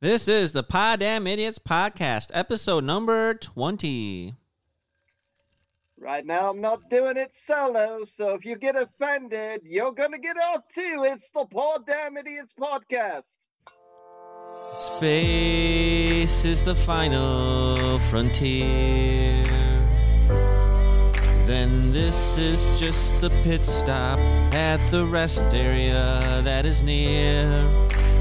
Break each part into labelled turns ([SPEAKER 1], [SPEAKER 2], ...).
[SPEAKER 1] This is the Pod Damn Idiots podcast, episode number 20.
[SPEAKER 2] Right now, I'm not doing it solo, so if you get offended, you're gonna get out too. It's the Pod Damn Idiots podcast.
[SPEAKER 1] Space is the final frontier. Then this is just the pit stop at the rest area that is near.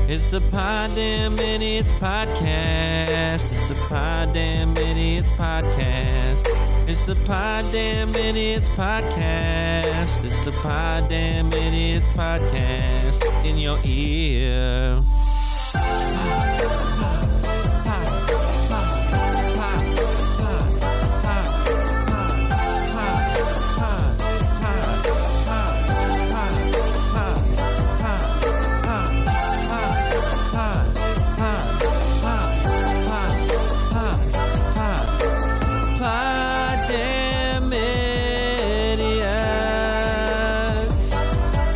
[SPEAKER 1] It's the Pod Damn Idiots podcast. It's the Pod Damn Idiots podcast. It's the Pod Damn Idiots podcast. It's the Pod Damn Idiots podcast in your ear.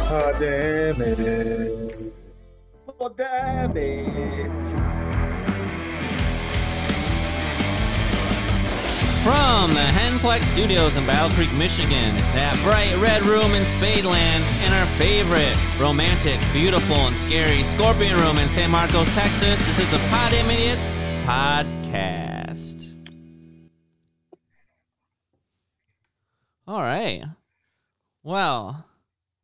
[SPEAKER 2] Pod Damn It. Pod Damn It.
[SPEAKER 1] From the Henplex Studios in Battle Creek, Michigan, that bright red room in Spadeland, and our favorite romantic, beautiful, and scary Scorpion Room in San Marcos, Texas, this is the Pod Idiots Podcast. All right. Well,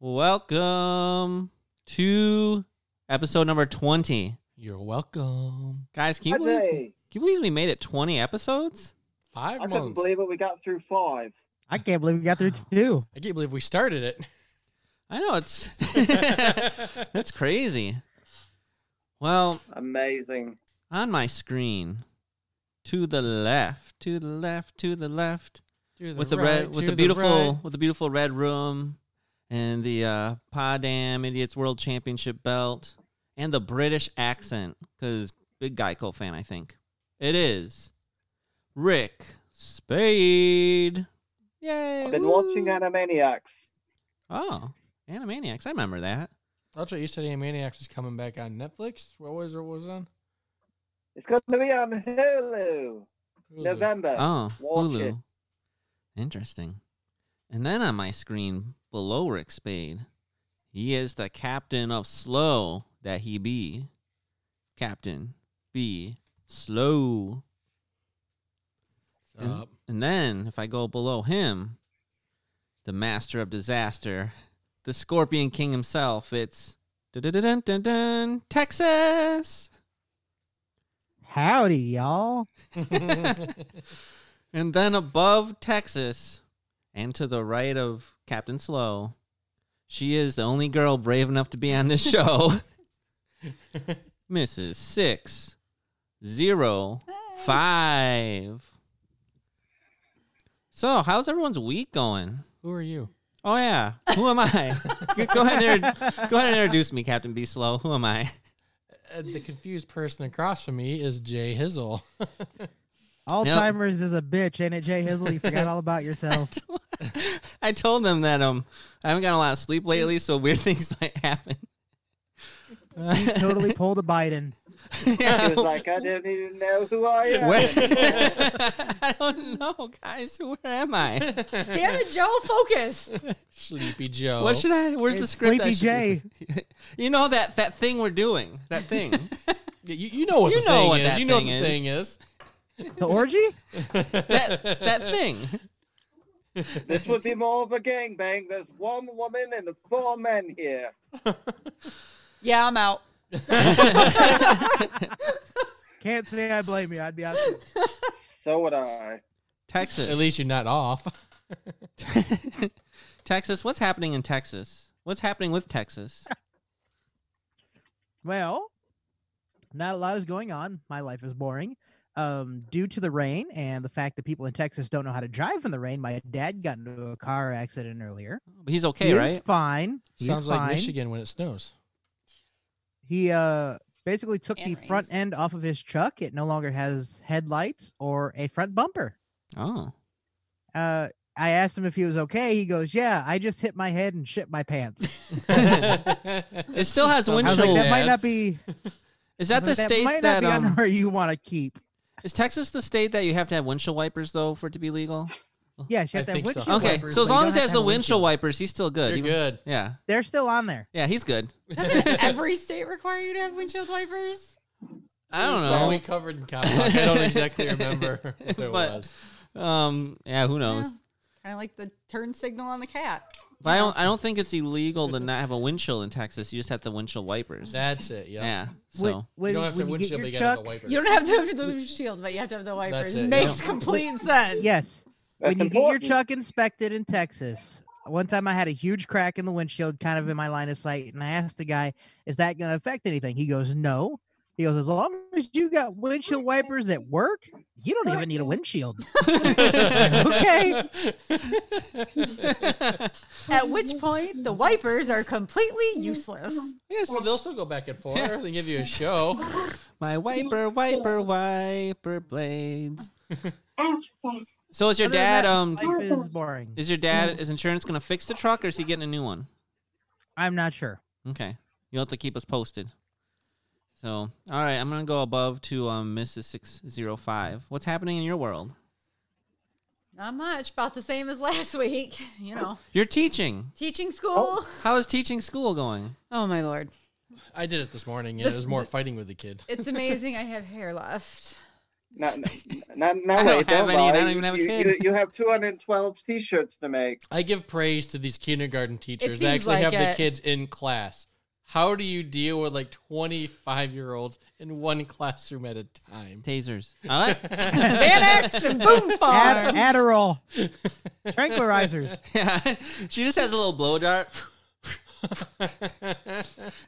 [SPEAKER 1] welcome to episode number 20.
[SPEAKER 3] You're welcome.
[SPEAKER 1] Guys, can you,
[SPEAKER 2] Hi,
[SPEAKER 1] believe, can
[SPEAKER 2] Dave.
[SPEAKER 1] you believe we made it 20 episodes?
[SPEAKER 3] 5
[SPEAKER 2] I couldn't
[SPEAKER 3] months.
[SPEAKER 2] believe it. We got through five.
[SPEAKER 4] I can't believe we got through two.
[SPEAKER 3] I can't believe we started it.
[SPEAKER 1] I know it's that's crazy. Well,
[SPEAKER 2] Amazing.
[SPEAKER 1] on my screen, to the left, to the left, to the left,
[SPEAKER 3] To
[SPEAKER 1] with the
[SPEAKER 3] right,
[SPEAKER 1] red, with
[SPEAKER 3] to
[SPEAKER 1] the beautiful,
[SPEAKER 3] right.
[SPEAKER 1] with the beautiful red room, and the uh, Podam Idiots World Championship belt, and the British accent, because big Geico fan, I think it is. Rick Spade, yay!
[SPEAKER 2] I've been
[SPEAKER 1] woo.
[SPEAKER 2] watching Animaniacs.
[SPEAKER 1] Oh, Animaniacs, I remember that.
[SPEAKER 3] That's what you said. Animaniacs is coming back on Netflix. What was it? What was it on?
[SPEAKER 2] It's gonna be on Hulu,
[SPEAKER 3] Hulu.
[SPEAKER 2] November.
[SPEAKER 1] Oh,
[SPEAKER 2] watch
[SPEAKER 1] Hulu.
[SPEAKER 2] it.
[SPEAKER 1] Interesting. And then on my screen below Rick Spade, he is the captain of slow that he be. Captain be slow.
[SPEAKER 3] What's
[SPEAKER 1] And,
[SPEAKER 3] up?
[SPEAKER 1] and then if I go below him, the master of disaster, the Scorpion King himself, it's dun-dun-dun-dun-dun, Texas.
[SPEAKER 4] Howdy, y'all.
[SPEAKER 1] And then above Texas and to the right of Captain Slow, she is the only girl brave enough to be on this show. Mrs. Six Zero Five. So, how's everyone's week going?
[SPEAKER 3] Who are you?
[SPEAKER 1] Oh yeah, who am I? go go ahead and inter- go ahead and introduce me, Captain B Slow. Who am I?
[SPEAKER 3] Uh, the confused person across from me is Jay Hizzle.
[SPEAKER 4] Alzheimer's is a bitch, ain't it, Jay Hizzle? You forgot all about yourself.
[SPEAKER 1] I told them that um I haven't gotten a lot of sleep lately, so weird things might happen.
[SPEAKER 4] You totally pulled a Biden.
[SPEAKER 1] Yeah.
[SPEAKER 2] He was like, I don't even know who I am.
[SPEAKER 1] Where- I don't know, guys. Where am I?
[SPEAKER 5] Damn it, Joe, focus.
[SPEAKER 3] Sleepy Joe.
[SPEAKER 1] What should I? Where's the
[SPEAKER 4] It's
[SPEAKER 1] script? I
[SPEAKER 4] Sleepy
[SPEAKER 1] should- you know that that thing we're doing. That thing.
[SPEAKER 3] Yeah, you, you know what
[SPEAKER 1] You
[SPEAKER 3] the
[SPEAKER 1] know
[SPEAKER 3] thing
[SPEAKER 1] what
[SPEAKER 3] is.
[SPEAKER 1] that
[SPEAKER 3] You know
[SPEAKER 1] thing
[SPEAKER 3] what the
[SPEAKER 1] is.
[SPEAKER 3] thing is.
[SPEAKER 4] The orgy?
[SPEAKER 1] that that thing.
[SPEAKER 2] This would be more of a gangbang. There's one woman and four men here.
[SPEAKER 5] Yeah, I'm out.
[SPEAKER 4] Can't say I blame you. I'd be out. there.
[SPEAKER 2] So would I.
[SPEAKER 1] Texas.
[SPEAKER 3] At least you're not off.
[SPEAKER 1] Texas. What's happening in Texas? What's happening with Texas?
[SPEAKER 4] Well, not a lot is going on. My life is boring. Um, due to the rain and the fact that people in Texas don't know how to drive in the rain, my dad got into a car accident earlier.
[SPEAKER 1] He's okay,
[SPEAKER 4] He is
[SPEAKER 1] right?
[SPEAKER 4] fine. He's
[SPEAKER 3] Sounds
[SPEAKER 4] fine.
[SPEAKER 3] like Michigan when it snows.
[SPEAKER 4] He uh basically took
[SPEAKER 5] And
[SPEAKER 4] the front
[SPEAKER 5] rains.
[SPEAKER 4] end off of his truck. It no longer has headlights or a front bumper.
[SPEAKER 1] Oh,
[SPEAKER 4] uh, I asked him if he was okay. He goes, "Yeah, I just hit my head and shit my pants."
[SPEAKER 1] it still has
[SPEAKER 3] I was
[SPEAKER 4] I
[SPEAKER 1] windshield.
[SPEAKER 4] was like,
[SPEAKER 3] So
[SPEAKER 4] "That might
[SPEAKER 3] bad.
[SPEAKER 4] not be
[SPEAKER 1] Is that
[SPEAKER 4] I
[SPEAKER 1] the
[SPEAKER 4] was like,
[SPEAKER 1] state
[SPEAKER 4] Uh, might
[SPEAKER 1] that,
[SPEAKER 4] not be on
[SPEAKER 1] um,
[SPEAKER 4] where you want to keep?
[SPEAKER 1] is Texas the state that you have to have windshield wipers though for it to be legal?
[SPEAKER 4] Yes, you
[SPEAKER 3] I
[SPEAKER 4] have to have
[SPEAKER 3] think so.
[SPEAKER 4] windshield
[SPEAKER 1] Okay,
[SPEAKER 4] wipers,
[SPEAKER 1] so as
[SPEAKER 4] but you
[SPEAKER 1] long
[SPEAKER 4] don't
[SPEAKER 1] as he
[SPEAKER 4] have to
[SPEAKER 1] has
[SPEAKER 4] have
[SPEAKER 1] the
[SPEAKER 4] a
[SPEAKER 1] windshield wipers, he's still good.
[SPEAKER 3] You're
[SPEAKER 1] Even-
[SPEAKER 3] good.
[SPEAKER 1] Yeah,
[SPEAKER 4] They're still on there.
[SPEAKER 1] yeah, he's good.
[SPEAKER 5] Doesn't every state require you to have windshield wipers?
[SPEAKER 1] I don't
[SPEAKER 3] So we
[SPEAKER 1] know.
[SPEAKER 3] covered in Cop Rock. I don't exactly remember what there
[SPEAKER 1] But-
[SPEAKER 3] was.
[SPEAKER 1] Um, yeah, who knows?
[SPEAKER 5] Kind of like the turn signal on the cat.
[SPEAKER 1] But I don't. I don't think it's illegal to not have a windshield in Texas. You just have the windshield wipers.
[SPEAKER 3] That's it. Yep.
[SPEAKER 1] yeah. So
[SPEAKER 4] When- when,
[SPEAKER 3] you don't have to
[SPEAKER 4] when you get
[SPEAKER 3] windshield,
[SPEAKER 4] your
[SPEAKER 3] but you gotta
[SPEAKER 4] Chuck,
[SPEAKER 3] have the wipers.
[SPEAKER 5] You don't have to have the windshield, but you have to have the wipers.
[SPEAKER 3] it, yeah.
[SPEAKER 5] Makes complete sense.
[SPEAKER 4] Yes.
[SPEAKER 2] That's
[SPEAKER 4] when you
[SPEAKER 2] important.
[SPEAKER 4] get your chuck inspected in Texas, one time I had a huge crack in the windshield, kind of in my line of sight, and I asked the guy, "Is that going to affect anything?" He goes, "No." He goes, "As long as you got windshield wipers that work, you don't even need a windshield." Okay.
[SPEAKER 5] At which point, the wipers are completely useless.
[SPEAKER 1] yes.
[SPEAKER 3] Well, they'll still go back and forth. They give you a show.
[SPEAKER 1] My wiper, wiper, wiper blades.
[SPEAKER 6] Ask them.
[SPEAKER 1] So is your
[SPEAKER 4] Other than
[SPEAKER 1] dad?
[SPEAKER 4] that, mm.
[SPEAKER 1] Um,
[SPEAKER 4] life is boring.
[SPEAKER 1] is your dad? Is insurance gonna fix the truck, or is he getting a new one?
[SPEAKER 4] I'm not sure.
[SPEAKER 1] Okay. You'll have to keep us posted. So, all right, I'm gonna go above to um, Mrs. Six Zero Five. What's happening in your world?
[SPEAKER 5] Not much, about the same as last week. You know,
[SPEAKER 1] You're teaching.
[SPEAKER 5] teaching school.
[SPEAKER 1] How is teaching school going?
[SPEAKER 5] Oh my lord.
[SPEAKER 3] I did it this morning, and it was more fighting with the kid.
[SPEAKER 5] It's amazing I have hair left.
[SPEAKER 2] No, no, no, no
[SPEAKER 1] I don't
[SPEAKER 2] wait,
[SPEAKER 1] have any, and
[SPEAKER 2] don't
[SPEAKER 1] I
[SPEAKER 2] lie.
[SPEAKER 1] don't even have a
[SPEAKER 2] you,
[SPEAKER 1] kid.
[SPEAKER 2] you, you have 212 t-shirts to make.
[SPEAKER 3] I give praise to these kindergarten teachers
[SPEAKER 5] seems
[SPEAKER 3] that actually
[SPEAKER 5] like
[SPEAKER 3] have the
[SPEAKER 5] it.
[SPEAKER 3] kids in class. How do you deal with like 25 year olds in one classroom at a time?
[SPEAKER 1] Tasers. All right.
[SPEAKER 5] Xanax and boom
[SPEAKER 4] Ad-
[SPEAKER 5] farm.
[SPEAKER 4] Adderall, tranquilizers.
[SPEAKER 1] Yeah. she just has a little blow dart.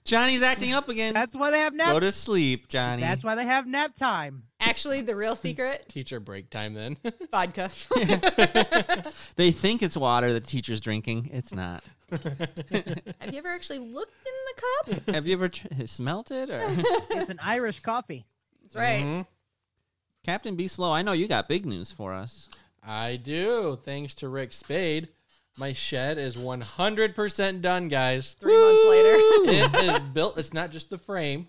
[SPEAKER 1] Johnny's acting up again.
[SPEAKER 4] That's why they have
[SPEAKER 1] Go
[SPEAKER 4] nap.
[SPEAKER 1] to sleep, Johnny.
[SPEAKER 4] That's why they have nap time.
[SPEAKER 5] Actually, the real secret
[SPEAKER 3] Teacher break time then.
[SPEAKER 5] vodka.
[SPEAKER 1] they think it's water the teacher's drinking. It's not.
[SPEAKER 5] have you ever actually looked in the cup?
[SPEAKER 1] Have you ever tr- smelt it? Or
[SPEAKER 4] It's an Irish coffee.
[SPEAKER 5] That's right.
[SPEAKER 3] Mhm.
[SPEAKER 1] Captain, be slow. I know you got big news for us.
[SPEAKER 3] I do. Thanks to Rick Spade, my shed is 100% done, guys.
[SPEAKER 5] Three months later.
[SPEAKER 3] it is built. It's not just the frame.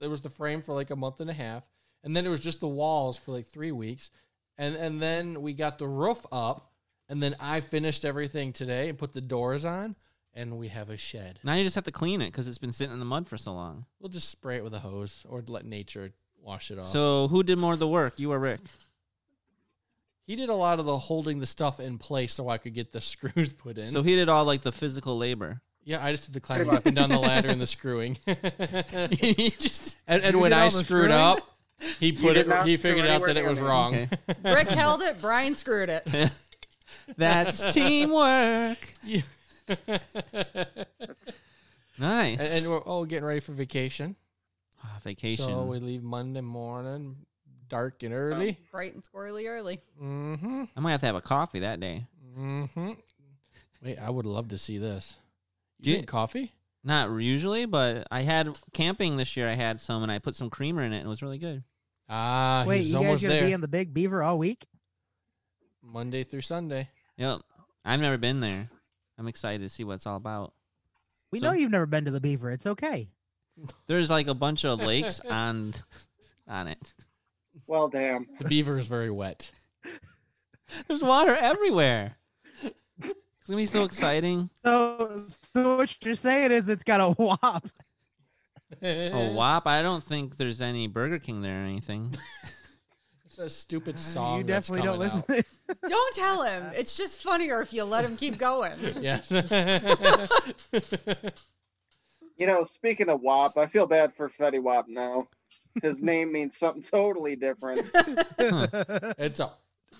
[SPEAKER 3] There was the frame for like a month and a half, and then it was just the walls for like three weeks, and and then we got the roof up, and then I finished everything today and put the doors on, and we have a shed.
[SPEAKER 1] Now you just have to clean it because it's been sitting in the mud for so long.
[SPEAKER 3] We'll just spray it with a hose or let nature wash it off.
[SPEAKER 1] So who did more of the work? You or Rick?
[SPEAKER 3] he did a lot of the holding the stuff in place so I could get the screws put in.
[SPEAKER 1] So he did all like the physical labor.
[SPEAKER 3] yeah, I just did the climbing up and down the ladder and the screwing. and
[SPEAKER 1] You just-
[SPEAKER 3] and
[SPEAKER 4] You
[SPEAKER 3] when
[SPEAKER 4] did
[SPEAKER 3] I
[SPEAKER 4] all the
[SPEAKER 3] screwed
[SPEAKER 4] screwing?
[SPEAKER 3] up, he put
[SPEAKER 2] did
[SPEAKER 3] it.
[SPEAKER 2] not
[SPEAKER 3] He
[SPEAKER 2] screw
[SPEAKER 3] figured out
[SPEAKER 2] anywhere
[SPEAKER 3] that it
[SPEAKER 2] near
[SPEAKER 3] was
[SPEAKER 2] me.
[SPEAKER 3] wrong.
[SPEAKER 1] Okay.
[SPEAKER 5] Rick held it. Brian screwed it.
[SPEAKER 1] That's teamwork.
[SPEAKER 3] Yeah.
[SPEAKER 1] Nice.
[SPEAKER 3] And, and we're all getting ready for vacation.
[SPEAKER 1] Ah, vacation.
[SPEAKER 3] So we leave Monday morning, dark and early.
[SPEAKER 5] Bright and squirrely early.
[SPEAKER 3] Mm-hmm.
[SPEAKER 1] I might have to have a coffee that day.
[SPEAKER 3] Mm-hmm. Wait, I would love to see this.
[SPEAKER 1] Do
[SPEAKER 3] You
[SPEAKER 1] you-
[SPEAKER 3] get coffee?
[SPEAKER 1] Not usually, but I had camping this year. I had some, and I put some creamer in it, and it was really good.
[SPEAKER 3] Ah,
[SPEAKER 4] Wait,
[SPEAKER 3] he's
[SPEAKER 4] you guys
[SPEAKER 3] almost
[SPEAKER 4] gonna
[SPEAKER 3] there.
[SPEAKER 4] be in the Big Beaver all week?
[SPEAKER 3] Monday through Sunday.
[SPEAKER 1] Yep, I've never been there. I'm excited to see what it's all about.
[SPEAKER 4] We
[SPEAKER 1] So-
[SPEAKER 4] know you've never been to the Beaver. It's okay.
[SPEAKER 1] There's like a bunch of lakes on on it.
[SPEAKER 2] Well, damn.
[SPEAKER 3] The beaver is very wet.
[SPEAKER 1] There's water everywhere. It's gonna be so exciting.
[SPEAKER 4] So, so what you're saying is it's got a wop.
[SPEAKER 1] Oh, WAP! I don't think there's any Burger King there or anything.
[SPEAKER 3] That stupid song.
[SPEAKER 4] you
[SPEAKER 3] that's
[SPEAKER 4] definitely don't
[SPEAKER 3] coming
[SPEAKER 4] listen.
[SPEAKER 3] out.
[SPEAKER 4] To it.
[SPEAKER 5] Don't tell him. It's just funnier if you let him keep going.
[SPEAKER 3] Yeah.
[SPEAKER 2] You know, speaking of WAP, I feel bad for Fetty Wap now. His name means something totally different.
[SPEAKER 3] it's a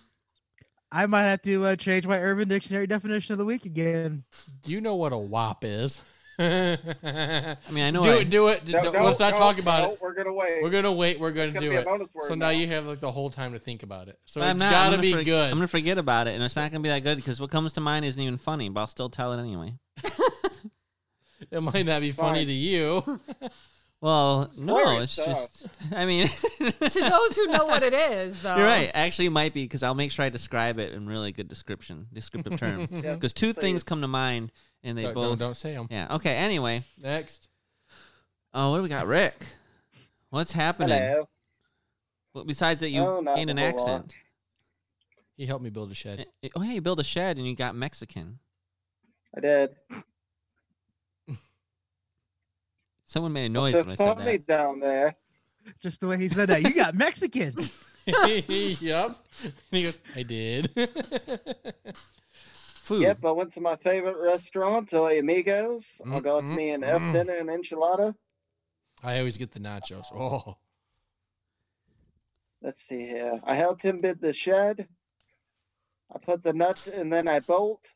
[SPEAKER 4] I might have to uh, change my Urban Dictionary definition of the week again.
[SPEAKER 3] Do you know what a wop is? do it.
[SPEAKER 1] I mean, I know.
[SPEAKER 3] do
[SPEAKER 1] I-
[SPEAKER 3] it.
[SPEAKER 2] No,
[SPEAKER 3] Don't-
[SPEAKER 2] no,
[SPEAKER 3] Let's not
[SPEAKER 2] no,
[SPEAKER 3] talk about
[SPEAKER 2] no,
[SPEAKER 3] it.
[SPEAKER 2] We're gonna wait.
[SPEAKER 3] We're gonna wait. We're gonna,
[SPEAKER 2] it's gonna
[SPEAKER 3] do
[SPEAKER 2] be a
[SPEAKER 3] it.
[SPEAKER 2] bonus word.
[SPEAKER 3] So now you have like the whole time to think about it. So
[SPEAKER 1] but I'm
[SPEAKER 3] it's
[SPEAKER 1] not- I'm
[SPEAKER 3] gotta
[SPEAKER 1] gonna
[SPEAKER 3] be
[SPEAKER 1] forg-
[SPEAKER 3] good.
[SPEAKER 1] I'm gonna forget about it, and it's not gonna be that good because what comes to mind isn't even funny. But I'll still tell it anyway.
[SPEAKER 3] It might not be funny
[SPEAKER 2] Fine.
[SPEAKER 3] to you.
[SPEAKER 1] Well, no,
[SPEAKER 2] Sorry,
[SPEAKER 1] it's
[SPEAKER 2] it's
[SPEAKER 1] just. I mean,
[SPEAKER 5] to those who know what it is, though.
[SPEAKER 1] You're right. Actually, it might be because I'll make sure I describe it in really good description, descriptive terms.
[SPEAKER 2] Yes,
[SPEAKER 1] Because two things
[SPEAKER 2] please.
[SPEAKER 1] come to mind, and they
[SPEAKER 3] No, no,
[SPEAKER 1] both.
[SPEAKER 3] don't say them.
[SPEAKER 1] Yeah. Okay. Anyway,
[SPEAKER 3] Next.
[SPEAKER 1] oh, what do we got, Rick? What's happening?
[SPEAKER 2] Hello.
[SPEAKER 1] Well, besides that, you
[SPEAKER 2] Oh, not
[SPEAKER 1] gained an
[SPEAKER 2] a whole lot.
[SPEAKER 1] accent.
[SPEAKER 3] He helped me build a shed.
[SPEAKER 1] Eh, eh, Oh yeah, you built a shed and you got Mexican.
[SPEAKER 2] I did.
[SPEAKER 1] Someone made a noise
[SPEAKER 2] so
[SPEAKER 1] when I said
[SPEAKER 2] funny
[SPEAKER 1] that.
[SPEAKER 2] down there.
[SPEAKER 4] Just the way he said that. You got Mexican.
[SPEAKER 3] yep. And he goes, I did.
[SPEAKER 1] Food.
[SPEAKER 2] Yep, I went to my favorite restaurant, El Amigos. I got
[SPEAKER 3] Mm,
[SPEAKER 2] me an
[SPEAKER 3] mm, mm.
[SPEAKER 2] F dinner and enchilada.
[SPEAKER 3] I always get the nachos. Oh.
[SPEAKER 2] Let's see here. I helped him build the shed. I put the nut and then I bolt.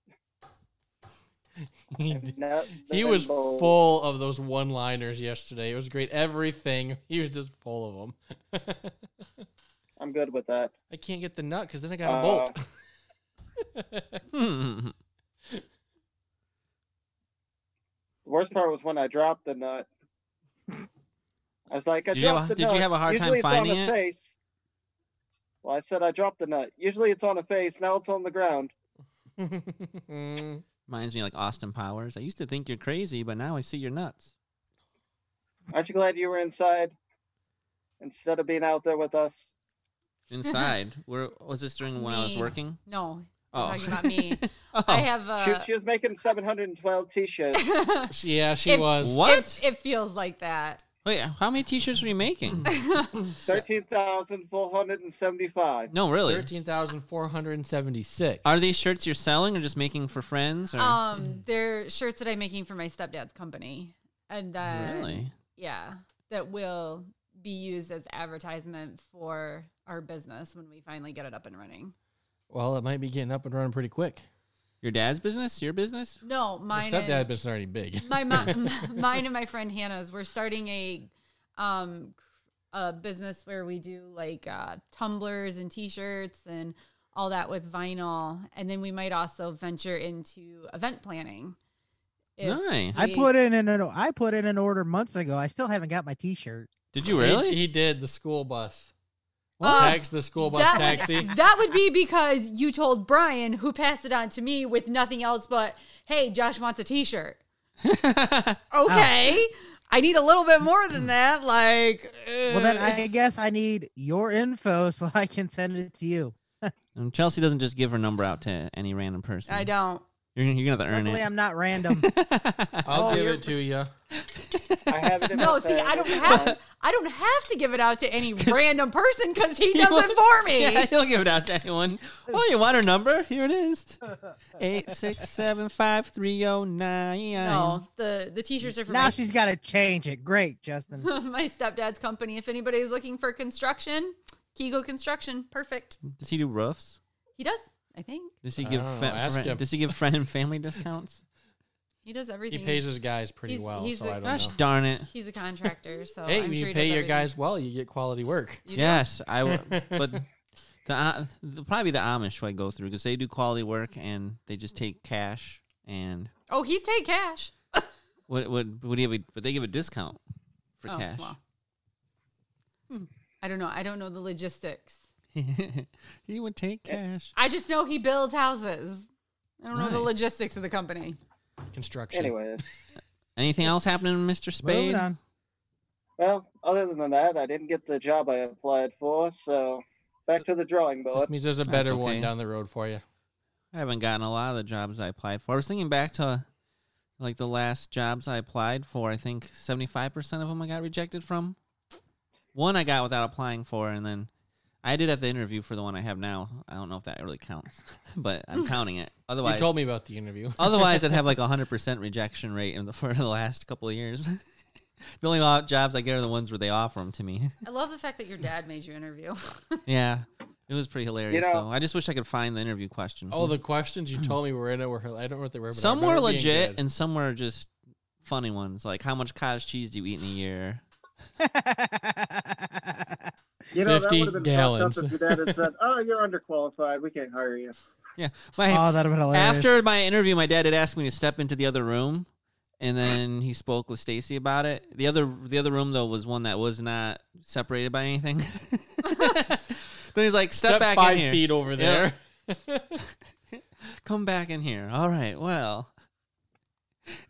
[SPEAKER 2] and nut,
[SPEAKER 3] he
[SPEAKER 2] then
[SPEAKER 3] was
[SPEAKER 2] bolt.
[SPEAKER 3] full of those one liners yesterday. It was great. Everything. He was just full of them.
[SPEAKER 2] I'm good with that.
[SPEAKER 3] I can't get the nut because then I got a bolt.
[SPEAKER 1] Hmm.
[SPEAKER 2] The worst part was when I dropped the nut. I was like, I
[SPEAKER 1] Did you have
[SPEAKER 2] dropped
[SPEAKER 1] a-
[SPEAKER 2] the
[SPEAKER 1] did you
[SPEAKER 2] nut.
[SPEAKER 1] have a hard time
[SPEAKER 2] Usually it's
[SPEAKER 1] finding
[SPEAKER 2] on a
[SPEAKER 1] it?
[SPEAKER 2] face. Well, I said I dropped the nut. Usually it's on a face. Now it's on the ground.
[SPEAKER 3] Mm.
[SPEAKER 1] Reminds me of, like Austin Powers. I used to think you're crazy, but now I see you're nuts.
[SPEAKER 2] Aren't you glad you were inside instead of being out there with us?
[SPEAKER 1] Inside. Where was this during when I was
[SPEAKER 5] Me.
[SPEAKER 1] working?
[SPEAKER 5] No,
[SPEAKER 1] Oh.
[SPEAKER 5] talking about me.
[SPEAKER 1] oh.
[SPEAKER 5] I have. Uh,
[SPEAKER 2] Shoot, she was making 712 t-shirts.
[SPEAKER 3] She- yeah, she
[SPEAKER 5] If-
[SPEAKER 3] was.
[SPEAKER 1] What?
[SPEAKER 5] It, it feels like that.
[SPEAKER 1] Wait, how many t-shirts were you making?
[SPEAKER 2] 13,475.
[SPEAKER 1] no, really.
[SPEAKER 3] 13,476.
[SPEAKER 1] Are these shirts you're selling or just making for friends? Or
[SPEAKER 5] Um, they're shirts that I'm making for my stepdad's company, and then
[SPEAKER 1] really?
[SPEAKER 5] yeah, that will be used as advertisement for our business when we finally get it up and running.
[SPEAKER 3] Well, it might be getting up and running pretty quick.
[SPEAKER 1] Your dad's business? Your business?
[SPEAKER 5] No,
[SPEAKER 3] My
[SPEAKER 5] mine.
[SPEAKER 3] stepdad
[SPEAKER 5] and-
[SPEAKER 3] business is already big.
[SPEAKER 5] my mom, mine and my friend Hannah's. We're starting a um a business where we do like uh, tumblers and t-shirts and all that with vinyl, and then we might also venture into event planning.
[SPEAKER 1] Nice.
[SPEAKER 4] I
[SPEAKER 5] we-
[SPEAKER 4] put in an I put in an order months ago. I still haven't got my T-shirt.
[SPEAKER 1] Did you
[SPEAKER 3] He-
[SPEAKER 1] really?
[SPEAKER 3] He, did the school bus.
[SPEAKER 5] Oh,
[SPEAKER 3] Text the school bus
[SPEAKER 5] that,
[SPEAKER 3] taxi.
[SPEAKER 5] That would be because you told Brian, who passed it on to me with nothing else but, "Hey, Josh wants a T-shirt." Okay, I need a little bit more than that. Like, uh,
[SPEAKER 4] Well, then
[SPEAKER 3] Eh.
[SPEAKER 4] I guess I need your info so I can send it to you.
[SPEAKER 1] And Chelsea doesn't just give her number out to any random person.
[SPEAKER 5] I don't.
[SPEAKER 1] You're, you're gonna have to earn
[SPEAKER 4] Luckily,
[SPEAKER 1] it.
[SPEAKER 4] I'm not random.
[SPEAKER 3] I'll
[SPEAKER 5] Oh,
[SPEAKER 3] give
[SPEAKER 5] you're-
[SPEAKER 3] it to you.
[SPEAKER 2] I have it in
[SPEAKER 5] No,
[SPEAKER 2] my
[SPEAKER 5] see,
[SPEAKER 2] bag.
[SPEAKER 5] I don't
[SPEAKER 2] It's
[SPEAKER 5] have
[SPEAKER 2] fine.
[SPEAKER 5] I don't have to give it out to any random person because he does it for me.
[SPEAKER 1] yeah, he'll give it out to anyone. Oh, you want her number? Here it is. Eight six seven five three zero nine.
[SPEAKER 5] No, the the t-shirts are for
[SPEAKER 4] now
[SPEAKER 5] my,
[SPEAKER 4] she's got to change it. Great, Justin.
[SPEAKER 5] my stepdad's company. If anybody's looking for construction, Kigo Construction, perfect.
[SPEAKER 1] Does he do roofs?
[SPEAKER 5] He does, I think.
[SPEAKER 1] Does he
[SPEAKER 3] I
[SPEAKER 1] give?
[SPEAKER 3] don't know,
[SPEAKER 1] fa-
[SPEAKER 3] ask
[SPEAKER 1] friend-
[SPEAKER 3] him.
[SPEAKER 1] Does he give friend and family discounts?
[SPEAKER 5] He does
[SPEAKER 3] He
[SPEAKER 5] everything.
[SPEAKER 3] pays his guys pretty
[SPEAKER 5] He's-
[SPEAKER 3] well,
[SPEAKER 5] he's
[SPEAKER 3] so
[SPEAKER 5] the-
[SPEAKER 3] I don't
[SPEAKER 1] Gosh
[SPEAKER 3] know.
[SPEAKER 1] darn it!
[SPEAKER 5] He's a contractor, so
[SPEAKER 3] Hey,
[SPEAKER 5] I'm
[SPEAKER 3] you
[SPEAKER 5] sure he does
[SPEAKER 3] pay your
[SPEAKER 5] everything.
[SPEAKER 3] guys well, you get quality work.
[SPEAKER 5] You do.
[SPEAKER 1] Yes, I. W- but the, uh, the probably the Amish who I go through because they do quality work and they just take cash and
[SPEAKER 5] Oh, he'd take cash.
[SPEAKER 1] what would would he have? A, but they give a discount for
[SPEAKER 5] Oh,
[SPEAKER 1] cash.
[SPEAKER 5] well. I don't know. I don't know the logistics.
[SPEAKER 1] he would take cash.
[SPEAKER 5] I just know he builds houses. I don't know the
[SPEAKER 1] Nice.
[SPEAKER 5] logistics of the company.
[SPEAKER 3] Construction.
[SPEAKER 2] Anyways,
[SPEAKER 1] Anything else happening, Mister Spade?
[SPEAKER 4] Moving on.
[SPEAKER 2] well, other than that, I didn't get the job I applied for, so back to the drawing board.
[SPEAKER 3] Just means there's a
[SPEAKER 1] That's
[SPEAKER 3] better
[SPEAKER 1] okay.
[SPEAKER 3] one down the road for you.
[SPEAKER 1] I haven't gotten a lot of the jobs I applied for. I was thinking back to like the last jobs I applied for. I think 75% of them I got rejected from. One I got without applying for, and then I did have the interview for the one I have now. I don't know if that really counts, but I'm counting it. Otherwise,
[SPEAKER 3] You told me about the interview.
[SPEAKER 1] otherwise I'd have like a 100% rejection rate in the, for the last couple of years. the only o- jobs I get are the ones where they offer them to me.
[SPEAKER 5] I love the fact that your dad made you interview.
[SPEAKER 1] yeah. It was pretty hilarious,
[SPEAKER 2] know-
[SPEAKER 1] though. I just wish I could find the interview questions.
[SPEAKER 3] Oh, the questions you told me were in it were I don't know what they were. But I
[SPEAKER 1] Some were
[SPEAKER 3] remember being
[SPEAKER 1] legit
[SPEAKER 3] good.
[SPEAKER 1] and some were just funny ones, like how much cottage cheese do you eat in a year?
[SPEAKER 2] You
[SPEAKER 3] know, that 50 would've been fucked up gallons. if your dad had
[SPEAKER 2] said, "Oh, you're underqualified. We can't hire you."
[SPEAKER 1] Yeah. My,
[SPEAKER 4] oh, that'd have been hilarious.
[SPEAKER 1] after my interview, my dad had asked me to step into the other room, and then he spoke with Stacy about it. The other the other room though was one that was not separated by anything. then he's like, "Step,
[SPEAKER 3] Step
[SPEAKER 1] back
[SPEAKER 3] five
[SPEAKER 1] in here.
[SPEAKER 3] feet over there.
[SPEAKER 1] Come back in here." All right. Well,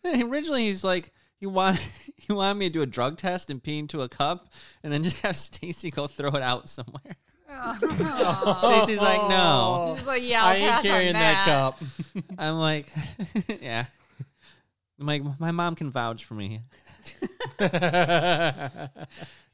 [SPEAKER 1] And originally he's like, He wanted he wanted me to do a drug test and pee into a cup, and then just have Stacy go throw it out somewhere.
[SPEAKER 5] Oh.
[SPEAKER 1] Stacy's like,
[SPEAKER 3] Oh.
[SPEAKER 1] no.
[SPEAKER 5] She's like, yeah, I'll
[SPEAKER 3] I ain't
[SPEAKER 5] pass on
[SPEAKER 3] carrying that. cup.
[SPEAKER 1] I'm like, yeah. I'm like, my mom can vouch for me.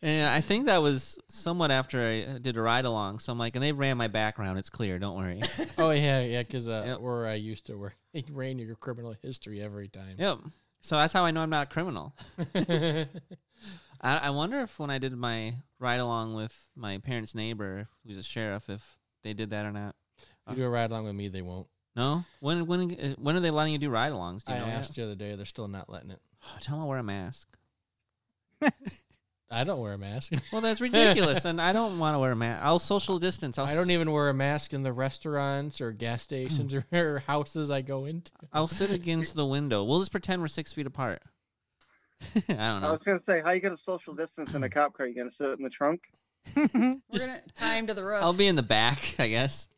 [SPEAKER 1] And I think that was somewhat after I did a ride along. So I'm like, and they ran my background. It's clear. Don't worry.
[SPEAKER 3] oh yeah, yeah, because uh,
[SPEAKER 1] Yep.
[SPEAKER 3] where I used to work, they ran your criminal history every time.
[SPEAKER 1] yep. So that's how I know I'm not a criminal. I, I wonder if when I did my ride along with my parents' neighbor, who's a sheriff, if they did that or not.
[SPEAKER 3] you do a ride along with me, they won't.
[SPEAKER 1] No. When when uh, when are they letting you do ride alongs? Do you
[SPEAKER 3] I
[SPEAKER 1] know? yet?
[SPEAKER 3] asked the other day, they're still not letting it.
[SPEAKER 1] Tell them I wear a mask.
[SPEAKER 3] I don't wear a mask.
[SPEAKER 1] Well, that's ridiculous, and I don't want to wear a mask. I'll social distance. I'll
[SPEAKER 3] I don't
[SPEAKER 1] s-
[SPEAKER 3] even wear a mask in the restaurants or gas stations or, or houses I go into.
[SPEAKER 1] I'll sit against the window. We'll just pretend we're six feet apart. I don't
[SPEAKER 2] I
[SPEAKER 3] Uh-huh.
[SPEAKER 1] know.
[SPEAKER 2] was gonna say, how you gonna social distance in a cop car? You gonna sit in the trunk?
[SPEAKER 5] We're gonna tie him to the roof.
[SPEAKER 1] I'll be in the back, I guess.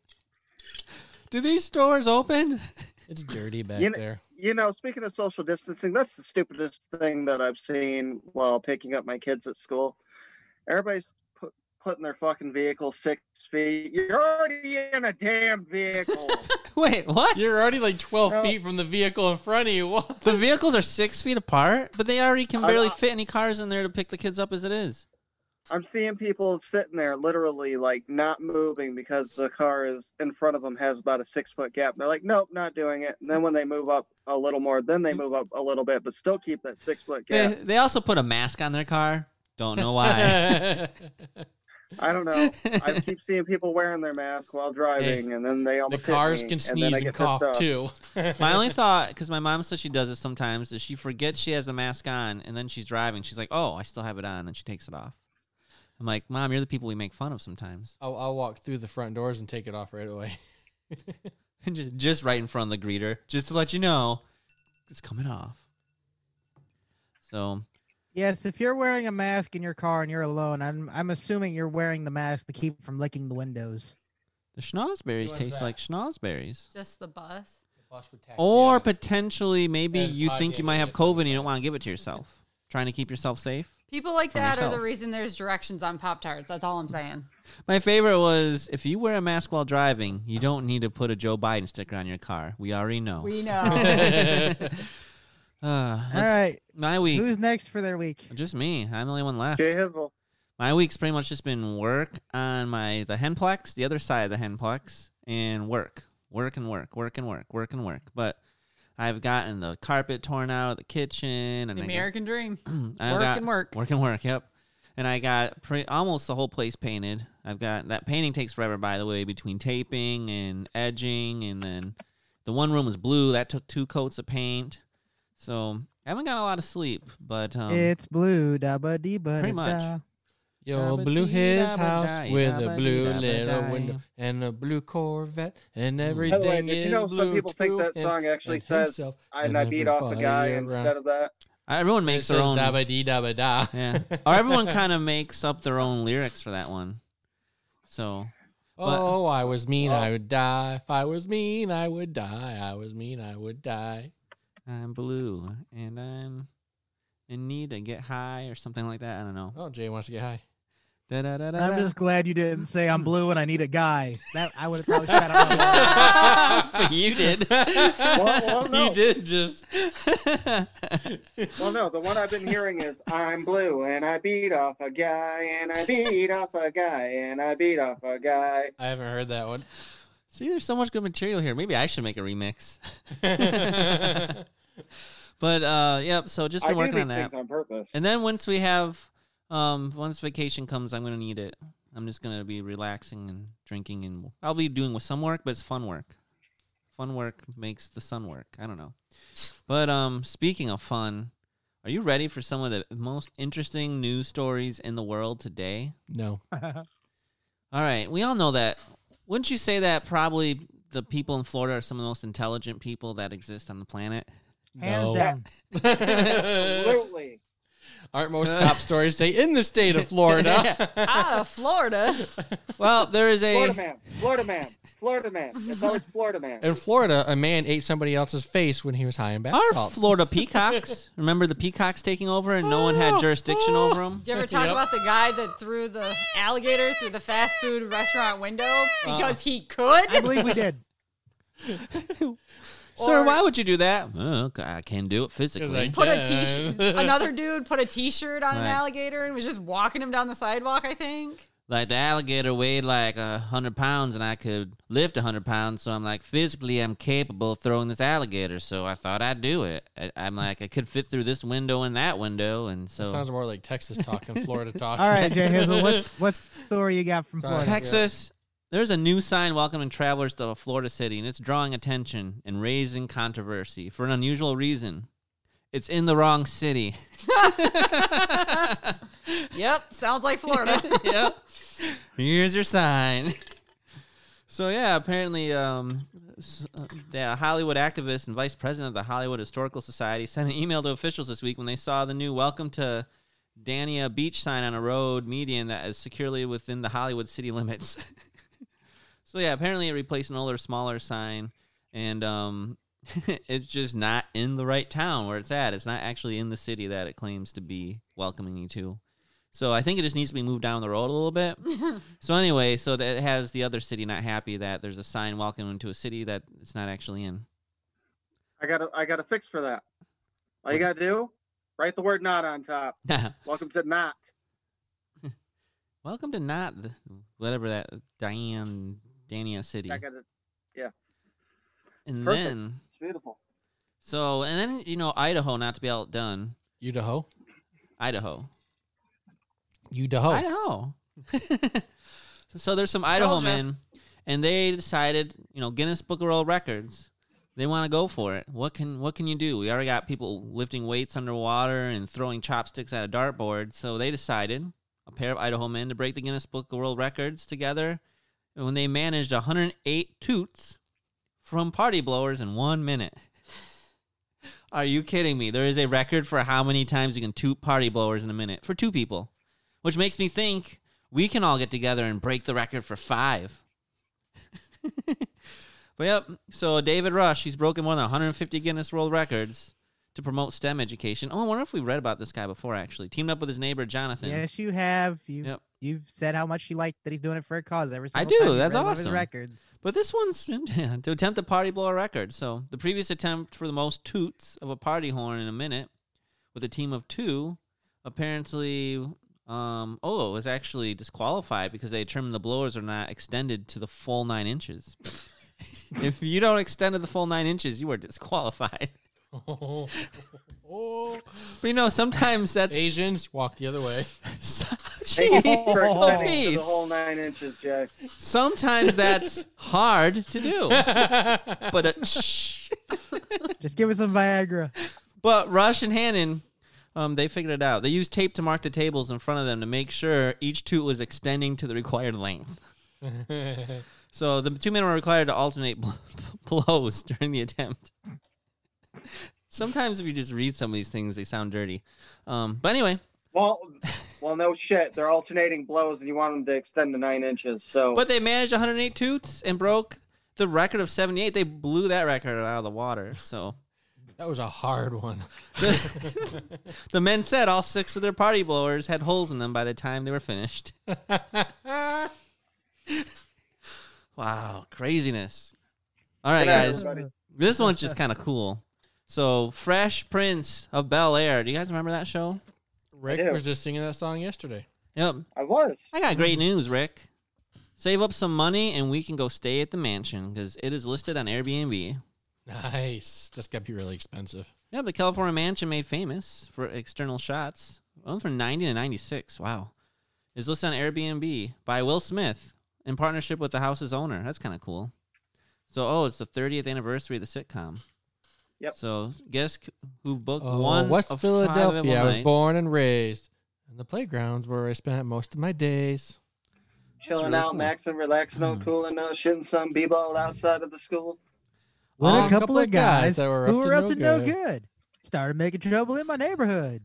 [SPEAKER 1] Do these stores open?
[SPEAKER 3] It's dirty back
[SPEAKER 2] You kn-
[SPEAKER 3] there.
[SPEAKER 2] You know, speaking of social distancing, that's the stupidest thing that I've seen while picking up my kids at school. Everybody's put, putting their fucking vehicle six feet. You're already in a damn vehicle.
[SPEAKER 1] Wait, what?
[SPEAKER 3] You're already like 12
[SPEAKER 2] No.
[SPEAKER 3] feet from the vehicle in front of you. What?
[SPEAKER 1] the vehicles are six feet apart, but they already can
[SPEAKER 2] I'm
[SPEAKER 1] barely
[SPEAKER 2] not-
[SPEAKER 1] fit any cars in there to pick the kids up as it is.
[SPEAKER 2] I'm seeing people sitting there literally like not moving because the car is in front of them has about a six foot gap. They're like, nope, not doing it. And then when they move up a little more, then they move up a little bit, but still keep that six foot gap.
[SPEAKER 1] They, they also put a mask on their car. Don't know why.
[SPEAKER 2] I don't know. I keep seeing people wearing their mask while driving, and then they
[SPEAKER 3] the
[SPEAKER 2] almost hit
[SPEAKER 3] cars
[SPEAKER 2] me,
[SPEAKER 3] can
[SPEAKER 2] and then I
[SPEAKER 3] sneeze and,
[SPEAKER 2] get pissed
[SPEAKER 3] cough
[SPEAKER 2] off.
[SPEAKER 3] too.
[SPEAKER 1] My only thought, because my mom says she does it sometimes, is she forgets she has the mask on and then she's driving. She's like, oh, I still have it on. And she takes it off. I'm like, Mom, you're the people we make fun of sometimes.
[SPEAKER 3] I'll, I'll walk through the front doors and take it off right away.
[SPEAKER 1] just, just right in front of the greeter, just to let you know it's coming off. So
[SPEAKER 4] Yes, if you're wearing a mask in your car and you're alone, I'm I'm assuming you're wearing the mask to keep from licking the windows.
[SPEAKER 1] the schnozberries
[SPEAKER 3] What's
[SPEAKER 1] taste
[SPEAKER 3] that?
[SPEAKER 1] like schnozberries.
[SPEAKER 5] Just the bus.
[SPEAKER 1] Or potentially, maybe
[SPEAKER 3] And
[SPEAKER 1] you
[SPEAKER 3] hot
[SPEAKER 1] think you might have
[SPEAKER 3] Gatorade on
[SPEAKER 1] COVID
[SPEAKER 3] the
[SPEAKER 1] and you don't want to give it to yourself. Trying to keep yourself safe.
[SPEAKER 5] People like
[SPEAKER 1] For
[SPEAKER 5] that are
[SPEAKER 1] myself. Mm-hmm.
[SPEAKER 5] the reason there's directions on Pop Tarts. That's all I'm saying.
[SPEAKER 1] My favorite was if you wear a mask while driving, you don't need to put a Joe Biden sticker on your car. We already know.
[SPEAKER 5] We know.
[SPEAKER 1] uh,
[SPEAKER 4] All
[SPEAKER 1] let's-
[SPEAKER 4] right,
[SPEAKER 1] My week.
[SPEAKER 4] who's next for their week?
[SPEAKER 1] just me. I'm the only one left.
[SPEAKER 2] Jay Hizzle.
[SPEAKER 1] my week's pretty much just been work on my the henplex, the other side of the henplex, and work, work and work, work and work, work and work. But I've gotten the carpet torn out of the kitchen, and
[SPEAKER 5] the
[SPEAKER 1] I got-
[SPEAKER 5] American dream.
[SPEAKER 1] I've
[SPEAKER 5] Work
[SPEAKER 1] got-
[SPEAKER 5] and work.
[SPEAKER 1] work and work. Yep. And I got pre- almost the whole place painted. I've got that painting takes forever, by the way, between taping and edging, and then the one room was blue. That took two coats of paint, so I haven't got a lot of sleep. But um,
[SPEAKER 4] it's blue da ba dee ba
[SPEAKER 1] pretty much.
[SPEAKER 3] Yo, blew his house with a blue little window and a blue Corvette and
[SPEAKER 1] By
[SPEAKER 3] everything
[SPEAKER 2] By the way, did
[SPEAKER 3] is
[SPEAKER 2] you know some
[SPEAKER 3] blue
[SPEAKER 2] people think
[SPEAKER 3] too,
[SPEAKER 2] that
[SPEAKER 3] and-
[SPEAKER 2] song actually
[SPEAKER 3] and
[SPEAKER 2] says
[SPEAKER 3] himself
[SPEAKER 2] and I beat off a
[SPEAKER 3] everybody
[SPEAKER 2] guy
[SPEAKER 3] around."
[SPEAKER 2] instead of that?
[SPEAKER 1] everyone
[SPEAKER 3] It
[SPEAKER 1] makes
[SPEAKER 3] says
[SPEAKER 1] their own.
[SPEAKER 3] da ba dee da ba da.
[SPEAKER 1] Yeah. Or everyone kind of makes up their own lyrics for that one. So,
[SPEAKER 3] Oh, I was mean, I would die. If I was mean, I would die. I was mean, I would die.
[SPEAKER 1] I'm blue and I'm in need to get high or something like that. I don't know.
[SPEAKER 3] Oh, Jay wants to get high.
[SPEAKER 1] Da, da, da, da,
[SPEAKER 4] I'm
[SPEAKER 1] da.
[SPEAKER 4] just glad you didn't say I'm blue and I need a guy. That I would have probably shot out my window.
[SPEAKER 1] But you did.
[SPEAKER 2] well, no.
[SPEAKER 3] You did just.
[SPEAKER 2] Well, no, the one I've been hearing is I'm blue and I beat off a guy and I beat off a guy and I beat off a guy.
[SPEAKER 3] I haven't heard that one.
[SPEAKER 1] See, there's so much good material here. Maybe I should make a remix. But, uh, yep. So, just
[SPEAKER 2] I
[SPEAKER 1] been
[SPEAKER 2] do
[SPEAKER 1] working
[SPEAKER 2] these
[SPEAKER 1] on that.
[SPEAKER 2] things on purpose.
[SPEAKER 1] And then once we have, um, once vacation comes, I'm gonna need it. I'm just gonna be relaxing and drinking, and I'll be doing with some work, but it's fun work. Fun work makes the sun work. I don't know. But um, speaking of fun, are you ready for some of the most interesting news stories in the world today?
[SPEAKER 3] no.
[SPEAKER 1] All right, we all know that. Wouldn't you say that probably the people in Florida are some of the most intelligent people that exist on the planet?
[SPEAKER 4] Hands
[SPEAKER 3] No.
[SPEAKER 4] down.
[SPEAKER 2] Absolutely.
[SPEAKER 3] Aren't most cop stories say in the state of Florida?
[SPEAKER 5] out of Florida.
[SPEAKER 1] Well, there is
[SPEAKER 2] Florida
[SPEAKER 1] a
[SPEAKER 2] man, Florida man, Florida man. It's always Florida man.
[SPEAKER 3] In Florida, a man ate somebody else's face when he was high in bath
[SPEAKER 1] our
[SPEAKER 3] salts.
[SPEAKER 1] Florida peacocks. Remember the peacocks taking over and no one
[SPEAKER 3] Oh.
[SPEAKER 1] had jurisdiction over them.
[SPEAKER 5] Did you ever talk
[SPEAKER 3] Yep.
[SPEAKER 5] about the guy that threw the alligator through the fast food restaurant
[SPEAKER 1] Uh,
[SPEAKER 5] window because he could?
[SPEAKER 4] I believe we did.
[SPEAKER 1] Sir,
[SPEAKER 5] Or-
[SPEAKER 1] why would you do that? "Oh, okay, I can do it physically.
[SPEAKER 5] put a
[SPEAKER 3] Yeah.
[SPEAKER 5] t-shirt. Another dude put a t-shirt on an
[SPEAKER 1] Right.
[SPEAKER 5] alligator and was just walking him down the sidewalk. I think.
[SPEAKER 1] like the alligator weighed like a hundred pounds, and I could lift a hundred pounds. So I'm like, physically, I'm capable of throwing this alligator. So I thought I'd do it. I, I'm like, I could fit through this window and that window, and so
[SPEAKER 3] Sounds more like Texas talk than Florida talk.
[SPEAKER 4] All right, Jay Hazel, what's what story you got from
[SPEAKER 3] Sorry.
[SPEAKER 4] Florida?
[SPEAKER 3] Tech-
[SPEAKER 1] Texas. There's a new sign welcoming travelers to Florida City, and it's drawing attention and raising controversy for an unusual reason. It's in the wrong city.
[SPEAKER 5] Yep, sounds like Florida.
[SPEAKER 1] yep. Here's your sign. So yeah, apparently, um, s- uh, the Hollywood activist and vice president of the Hollywood Historical Society sent an email to officials this week when they saw the new "Welcome to Dania Beach" sign on a road median that is securely within the Hollywood city limits. so yeah, apparently it replaced an older, smaller sign, and um, it's just not in the right town where it's at. It's not actually in the city that it claims to be welcoming you to. So I think it just needs to be moved down the road a little bit. so anyway, so that it has the other city not happy that there's a sign welcoming to a city that it's not actually in.
[SPEAKER 2] I got a, I got a fix for that. All you gotta do, write the word "not" on top. Welcome to not.
[SPEAKER 1] Welcome to not the, whatever that Diane Dania city.
[SPEAKER 2] I got it.
[SPEAKER 1] And
[SPEAKER 2] perfect.
[SPEAKER 1] then
[SPEAKER 2] It's beautiful.
[SPEAKER 1] so and then you know Idaho not to be outdone.
[SPEAKER 3] Idaho.
[SPEAKER 1] Idaho.
[SPEAKER 3] Idaho.
[SPEAKER 1] Idaho. so there's some Idaho
[SPEAKER 5] Told ya.
[SPEAKER 1] men, and they decided, you know, Guinness Book of World Records. They want to go for it. What can what can you do? We already got people lifting weights underwater and throwing chopsticks at a dartboard. So they decided, a pair of Idaho men, to break the Guinness Book of World Records together. When they managed 108 toots from party blowers in one minute. Are you kidding me? There is a record for how many times you can toot party blowers in a minute for two people, which makes me think we can all get together and break the record for five. but yep, so David Rush, he's broken more than 150 Guinness World Records to promote STEM education. Oh, I wonder if we read about this guy before, actually. Teamed up with his neighbor, Jonathan.
[SPEAKER 4] Yes, you have. You
[SPEAKER 1] Yep.
[SPEAKER 4] you've said how much you like that he's doing it for a cause every single
[SPEAKER 1] do,
[SPEAKER 4] time you've
[SPEAKER 1] that's
[SPEAKER 4] read one of his
[SPEAKER 1] awesome.
[SPEAKER 4] records.
[SPEAKER 1] But this one's to attempt a party blower record. So the previous attempt for the most toots of a party horn in a minute with a team of two, apparently, um, oh, it was actually disqualified because they determined the blowers are not extended to the full nine inches. if you don't extend to the full nine inches, you are disqualified. But you know, sometimes that's
[SPEAKER 3] Oh. Asians walk the other way.
[SPEAKER 2] Thank you
[SPEAKER 1] Jeez,
[SPEAKER 2] for extending to
[SPEAKER 1] Louise.
[SPEAKER 2] the whole nine inches, Jay.
[SPEAKER 1] Sometimes that's hard to do. But uh,
[SPEAKER 4] Just give us some Viagra.
[SPEAKER 1] But Rush and Hannon, um, they figured it out. They used tape to mark the tables in front of them to make sure each toot was extending to the required length. So the two men were required to alternate bl- blows during the attempt. Sometimes if you just read some of these things, they sound dirty. Um, but anyway,
[SPEAKER 2] Well, well, no shit. They're alternating blows, and you want them to extend to nine inches. So
[SPEAKER 1] but they managed 108 toots and broke the record of 78. They blew that record out of the water. So
[SPEAKER 3] that was a hard one.
[SPEAKER 1] the, the men said all six of their party blowers had holes in them by the time they were finished. Wow, crazinesses. All right,
[SPEAKER 2] Good night,
[SPEAKER 1] guys.
[SPEAKER 2] everybody.
[SPEAKER 1] This one's just kind of cool. So, Fresh Prince of Bel Air. Do you guys remember that show?
[SPEAKER 3] Rick
[SPEAKER 2] do.
[SPEAKER 3] was just singing that song yesterday.
[SPEAKER 1] Yep.
[SPEAKER 2] I was.
[SPEAKER 1] I got great news, Rick. Save up some money and we can go stay at the mansion because it is listed on Airbnb.
[SPEAKER 3] Nice. That's got to be really expensive.
[SPEAKER 1] Yeah, the California mansion made famous for external shots. One from 90 to 96. Wow. Is listed on Airbnb by Will Smith in partnership with the house's owner. That's kind of cool. So, oh, it's the 30th anniversary of the sitcom.
[SPEAKER 2] Yep.
[SPEAKER 1] So, guess c- who booked
[SPEAKER 3] Oh,
[SPEAKER 1] one?
[SPEAKER 3] West
[SPEAKER 1] of five
[SPEAKER 3] Philadelphia. I was
[SPEAKER 1] nights?
[SPEAKER 3] born and raised. And the playgrounds where I spent most of my days.
[SPEAKER 2] Chilling
[SPEAKER 1] really
[SPEAKER 2] out,
[SPEAKER 1] cool.
[SPEAKER 2] maxing, relaxing, no
[SPEAKER 3] Hmm.
[SPEAKER 2] cooling, no uh, shooting some b-ball outside of the school.
[SPEAKER 4] What
[SPEAKER 1] Oh,
[SPEAKER 4] a couple, of guys,
[SPEAKER 3] that were up
[SPEAKER 4] who
[SPEAKER 3] to
[SPEAKER 4] were up
[SPEAKER 3] no
[SPEAKER 4] to no
[SPEAKER 3] good.
[SPEAKER 4] good. Started making trouble in my neighborhood.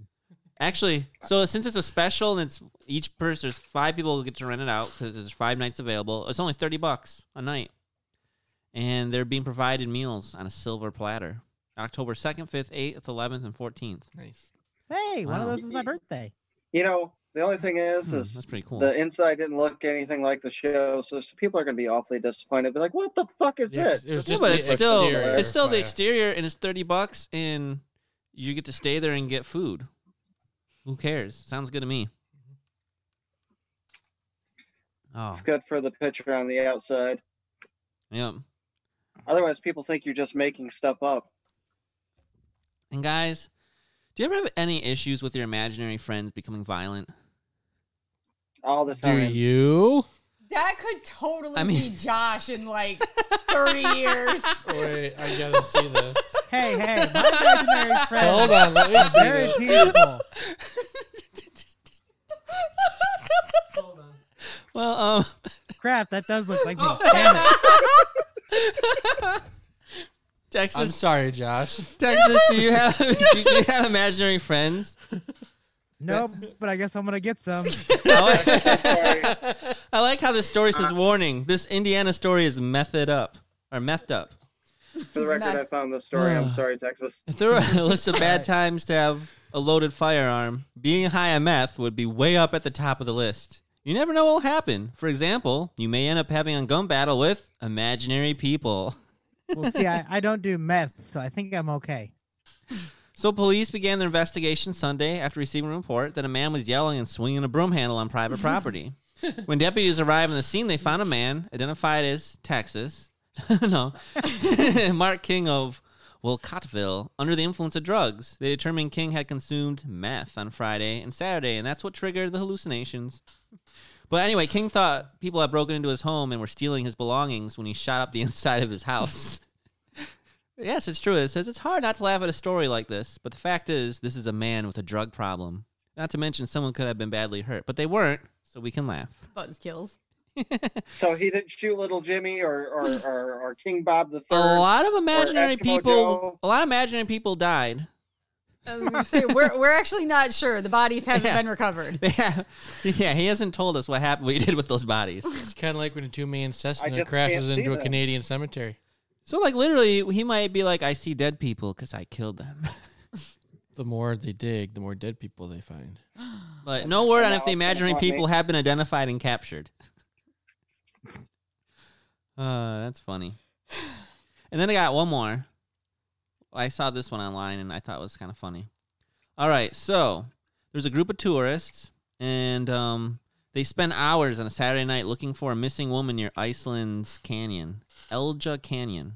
[SPEAKER 1] Actually, so since it's a special and it's each person, there's five people who get to rent it out because there's five nights available. It's only thirty bucks a night, and they're being provided meals on a silver platter. October second, fifth, eighth, eleventh, and fourteenth.
[SPEAKER 3] Nice.
[SPEAKER 4] Hey, one of
[SPEAKER 1] Wow.
[SPEAKER 4] those is my birthday.
[SPEAKER 2] You know, the only thing
[SPEAKER 3] Hmm,
[SPEAKER 2] is, is
[SPEAKER 1] Hmm, That's pretty cool.
[SPEAKER 2] the inside didn't look anything like the show, so s- people are going to be awfully disappointed. Be like, what the fuck is
[SPEAKER 3] Yeah,
[SPEAKER 2] this?
[SPEAKER 3] it was
[SPEAKER 1] yeah,
[SPEAKER 2] This
[SPEAKER 3] just
[SPEAKER 2] is
[SPEAKER 1] but
[SPEAKER 3] the
[SPEAKER 1] it's still
[SPEAKER 3] exterior.
[SPEAKER 1] it's still the
[SPEAKER 3] Yeah.
[SPEAKER 1] exterior, and it's thirty bucks, and you get to stay there and get food. Who cares? Sounds good to me. Oh,
[SPEAKER 2] It's good for the picture on the outside.
[SPEAKER 1] yeah.
[SPEAKER 2] Otherwise, people think you're just making stuff up.
[SPEAKER 1] And guys, do you ever have any issues with your imaginary friends becoming violent?
[SPEAKER 2] all the
[SPEAKER 3] Do
[SPEAKER 2] time.
[SPEAKER 3] you?
[SPEAKER 5] That could totally
[SPEAKER 1] I mean-
[SPEAKER 5] be Josh in like 30 years.
[SPEAKER 3] Wait, I gotta see this.
[SPEAKER 4] Hey, hey, my imaginary friend.
[SPEAKER 3] Hold on, let me
[SPEAKER 4] is
[SPEAKER 3] see
[SPEAKER 4] Very
[SPEAKER 3] this.
[SPEAKER 4] peaceful.
[SPEAKER 1] Well, um,
[SPEAKER 4] Crap, that does look like me.
[SPEAKER 3] I'm
[SPEAKER 1] Texas,
[SPEAKER 3] sorry, Josh.
[SPEAKER 1] Texas, do you have do you have imaginary friends?
[SPEAKER 4] Nope, but I guess I'm gonna get some.
[SPEAKER 1] I like, I like how this story says warning. This Indiana story is methed up or methed up.
[SPEAKER 2] For the record, I found this story. I'm sorry, Texas.
[SPEAKER 1] If there were a list of bad times to have a loaded firearm, being high on meth would be way up at the top of the list. You never know what'll happen. For example, you may end up having a gun battle with imaginary people.
[SPEAKER 4] Well, see, I, I don't do meth, so I think I'm okay.
[SPEAKER 1] So police began their investigation Sunday after receiving a report that a man was yelling and swinging a broom handle on private property. when deputies arrived on the scene, they found a man identified as Texas, no, Mark King of Wilcottville, under the influence of drugs. They determined King had consumed meth on Friday and Saturday, and that's what triggered the hallucinations. But anyway, King thought people had broken into his home and were stealing his belongings when he shot up the inside of his house. Yes, it's true. It says it's hard not to laugh at a story like this, but the fact is, this is a man with a drug problem. Not to mention, someone could have been badly hurt, but they weren't, so we can laugh.
[SPEAKER 5] Buzzkills.
[SPEAKER 2] So he didn't shoot little Jimmy or or, or, or King Bob the
[SPEAKER 1] A
[SPEAKER 2] Third.
[SPEAKER 1] lot of imaginary
[SPEAKER 2] Eskimo
[SPEAKER 1] people,
[SPEAKER 2] Joe.
[SPEAKER 1] a lot of imaginary people died.
[SPEAKER 5] I was gonna say, we're, we're actually not sure. The bodies haven't
[SPEAKER 1] Yeah.
[SPEAKER 5] been recovered.
[SPEAKER 1] yeah, he hasn't told us what happened, what he did with those bodies.
[SPEAKER 3] It's kind of like when a two-man Cessna
[SPEAKER 2] just can't
[SPEAKER 3] crashes
[SPEAKER 2] see
[SPEAKER 3] into a
[SPEAKER 2] that.
[SPEAKER 3] Canadian cemetery.
[SPEAKER 1] So, like, literally, he might be like, "I see dead people because I killed them,"
[SPEAKER 3] The more they dig, the more dead people they find.
[SPEAKER 1] but no word on if the
[SPEAKER 2] Well,
[SPEAKER 1] imaginary
[SPEAKER 2] that's not me.
[SPEAKER 1] people have been identified and captured. Uh, that's funny. And then I got one more. I saw this one online and I thought it was kind of funny. All right, so there's a group of tourists and um, they spend hours on a Saturday night looking for a missing woman near Iceland's canyon, Elja Canyon.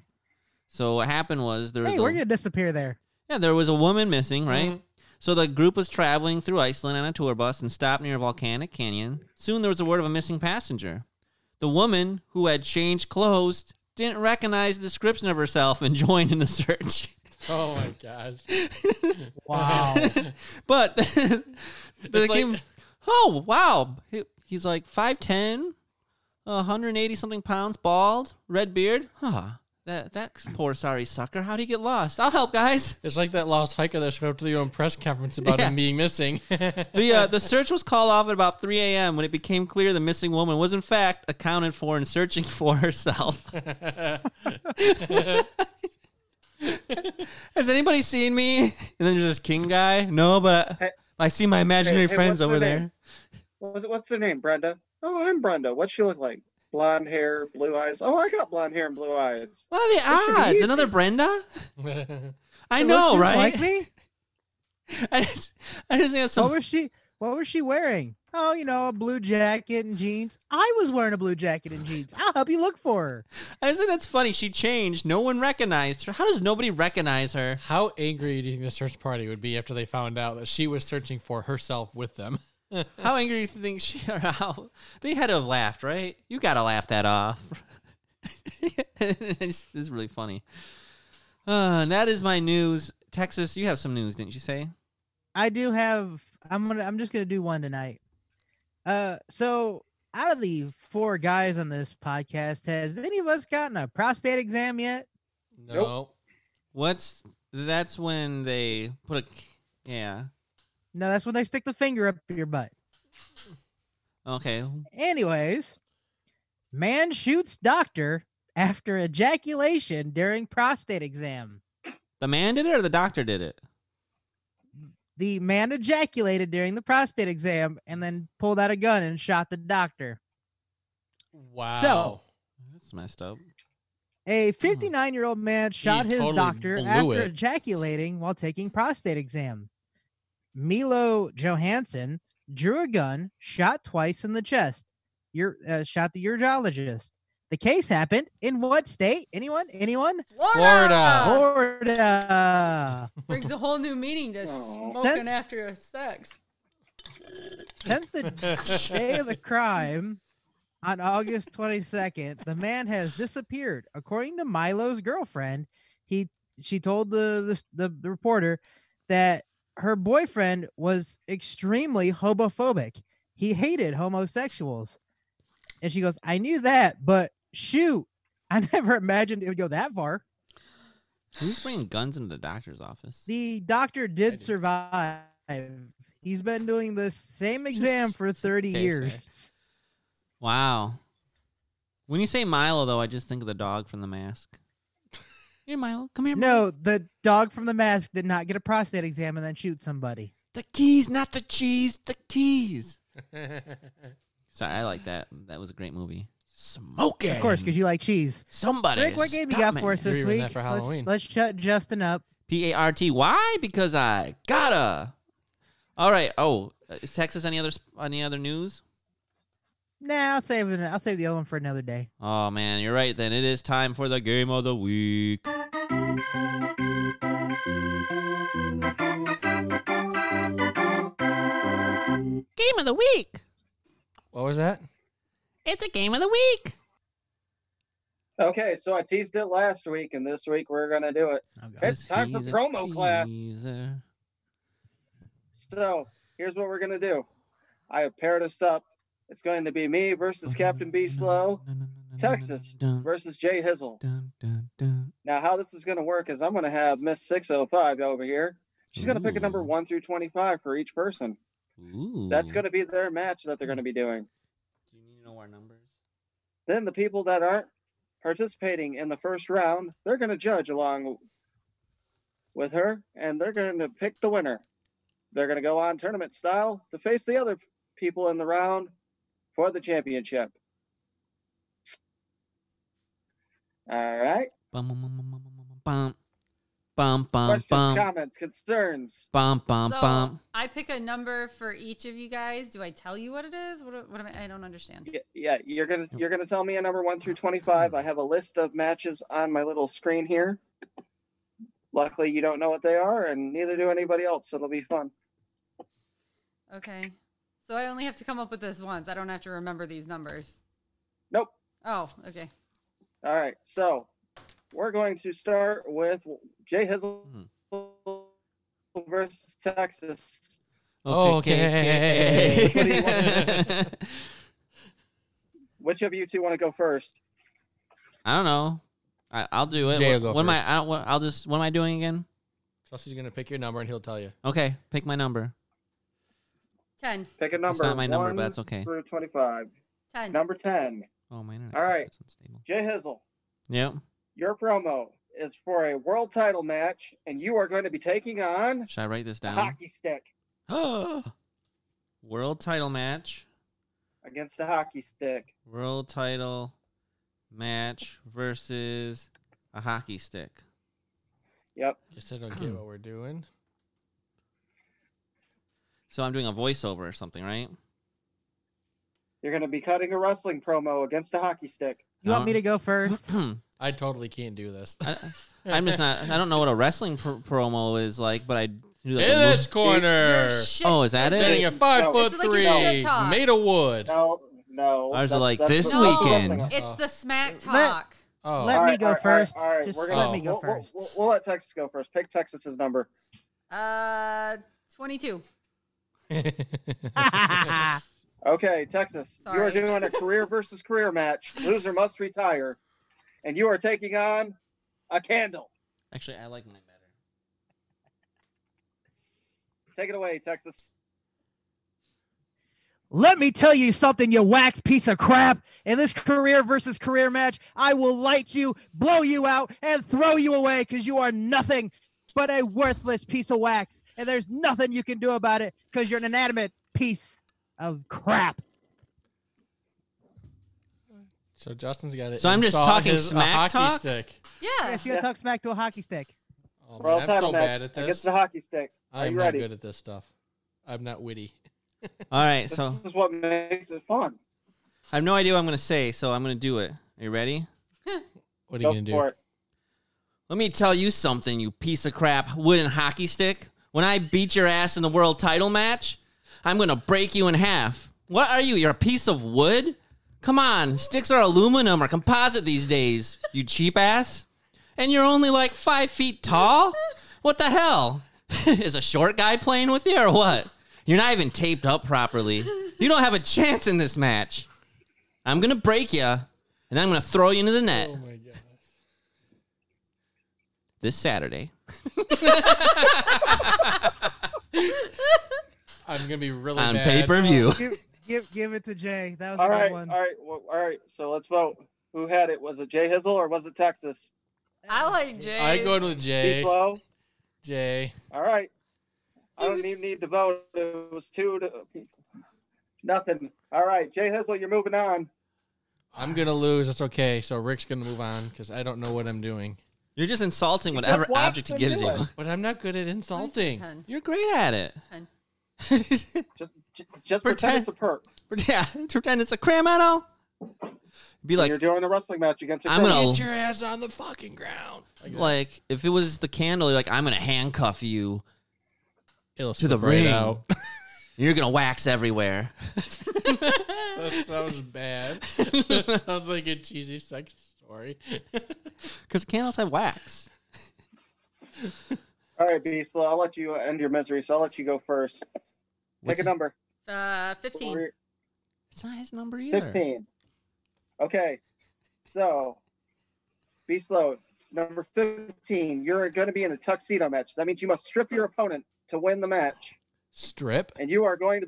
[SPEAKER 1] So what happened was there was
[SPEAKER 4] Hey,
[SPEAKER 1] a,
[SPEAKER 4] we're gonna disappear there.
[SPEAKER 1] yeah there was a woman missing, right?
[SPEAKER 2] Mm-hmm.
[SPEAKER 3] Mhm.
[SPEAKER 1] So the group was traveling through Iceland on a tour bus and stopped near a volcanic canyon. Soon there was a word of a missing passenger. The woman, who had changed clothes, didn't recognize the description of herself and joined in the search.
[SPEAKER 3] Oh my gosh!
[SPEAKER 4] Wow.
[SPEAKER 1] but they
[SPEAKER 3] It's like-
[SPEAKER 1] came- oh wow, He- he's like 5'10", 180 something pounds, bald, red beard. Huh. That that poor sorry sucker. How'd he get lost? I'll help, guys.
[SPEAKER 3] It's like that lost hiker that showed up to the own press conference about
[SPEAKER 1] Yeah.
[SPEAKER 3] him being missing.
[SPEAKER 1] The uh, the search was called off at about 3 a.m. when it became clear the missing woman was in fact accounted for and searching for herself. Has anybody seen me? And then there's this king guy. No, but I, I see my imaginary
[SPEAKER 2] Hey, hey,
[SPEAKER 1] friends
[SPEAKER 2] what's her
[SPEAKER 1] over there.
[SPEAKER 2] name? What was it? What's their name? Brenda. Oh, I'm Brenda. What's she look like? Blonde hair, blue eyes. Oh, I got blonde hair and blue eyes.
[SPEAKER 1] What are the
[SPEAKER 2] should be
[SPEAKER 1] odds?
[SPEAKER 2] easy.
[SPEAKER 1] Another Brenda? I
[SPEAKER 4] It
[SPEAKER 1] know,
[SPEAKER 4] looks just
[SPEAKER 1] right?
[SPEAKER 4] Like me?
[SPEAKER 1] I just, I just think that's so.
[SPEAKER 4] What was she? What was she wearing? Oh, you know, a blue jacket and jeans. I was wearing a blue jacket and jeans. I'll help you look for her.
[SPEAKER 1] I just think that's funny. She changed. No one recognized her. How does nobody recognize her?
[SPEAKER 3] How angry do you think the search party would be after they found out that she was searching for herself with them?
[SPEAKER 1] How angry do you think she? Or how they had to have laughed, right? You gotta laugh that off. it's, it's really funny. Uh, and that is my news. Texas, you have some news, didn't you say?
[SPEAKER 4] I do have. I'm gonna. I'm just gonna do one tonight. Uh, so out of the four guys on this podcast, has any of us gotten a prostate exam yet?
[SPEAKER 3] No.
[SPEAKER 2] Nope.
[SPEAKER 1] What's that's when they put a c- yeah.
[SPEAKER 4] No, that's when they stick the finger up your butt.
[SPEAKER 1] Okay.
[SPEAKER 4] Anyways, man shoots doctor after ejaculation during prostate exam.
[SPEAKER 1] The man did it or the doctor did it?
[SPEAKER 4] The man ejaculated during the prostate exam and then pulled out a gun and shot the doctor.
[SPEAKER 3] Wow.
[SPEAKER 1] That's messed up.
[SPEAKER 4] A 59 year old man shot his
[SPEAKER 3] Hmm. totally
[SPEAKER 4] doctor
[SPEAKER 3] blew
[SPEAKER 4] after
[SPEAKER 3] it.
[SPEAKER 4] ejaculating while taking prostate exam. Milo Johansson drew a gun, shot twice in the chest. Your uh, shot the urologist. The case happened in what state? Anyone? Anyone?
[SPEAKER 3] Florida.
[SPEAKER 4] Florida.
[SPEAKER 5] Brings a whole new meaning to
[SPEAKER 2] Aw.
[SPEAKER 5] smoking
[SPEAKER 4] That's-
[SPEAKER 5] after a sex.
[SPEAKER 4] Since the day of the crime on August 22nd, the man has disappeared. According to Milo's girlfriend, he she told the the, s- the, the reporter that her boyfriend was extremely homophobic. He hated homosexuals. And she goes, I knew that, but shoot, I never imagined it would go that far.
[SPEAKER 1] Who's bringing guns into the doctor's office?
[SPEAKER 4] The doctor
[SPEAKER 3] did.
[SPEAKER 4] did survive. He's been doing the same exam for 30
[SPEAKER 1] Case,
[SPEAKER 4] years.
[SPEAKER 1] right? Wow. When you say Milo, though, I just think of the dog from The Mask. Here, Milo, come here. Milo.
[SPEAKER 4] No, the dog from the mask did not get a prostate exam and then shoot somebody.
[SPEAKER 1] the keys, not the cheese, the keys. Sorry, I like that. That was a great movie. Smoking.
[SPEAKER 4] Of course, because you like cheese.
[SPEAKER 1] somebody.
[SPEAKER 4] Rick, what game you got for us
[SPEAKER 3] You're
[SPEAKER 4] this
[SPEAKER 3] even
[SPEAKER 4] week?
[SPEAKER 3] that for Halloween.
[SPEAKER 4] Let's, let's shut Justin up.
[SPEAKER 1] P A R T Y because I gotta. All right. Oh, is Texas any other any other news?
[SPEAKER 4] Nah, I'll save it. I'll save the other one for another day.
[SPEAKER 1] Oh man, you're right. Then it is time for the game of the week. Game of the week.
[SPEAKER 3] what was that?
[SPEAKER 1] It's a game of the week.
[SPEAKER 2] Okay, so I teased it last week, and this week we're gonna do it.
[SPEAKER 4] Oh, God.
[SPEAKER 2] It's time for
[SPEAKER 1] he's a
[SPEAKER 2] promo class.
[SPEAKER 1] teaser.
[SPEAKER 2] So here's what we're gonna do. I have paired us up. It's going to be me versus Captain B Slow Texas
[SPEAKER 1] Dun,
[SPEAKER 2] versus Jay Hizzle.
[SPEAKER 1] dun, dun, dun.
[SPEAKER 2] Now, how this is going to work is I'm going to have Miss 605 over here. She's going to pick a number
[SPEAKER 1] Ooh.
[SPEAKER 2] 1 through 25 for each person.
[SPEAKER 1] Ooh.
[SPEAKER 2] That's going to be their match that they're going to be doing.
[SPEAKER 1] Do you need to know our numbers?
[SPEAKER 2] Then the people that aren't participating in the first round, they're going to judge along with her and they're going to pick the winner. They're going to go on tournament style to face the other people in the round for the championship. All right.
[SPEAKER 1] Bum bum bum bum bum bum bum bum bum
[SPEAKER 2] Questions,
[SPEAKER 1] bum
[SPEAKER 2] comments, concerns.
[SPEAKER 1] bum bum
[SPEAKER 5] so
[SPEAKER 1] bum.
[SPEAKER 5] I pick a number for each of you guys. Do I tell you what it is? What, what am I? I don't understand.
[SPEAKER 2] Yeah, yeah, you're gonna you're gonna tell me a number one through twenty five. I have a list of matches on my little screen here. Luckily, you don't know what they are, and neither do anybody else. So it'll be fun.
[SPEAKER 5] Okay. So I only have to come up with this once. I don't have to remember these numbers.
[SPEAKER 2] Nope.
[SPEAKER 5] Oh, okay.
[SPEAKER 2] All right. So we're going to start with Jay Hizzle
[SPEAKER 1] Hmm.
[SPEAKER 2] versus Texas.
[SPEAKER 1] Okay.
[SPEAKER 2] Okay. Which of you two want to go first?
[SPEAKER 1] I don't know. I, I'll do it.
[SPEAKER 3] Jay will
[SPEAKER 1] what,
[SPEAKER 3] go
[SPEAKER 1] what am I?
[SPEAKER 3] first.
[SPEAKER 1] I don't, what, I'll just. What am I doing again?
[SPEAKER 3] Chelsea's gonna pick your number and he'll tell you.
[SPEAKER 1] Okay, pick my number.
[SPEAKER 5] 10.
[SPEAKER 2] Pick a number.
[SPEAKER 1] it's not my number,
[SPEAKER 2] one
[SPEAKER 1] but that's okay.
[SPEAKER 2] Through twenty five.
[SPEAKER 5] 10.
[SPEAKER 2] Number ten.
[SPEAKER 1] Oh, my internet.
[SPEAKER 2] All right.
[SPEAKER 1] It's unstable.
[SPEAKER 2] Jay Hizzle.
[SPEAKER 1] Yep.
[SPEAKER 2] Your promo is for a world title match, and you are going to be taking on
[SPEAKER 1] Should I write this
[SPEAKER 2] a
[SPEAKER 1] down?
[SPEAKER 2] hockey stick
[SPEAKER 1] World title match.
[SPEAKER 2] against a hockey stick.
[SPEAKER 1] World title match versus a hockey stick.
[SPEAKER 2] Yep.
[SPEAKER 3] You said I don't get what we're doing.
[SPEAKER 1] So I'm doing a voiceover or something, right?
[SPEAKER 2] You're going to be cutting a wrestling promo against a hockey stick.
[SPEAKER 4] You want me
[SPEAKER 1] Um,
[SPEAKER 4] to go first?
[SPEAKER 3] I totally can't do this.
[SPEAKER 1] I, I'm just not. I don't know what a wrestling pr- promo is like, but I do
[SPEAKER 3] In
[SPEAKER 1] like a move-
[SPEAKER 3] this corner,
[SPEAKER 5] You're shit.
[SPEAKER 1] Oh, is that it?
[SPEAKER 3] standing at five foot
[SPEAKER 5] It's like your
[SPEAKER 3] three,
[SPEAKER 5] shit talk.
[SPEAKER 3] made of wood.
[SPEAKER 2] No, no.
[SPEAKER 1] Ours are
[SPEAKER 2] that's-
[SPEAKER 1] like,
[SPEAKER 2] that's
[SPEAKER 1] this
[SPEAKER 2] what- that's
[SPEAKER 1] weekend.
[SPEAKER 2] wrestling.
[SPEAKER 5] It's the smack
[SPEAKER 4] Let-
[SPEAKER 5] talk.
[SPEAKER 3] Oh,
[SPEAKER 4] Let
[SPEAKER 2] All
[SPEAKER 4] me
[SPEAKER 2] right,
[SPEAKER 4] go
[SPEAKER 2] all right, all right,
[SPEAKER 4] first.
[SPEAKER 2] all right,
[SPEAKER 4] Just
[SPEAKER 2] we're
[SPEAKER 3] gonna-
[SPEAKER 4] let me go
[SPEAKER 2] We'll, we'll-
[SPEAKER 4] 1st
[SPEAKER 2] we'll- we'll let Texas go first. Pick Texas's number.
[SPEAKER 5] Uh, 22.
[SPEAKER 2] Okay, Texas. You are
[SPEAKER 5] Sorry.
[SPEAKER 2] doing a career versus career match. Loser must retire. And you are taking on a candle.
[SPEAKER 1] Actually, I like mine better.
[SPEAKER 2] Take it away, Texas.
[SPEAKER 4] Let me tell you something, you wax piece of crap. In this career versus career match, I will light you, blow you out, and throw you away because you are nothing but a worthless piece of wax. And there's nothing you can do about it because you're an inanimate piece of crap.
[SPEAKER 3] So Justin's got it.
[SPEAKER 1] So I'm just
[SPEAKER 3] installed
[SPEAKER 1] talking
[SPEAKER 3] his, uh,
[SPEAKER 1] smack
[SPEAKER 3] hockey
[SPEAKER 1] talk?
[SPEAKER 3] stick.
[SPEAKER 5] Yeah.
[SPEAKER 4] Yes, you gotta talk smack to a hockey stick.
[SPEAKER 3] Oh,
[SPEAKER 2] World
[SPEAKER 3] man, I'm
[SPEAKER 2] title
[SPEAKER 3] so
[SPEAKER 2] match
[SPEAKER 3] bad at
[SPEAKER 2] against
[SPEAKER 3] this.
[SPEAKER 2] the hockey stick. Are
[SPEAKER 3] I'm
[SPEAKER 2] you
[SPEAKER 3] not
[SPEAKER 2] ready?
[SPEAKER 3] good at this stuff. I'm not witty.
[SPEAKER 1] All right,
[SPEAKER 2] This
[SPEAKER 1] so
[SPEAKER 2] is what makes it fun.
[SPEAKER 1] I have no idea what I'm gonna say, so I'm gonna do it. Are you ready?
[SPEAKER 3] What are you
[SPEAKER 2] Go
[SPEAKER 3] gonna do?
[SPEAKER 2] for it.
[SPEAKER 1] Let me tell you something, you piece of crap wooden hockey stick. When I beat your ass in the world title match, I'm gonna break you in half. What are you? You're a piece of wood? Come on, sticks are aluminum or composite these days, you cheap ass. And you're only like five feet tall? What the hell? Is a short guy playing with you or what? You're not even taped up properly. You don't have a chance in this match. I'm gonna break you, and then I'm gonna throw you into the net
[SPEAKER 3] Oh my god.
[SPEAKER 1] this Saturday.
[SPEAKER 3] I'm gonna be really
[SPEAKER 1] on
[SPEAKER 3] bad.
[SPEAKER 1] pay per view.
[SPEAKER 4] give, give, give it to Jay. That was
[SPEAKER 2] All
[SPEAKER 4] a good
[SPEAKER 2] right, all
[SPEAKER 4] one.
[SPEAKER 2] right, well, all right. So let's vote. Who had it? Was it Jay Hizzle or was it Texas?
[SPEAKER 5] I like Jay.
[SPEAKER 3] I go with
[SPEAKER 2] Be
[SPEAKER 3] Jay.
[SPEAKER 2] slow.
[SPEAKER 3] Jay.
[SPEAKER 2] All right. I don't
[SPEAKER 5] He's-
[SPEAKER 2] even need to vote. It was two to nothing. All right, Jay Hizzle, you're moving on.
[SPEAKER 3] I'm gonna lose. That's okay. So Rick's gonna move on because I don't know what I'm doing.
[SPEAKER 1] You're just insulting whatever
[SPEAKER 2] watched
[SPEAKER 1] object he
[SPEAKER 2] him
[SPEAKER 1] gives
[SPEAKER 2] do
[SPEAKER 1] you.
[SPEAKER 2] it.
[SPEAKER 3] But I'm not good at insulting.
[SPEAKER 5] Ten.
[SPEAKER 1] You're great at it.
[SPEAKER 5] Ten.
[SPEAKER 2] Just, j- just pretend
[SPEAKER 1] Pretend-
[SPEAKER 2] it's a perk.
[SPEAKER 1] But yeah, pretend it's a cramono. Be
[SPEAKER 2] you're
[SPEAKER 1] like,
[SPEAKER 2] doing a wrestling match against a
[SPEAKER 1] I'm
[SPEAKER 2] perk.
[SPEAKER 1] gonna-
[SPEAKER 3] Get your ass on the fucking ground. Like that.
[SPEAKER 1] like if it was the candle, you're like, I'm gonna handcuff you.
[SPEAKER 3] It'll
[SPEAKER 1] to the
[SPEAKER 3] slip right
[SPEAKER 1] ring.
[SPEAKER 3] out.
[SPEAKER 1] You're gonna wax everywhere.
[SPEAKER 3] that sounds bad. that sounds like a cheesy sex story.
[SPEAKER 1] Because candles have wax.
[SPEAKER 2] All right, Beast. I'll let you end your misery, so I'll let you go first.
[SPEAKER 1] What's-
[SPEAKER 2] Pick a number.
[SPEAKER 5] Uh, fifteen.
[SPEAKER 1] It's not his number either.
[SPEAKER 2] Fifteen. Okay. So, be slow. Number fifteen. You're going to be in a tuxedo match. That means you must strip your opponent to win the match,
[SPEAKER 3] Strip?
[SPEAKER 2] and you are going to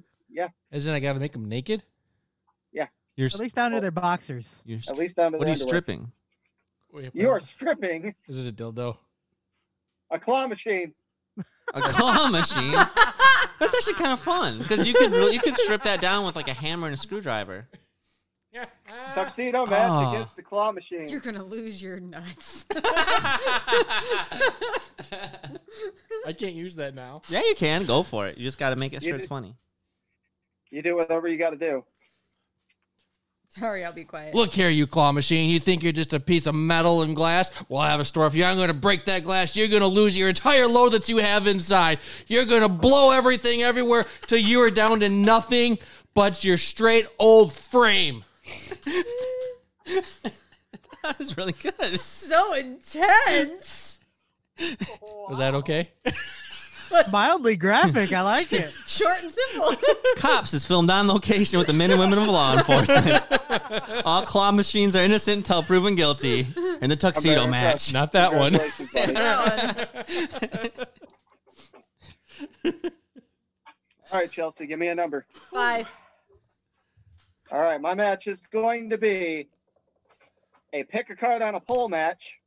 [SPEAKER 3] Isn't I gotta make him naked?
[SPEAKER 1] You're,
[SPEAKER 4] At least down to their boxers.
[SPEAKER 1] you're,
[SPEAKER 2] at least down to
[SPEAKER 1] what
[SPEAKER 2] the
[SPEAKER 1] are you
[SPEAKER 2] underwear.
[SPEAKER 1] stripping?
[SPEAKER 3] Wait,
[SPEAKER 2] You are stripping
[SPEAKER 3] Is it a dildo?
[SPEAKER 2] a claw machine.
[SPEAKER 1] A claw machine. That's actually kind of fun because you could really, you could strip that down with like a hammer and a screwdriver.
[SPEAKER 3] Yeah.
[SPEAKER 2] Tuxedo match
[SPEAKER 1] Ah.
[SPEAKER 2] against the claw machine.
[SPEAKER 5] You're gonna lose your nuts.
[SPEAKER 3] I can't use that now.
[SPEAKER 1] Yeah, you can go for it. You just got to make it
[SPEAKER 2] You
[SPEAKER 1] sure it's
[SPEAKER 2] did-
[SPEAKER 1] funny.
[SPEAKER 2] You do whatever you got to do.
[SPEAKER 5] Sorry, I'll be quiet.
[SPEAKER 3] Look here, you claw machine. You think you're just a piece of metal and glass? Well, I have a story for you. I'm going to break that glass. You're going to lose your entire load that you have inside. You're going to blow everything everywhere till you are down to nothing but your straight old frame.
[SPEAKER 1] That was really good.
[SPEAKER 5] So intense.
[SPEAKER 3] Was that okay?
[SPEAKER 4] Mildly graphic. I like it.
[SPEAKER 5] Short and simple.
[SPEAKER 1] Cops is filmed on location with the men and women of law enforcement. All claw machines are innocent until proven guilty in the tuxedo
[SPEAKER 2] I'm very
[SPEAKER 1] match.
[SPEAKER 3] Not that one.
[SPEAKER 2] Congratulations, buddy.
[SPEAKER 5] That one.
[SPEAKER 2] All right, Chelsea, give me a number.
[SPEAKER 5] Five.
[SPEAKER 2] All right, my match is going to be a pick a card on a pole match,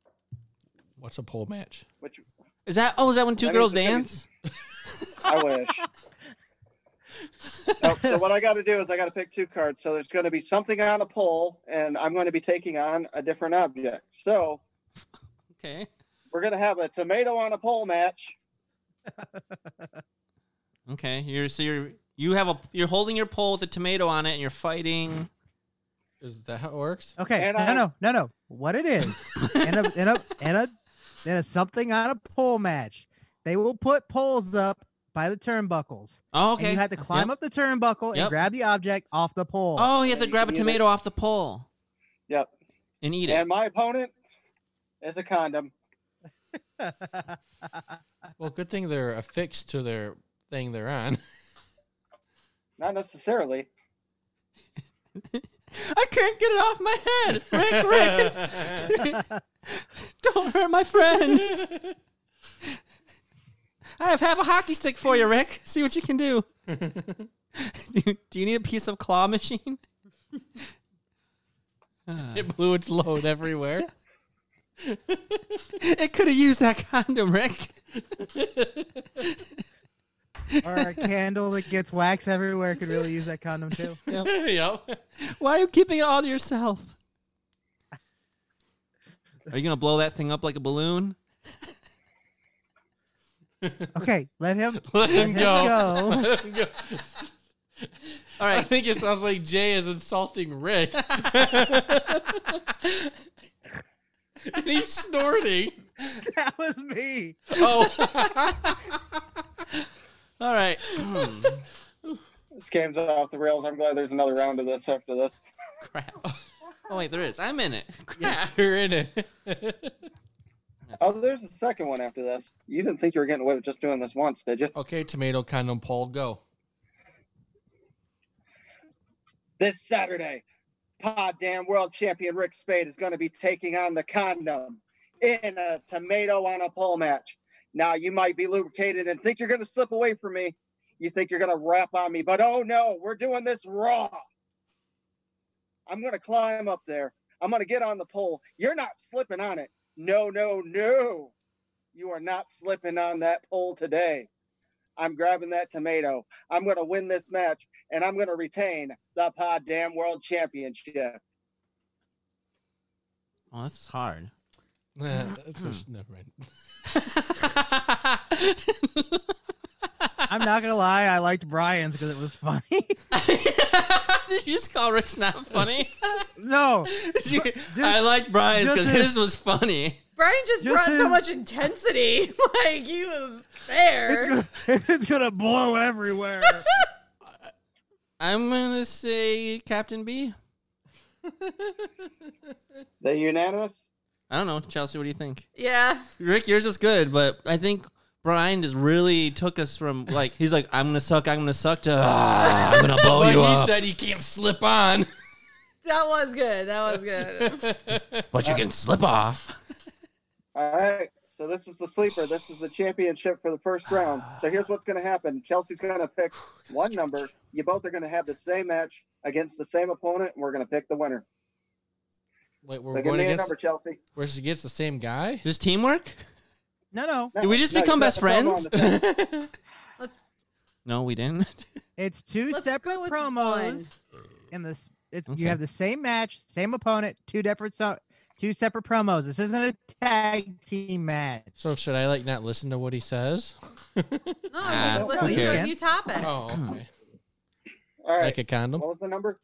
[SPEAKER 3] What's a pole match?
[SPEAKER 2] which
[SPEAKER 1] Is that? Oh, is that when two
[SPEAKER 2] That
[SPEAKER 1] girls
[SPEAKER 2] means- that
[SPEAKER 1] dance?
[SPEAKER 2] means- I wish. Nope, so what I got to do is I got to pick two cards. So there's going to be something on a pole, and I'm going to be taking on a different object. So
[SPEAKER 1] Okay.
[SPEAKER 2] we're going to have a tomato on a pole match.
[SPEAKER 1] Okay. You're so you're you have a you're holding your pole with a tomato on it and you're fighting.
[SPEAKER 3] Is that how it works?
[SPEAKER 4] Okay,
[SPEAKER 2] And
[SPEAKER 4] no,
[SPEAKER 2] I-
[SPEAKER 4] no, no, no. What it is, in a in a in a in a something on a pole match, they will put poles up by the turnbuckles.
[SPEAKER 1] Oh,
[SPEAKER 4] and
[SPEAKER 1] okay.
[SPEAKER 4] you have to climb
[SPEAKER 1] Yep.
[SPEAKER 4] up the turnbuckle and
[SPEAKER 1] Yep.
[SPEAKER 4] grab the object off the pole.
[SPEAKER 1] Oh, you have
[SPEAKER 2] Yeah,
[SPEAKER 1] to
[SPEAKER 2] you
[SPEAKER 1] grab a
[SPEAKER 2] can eat it.
[SPEAKER 1] tomato off the pole.
[SPEAKER 2] Yep.
[SPEAKER 1] And eat it.
[SPEAKER 2] And my opponent is a condom.
[SPEAKER 3] Well, good thing they're affixed to their thing they're on.
[SPEAKER 2] Not necessarily.
[SPEAKER 1] I can't get it off my head. Rick, Rick, don't hurt my friend. I have, have a hockey stick for you, Rick. See what you can do. do you need a piece of claw machine? Ah.
[SPEAKER 3] It blew its load everywhere.
[SPEAKER 1] it could have used that condom, Rick.
[SPEAKER 4] or a candle that gets wax everywhere could really use that condom too.
[SPEAKER 3] yep.
[SPEAKER 1] Why are you keeping it all to yourself? Are you gonna blow that thing up like a balloon?
[SPEAKER 4] Okay, let him
[SPEAKER 3] Let him
[SPEAKER 4] him
[SPEAKER 3] go.
[SPEAKER 4] go.
[SPEAKER 3] Let him go.
[SPEAKER 1] All
[SPEAKER 3] I
[SPEAKER 1] right.
[SPEAKER 3] think it sounds like Jay is insulting Rick. and he's snorting.
[SPEAKER 4] that was me.
[SPEAKER 3] Oh,
[SPEAKER 1] All right.
[SPEAKER 2] This game's off the rails. I'm glad there's another round of this after this.
[SPEAKER 1] Crap. Oh wait, there is. I'm in it.
[SPEAKER 3] yes,
[SPEAKER 1] Crap.
[SPEAKER 3] you're in it.
[SPEAKER 2] Oh, there's a second one after this. You didn't think you were getting away with just doing this once, did you?
[SPEAKER 3] okay, tomato condom, Paul, go.
[SPEAKER 2] This Saturday, Pod Damn World Champion Rick Spade is going to be taking on the condom in a tomato on a pole match. Now, you might be lubricated and think you're going to slip away from me. You think you're going to wrap on me, but oh no, we're doing this raw. I'm going to climb up there. I'm going to get on the pole. You're not slipping on it. No, no, no. You are not slipping on that pole today. I'm grabbing that tomato. I'm going to win this match and I'm going to retain the Pod Damn World Championship.
[SPEAKER 1] Well, Oh, this is hard.
[SPEAKER 3] Eh, that's just- never mind.
[SPEAKER 4] I'm not gonna lie, I liked Brian's because it was funny.
[SPEAKER 1] Did you just call Rick's not funny?
[SPEAKER 4] no,
[SPEAKER 1] Did you-
[SPEAKER 4] Just-
[SPEAKER 1] I like Brian's because
[SPEAKER 4] just-
[SPEAKER 1] his was funny.
[SPEAKER 6] Brian just
[SPEAKER 4] Just
[SPEAKER 6] brought so
[SPEAKER 4] his-
[SPEAKER 6] much intensity. like he was there.
[SPEAKER 4] it's gonna, it's gonna blow everywhere.
[SPEAKER 1] I'm gonna say Captain B.
[SPEAKER 2] They unanimous?
[SPEAKER 1] I don't know, Chelsea. What do you think?
[SPEAKER 6] yeah.
[SPEAKER 1] Rick, yours was good, but I think Brian just really took us from like he's like I'm gonna suck, I'm gonna suck to "Ah, I'm gonna blow
[SPEAKER 3] But
[SPEAKER 1] you
[SPEAKER 3] he
[SPEAKER 1] up,
[SPEAKER 3] said he can't slip on.
[SPEAKER 6] That was good. That was good.
[SPEAKER 1] but you can slip off.
[SPEAKER 2] All right. So this is the sleeper. This is the championship for the first round. So here's what's going to happen. Chelsea's going to pick one number. You both are going to have the same match against the same opponent, and we're going to pick the winner.
[SPEAKER 3] Wait,
[SPEAKER 2] So
[SPEAKER 3] we're
[SPEAKER 2] give
[SPEAKER 3] going
[SPEAKER 2] me a
[SPEAKER 3] against.
[SPEAKER 2] number, Chelsea.
[SPEAKER 3] Where she gets the same guy?
[SPEAKER 1] This teamwork?
[SPEAKER 4] no, no,
[SPEAKER 2] No,
[SPEAKER 1] Did we just
[SPEAKER 2] no,
[SPEAKER 1] become
[SPEAKER 2] you
[SPEAKER 1] best
[SPEAKER 2] got the promo on
[SPEAKER 1] friends?
[SPEAKER 2] the top.
[SPEAKER 1] No, we didn't.
[SPEAKER 4] it's 2
[SPEAKER 6] Let's
[SPEAKER 4] separate
[SPEAKER 6] go with one.
[SPEAKER 4] promos. And this, it's
[SPEAKER 1] Okay.
[SPEAKER 4] you have the same match, same opponent, two separate so, two separate promos. This isn't a tag team match.
[SPEAKER 3] So should I like not listen to what he says?
[SPEAKER 6] No,
[SPEAKER 1] Ah,
[SPEAKER 6] you
[SPEAKER 4] who
[SPEAKER 6] listen to a
[SPEAKER 4] cares?
[SPEAKER 6] new topic.
[SPEAKER 3] Oh, okay.
[SPEAKER 2] All right.
[SPEAKER 3] Like a condom.
[SPEAKER 2] What was the number?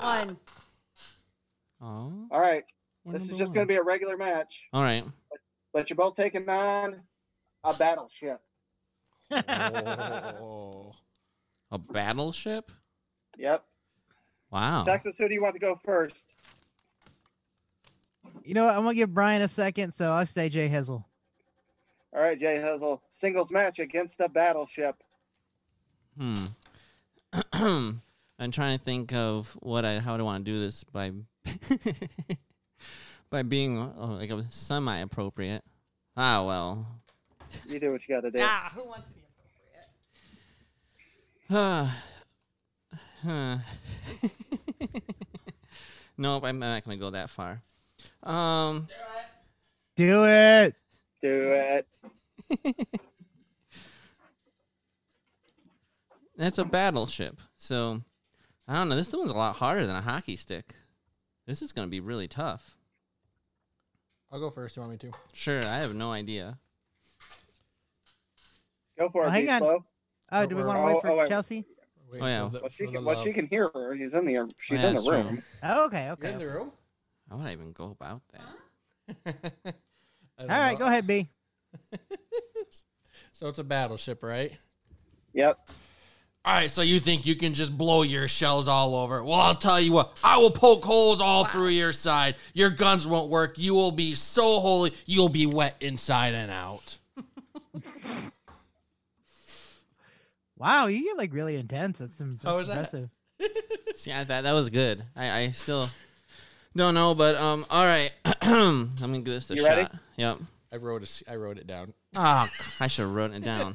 [SPEAKER 6] One.
[SPEAKER 1] Oh,
[SPEAKER 2] All right. This is just going to be a regular match,
[SPEAKER 1] All right.
[SPEAKER 2] but you're both taking on a battleship.
[SPEAKER 3] Oh.
[SPEAKER 1] A battleship?
[SPEAKER 2] Yep.
[SPEAKER 1] Wow.
[SPEAKER 2] Texas, who do you want to go first?
[SPEAKER 4] You know what? I'm gonna give Brian a second, so I say Jay Hizzle.
[SPEAKER 2] All right, Jay Huzzle. Singles match against a battleship.
[SPEAKER 1] Hmm. I'm trying to think of what I how I want to do this by by being oh, like a semi appropriate. Ah well.
[SPEAKER 2] You do what you got to do.
[SPEAKER 6] Ah, who wants to be appropriate?
[SPEAKER 1] Huh. Huh. nope, I'm not gonna go that far. Um,
[SPEAKER 4] Do it.
[SPEAKER 2] Do it.
[SPEAKER 1] that's a battleship, so I don't know. This one's a lot harder than a hockey stick. This is gonna be really tough.
[SPEAKER 3] I'll go first. You want me to?
[SPEAKER 1] Sure, I have no idea.
[SPEAKER 2] Go for
[SPEAKER 4] Oh,
[SPEAKER 2] it,
[SPEAKER 4] hang
[SPEAKER 2] Beast
[SPEAKER 4] on.
[SPEAKER 2] Flow.
[SPEAKER 4] Oh,
[SPEAKER 3] Oh,
[SPEAKER 4] do we
[SPEAKER 3] we're-
[SPEAKER 4] want to wait
[SPEAKER 2] oh,
[SPEAKER 4] for
[SPEAKER 2] oh, wait.
[SPEAKER 4] Chelsea?
[SPEAKER 3] Wait
[SPEAKER 1] Oh, yeah.
[SPEAKER 3] for the-
[SPEAKER 2] Well,
[SPEAKER 3] for
[SPEAKER 2] she
[SPEAKER 3] the
[SPEAKER 2] can, well, she
[SPEAKER 3] love.
[SPEAKER 2] can hear her. He's in the she's
[SPEAKER 1] Yeah,
[SPEAKER 2] in the
[SPEAKER 1] that's true.
[SPEAKER 2] room.
[SPEAKER 4] Oh, okay,
[SPEAKER 3] You're
[SPEAKER 4] okay.
[SPEAKER 3] in the room.
[SPEAKER 1] How would I even go about that?
[SPEAKER 3] All
[SPEAKER 4] All right, go ahead, B.
[SPEAKER 3] So it's a battleship, right?
[SPEAKER 2] Yep.
[SPEAKER 3] All right, so you think you can just blow your shells all over? Well, I'll tell you what, I will poke holes all through your side. Your guns won't work. You will be so holy, you'll be wet inside and out.
[SPEAKER 4] Wow, you get like really intense. That's, im-
[SPEAKER 3] How was
[SPEAKER 4] that's
[SPEAKER 3] that?
[SPEAKER 4] impressive.
[SPEAKER 1] See, I, that that was good. I, I still don't know, but um, all right. I'm gonna give this a
[SPEAKER 2] You
[SPEAKER 1] shot.
[SPEAKER 2] ready?
[SPEAKER 1] Yep.
[SPEAKER 3] I wrote a, I wrote it down.
[SPEAKER 1] Oh, I should have written it down.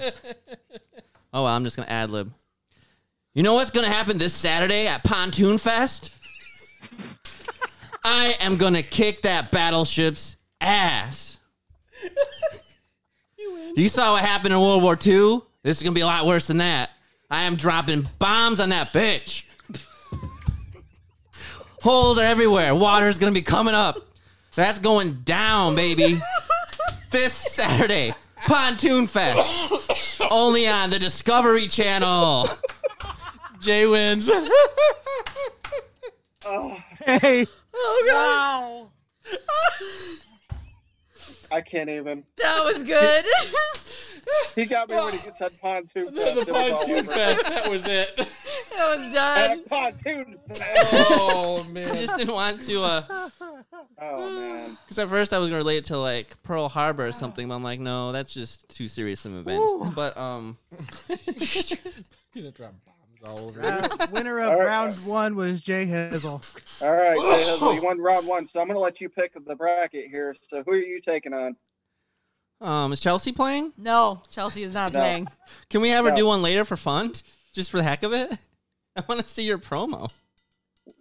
[SPEAKER 1] Oh, well, I'm just going to ad lib. You know what's going to happen this Saturday at Pontoon Fest? I am going to kick that battleship's ass. You saw what happened in World War II? This is going to be a lot worse than that. I am dropping bombs on that bitch. Holes are everywhere. Water's going to be coming up. That's going down, baby. this Saturday, Pontoon Fest. Only on the Discovery Channel.
[SPEAKER 3] Jay wins.
[SPEAKER 4] Hey,
[SPEAKER 5] Oh
[SPEAKER 2] I can't even.
[SPEAKER 5] god, that was good.
[SPEAKER 2] He got me when he said pontoon.
[SPEAKER 3] the
[SPEAKER 2] fest. It was all
[SPEAKER 3] pontoon
[SPEAKER 2] over.
[SPEAKER 3] fest. That was it.
[SPEAKER 5] that was done.
[SPEAKER 2] That pontoon fest.
[SPEAKER 3] Oh man.
[SPEAKER 1] I just didn't want to, uh,
[SPEAKER 2] Oh man.
[SPEAKER 1] because at first I was gonna relate it to like Pearl Harbor or something, but I'm like, no, that's just too serious of an event. But um,
[SPEAKER 3] gonna drop bombs all over. you.
[SPEAKER 4] uh, winner of
[SPEAKER 2] All right.
[SPEAKER 4] round one was Jay Hizzle.
[SPEAKER 2] All right, Jay Hudley, you won round one, so I'm gonna let you pick the bracket here. So who are you taking on?
[SPEAKER 1] um, is Chelsea playing?
[SPEAKER 5] No, Chelsea is not
[SPEAKER 2] No.
[SPEAKER 5] playing.
[SPEAKER 1] Can we have her
[SPEAKER 2] No.
[SPEAKER 1] do one later for fun, just for the heck of it? I want to see your promo. All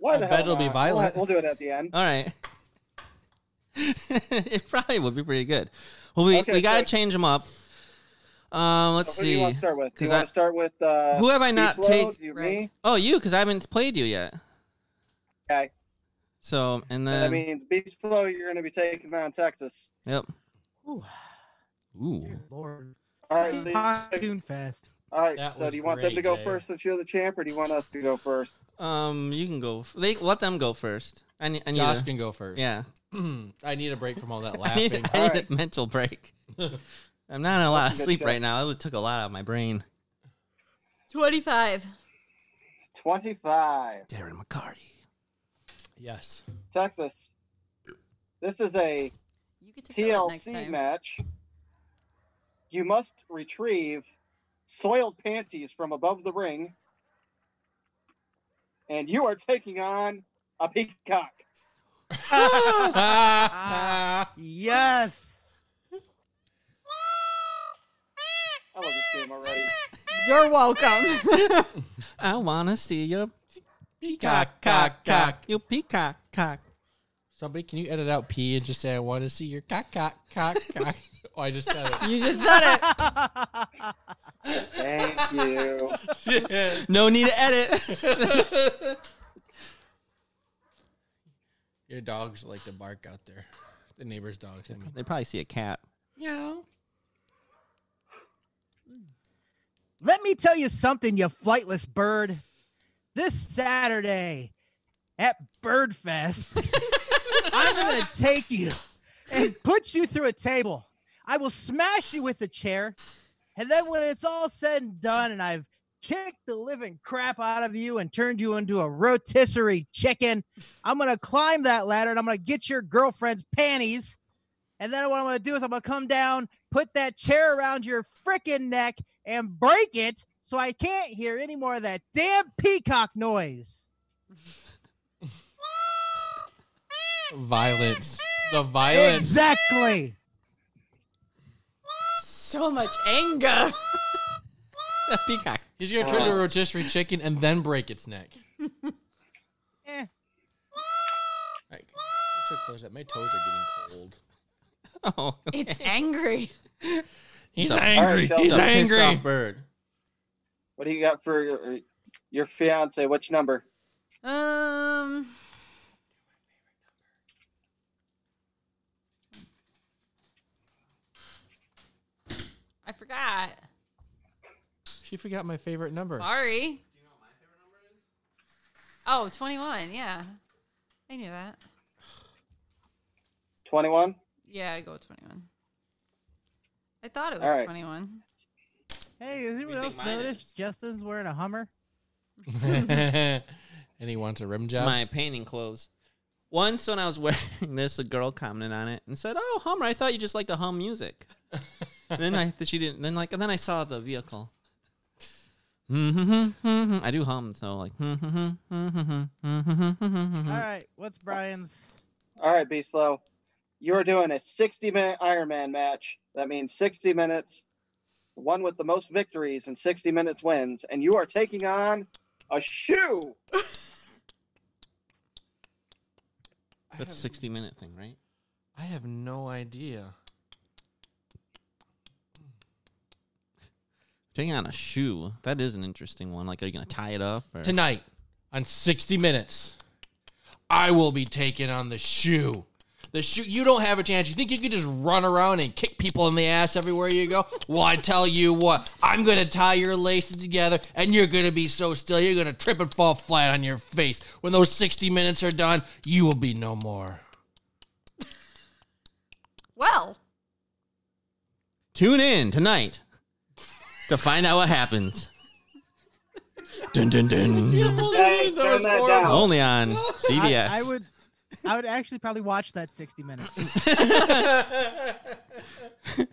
[SPEAKER 2] Why
[SPEAKER 3] I
[SPEAKER 2] the
[SPEAKER 3] bet
[SPEAKER 2] hell?
[SPEAKER 3] it'll be
[SPEAKER 2] not?
[SPEAKER 3] violent.
[SPEAKER 2] We'll, we'll do it at the end.
[SPEAKER 1] right. it probably would be pretty good. Well, we
[SPEAKER 2] Okay,
[SPEAKER 1] we gotta
[SPEAKER 2] so-
[SPEAKER 1] change them up. Um, let's
[SPEAKER 2] who do you
[SPEAKER 1] see.
[SPEAKER 2] want to start with? Do
[SPEAKER 1] 'cause
[SPEAKER 2] you
[SPEAKER 1] I-
[SPEAKER 2] want to start with uh,
[SPEAKER 1] Who have I not
[SPEAKER 2] Beast
[SPEAKER 1] take-
[SPEAKER 2] Load? You,
[SPEAKER 5] Right.
[SPEAKER 2] me?
[SPEAKER 1] Oh, you, because I haven't played you yet.
[SPEAKER 2] Okay.
[SPEAKER 1] So and
[SPEAKER 2] That
[SPEAKER 1] then
[SPEAKER 2] means be slow. You're going to be taking on Texas.
[SPEAKER 1] yep.
[SPEAKER 4] Ooh,
[SPEAKER 1] Ooh.
[SPEAKER 4] dear Lord.
[SPEAKER 2] All right, Lee,
[SPEAKER 4] Pontoon Fest.
[SPEAKER 2] all right.
[SPEAKER 3] That
[SPEAKER 2] So
[SPEAKER 3] was
[SPEAKER 2] do you want them
[SPEAKER 3] great,
[SPEAKER 2] to go
[SPEAKER 3] Jay.
[SPEAKER 2] first since you're the champ, or do you want us to go first?
[SPEAKER 1] Um, you can go. f- They let them go first. I need. I need
[SPEAKER 3] Josh
[SPEAKER 1] a-
[SPEAKER 3] can go first.
[SPEAKER 1] yeah,
[SPEAKER 3] I need a break from all that
[SPEAKER 1] I need,
[SPEAKER 3] laughing.
[SPEAKER 1] I need
[SPEAKER 2] Alright.
[SPEAKER 1] a mental break. I'm not in a lot of
[SPEAKER 2] That's a good
[SPEAKER 1] sleep
[SPEAKER 2] shot.
[SPEAKER 1] right now. It took a lot out of my brain.
[SPEAKER 5] Twenty-five.
[SPEAKER 2] Twenty-five,
[SPEAKER 1] Darren McCarty.
[SPEAKER 3] yes.
[SPEAKER 2] Texas. This is a
[SPEAKER 5] You could take that one next
[SPEAKER 2] TLC
[SPEAKER 5] time.
[SPEAKER 2] match. You must retrieve soiled panties from above the ring, and you are taking on a peacock.
[SPEAKER 1] Ah.
[SPEAKER 4] Yes.
[SPEAKER 2] I love this game already.
[SPEAKER 5] You're welcome.
[SPEAKER 1] I wanna see your
[SPEAKER 3] Peacock, cock, cock.
[SPEAKER 1] You peacock, cock.
[SPEAKER 3] Somebody, can you edit out P and just say, I want to see your cock, cock, cock, cock? Oh, I just said
[SPEAKER 5] you just said it.
[SPEAKER 2] Thank you.
[SPEAKER 3] it.
[SPEAKER 1] No need to edit.
[SPEAKER 3] your dogs like to bark out there. The neighbor's dogs. I mean.
[SPEAKER 1] they probably see a cat.
[SPEAKER 3] Yeah.
[SPEAKER 4] Let me tell you something, you flightless bird. This Saturday at Birdfest, I'm going to take you and put you through a table. I will smash you with a chair. And then when it's all said and done, and I've kicked the living crap out of you and turned you into a rotisserie chicken, I'm going to climb that ladder and I'm going to get your girlfriend's panties. And then what I'm going to do is I'm going to come down, put that chair around your freaking neck, and break it so I can't hear any more of that damn peacock noise.
[SPEAKER 3] Violence. The violence.
[SPEAKER 4] Exactly.
[SPEAKER 5] So much anger.
[SPEAKER 1] A peacock.
[SPEAKER 3] He's going to turn to a rotisserie chicken and then break its neck.
[SPEAKER 4] Eh.
[SPEAKER 3] All right. I should close that. My toes are getting cold.
[SPEAKER 1] Oh,
[SPEAKER 5] It's angry.
[SPEAKER 3] He's
[SPEAKER 1] So-
[SPEAKER 3] angry.
[SPEAKER 2] Alright,
[SPEAKER 3] He's
[SPEAKER 1] a pissed
[SPEAKER 2] so-
[SPEAKER 3] angry.
[SPEAKER 1] off bird.
[SPEAKER 2] What do you got for your, your fiance? Which number?
[SPEAKER 5] Um. I forgot.
[SPEAKER 3] She forgot my favorite number.
[SPEAKER 5] Sorry. Oh, 21. Yeah. I knew that.
[SPEAKER 2] 21?
[SPEAKER 5] Yeah, I go with 21. I thought it was
[SPEAKER 2] All right.
[SPEAKER 5] 21.
[SPEAKER 4] Hey, has anyone
[SPEAKER 1] think
[SPEAKER 4] else
[SPEAKER 1] mine
[SPEAKER 4] noticed
[SPEAKER 1] is?
[SPEAKER 4] Justin's wearing a Hummer?
[SPEAKER 3] and he wants a rim
[SPEAKER 1] It's
[SPEAKER 3] job.
[SPEAKER 1] my painting clothes. Once when I was wearing this, a girl commented on it and said, "Oh, Hummer, I thought you just like to hum music." then I she didn't. Then like and then I saw the vehicle. Mm-hmm, I do hum, so like. Mm-hmm.
[SPEAKER 4] All right, what's Brian's?
[SPEAKER 2] All right, be slow. you're doing a 60 minute Ironman match. That means 60 minutes, one with the most victories and 60 minutes wins, and you are taking on a shoe.
[SPEAKER 3] I
[SPEAKER 1] That's
[SPEAKER 3] have-
[SPEAKER 1] a 60 minute thing, right?
[SPEAKER 3] I have no idea.
[SPEAKER 1] Taking on a shoe. That is an interesting one. Like, are you going to tie it up? Or...
[SPEAKER 3] Tonight on 60 Minutes, I will be taking on the shoe. The shoe, you don't have a chance. You think you could just run around and kick people in the ass everywhere you go? Well, I tell you what, I'm going to tie your laces together and you're going to be so still, you're going to trip and fall flat on your face. When those 60 minutes are done, you will be no more.
[SPEAKER 5] Well,
[SPEAKER 1] Tune in tonight to find out what happens. dun, dun, dun.
[SPEAKER 2] Hey, turn that down.
[SPEAKER 1] Only on
[SPEAKER 4] I,
[SPEAKER 1] CBS.
[SPEAKER 4] I would, I would actually probably watch that 60 minutes.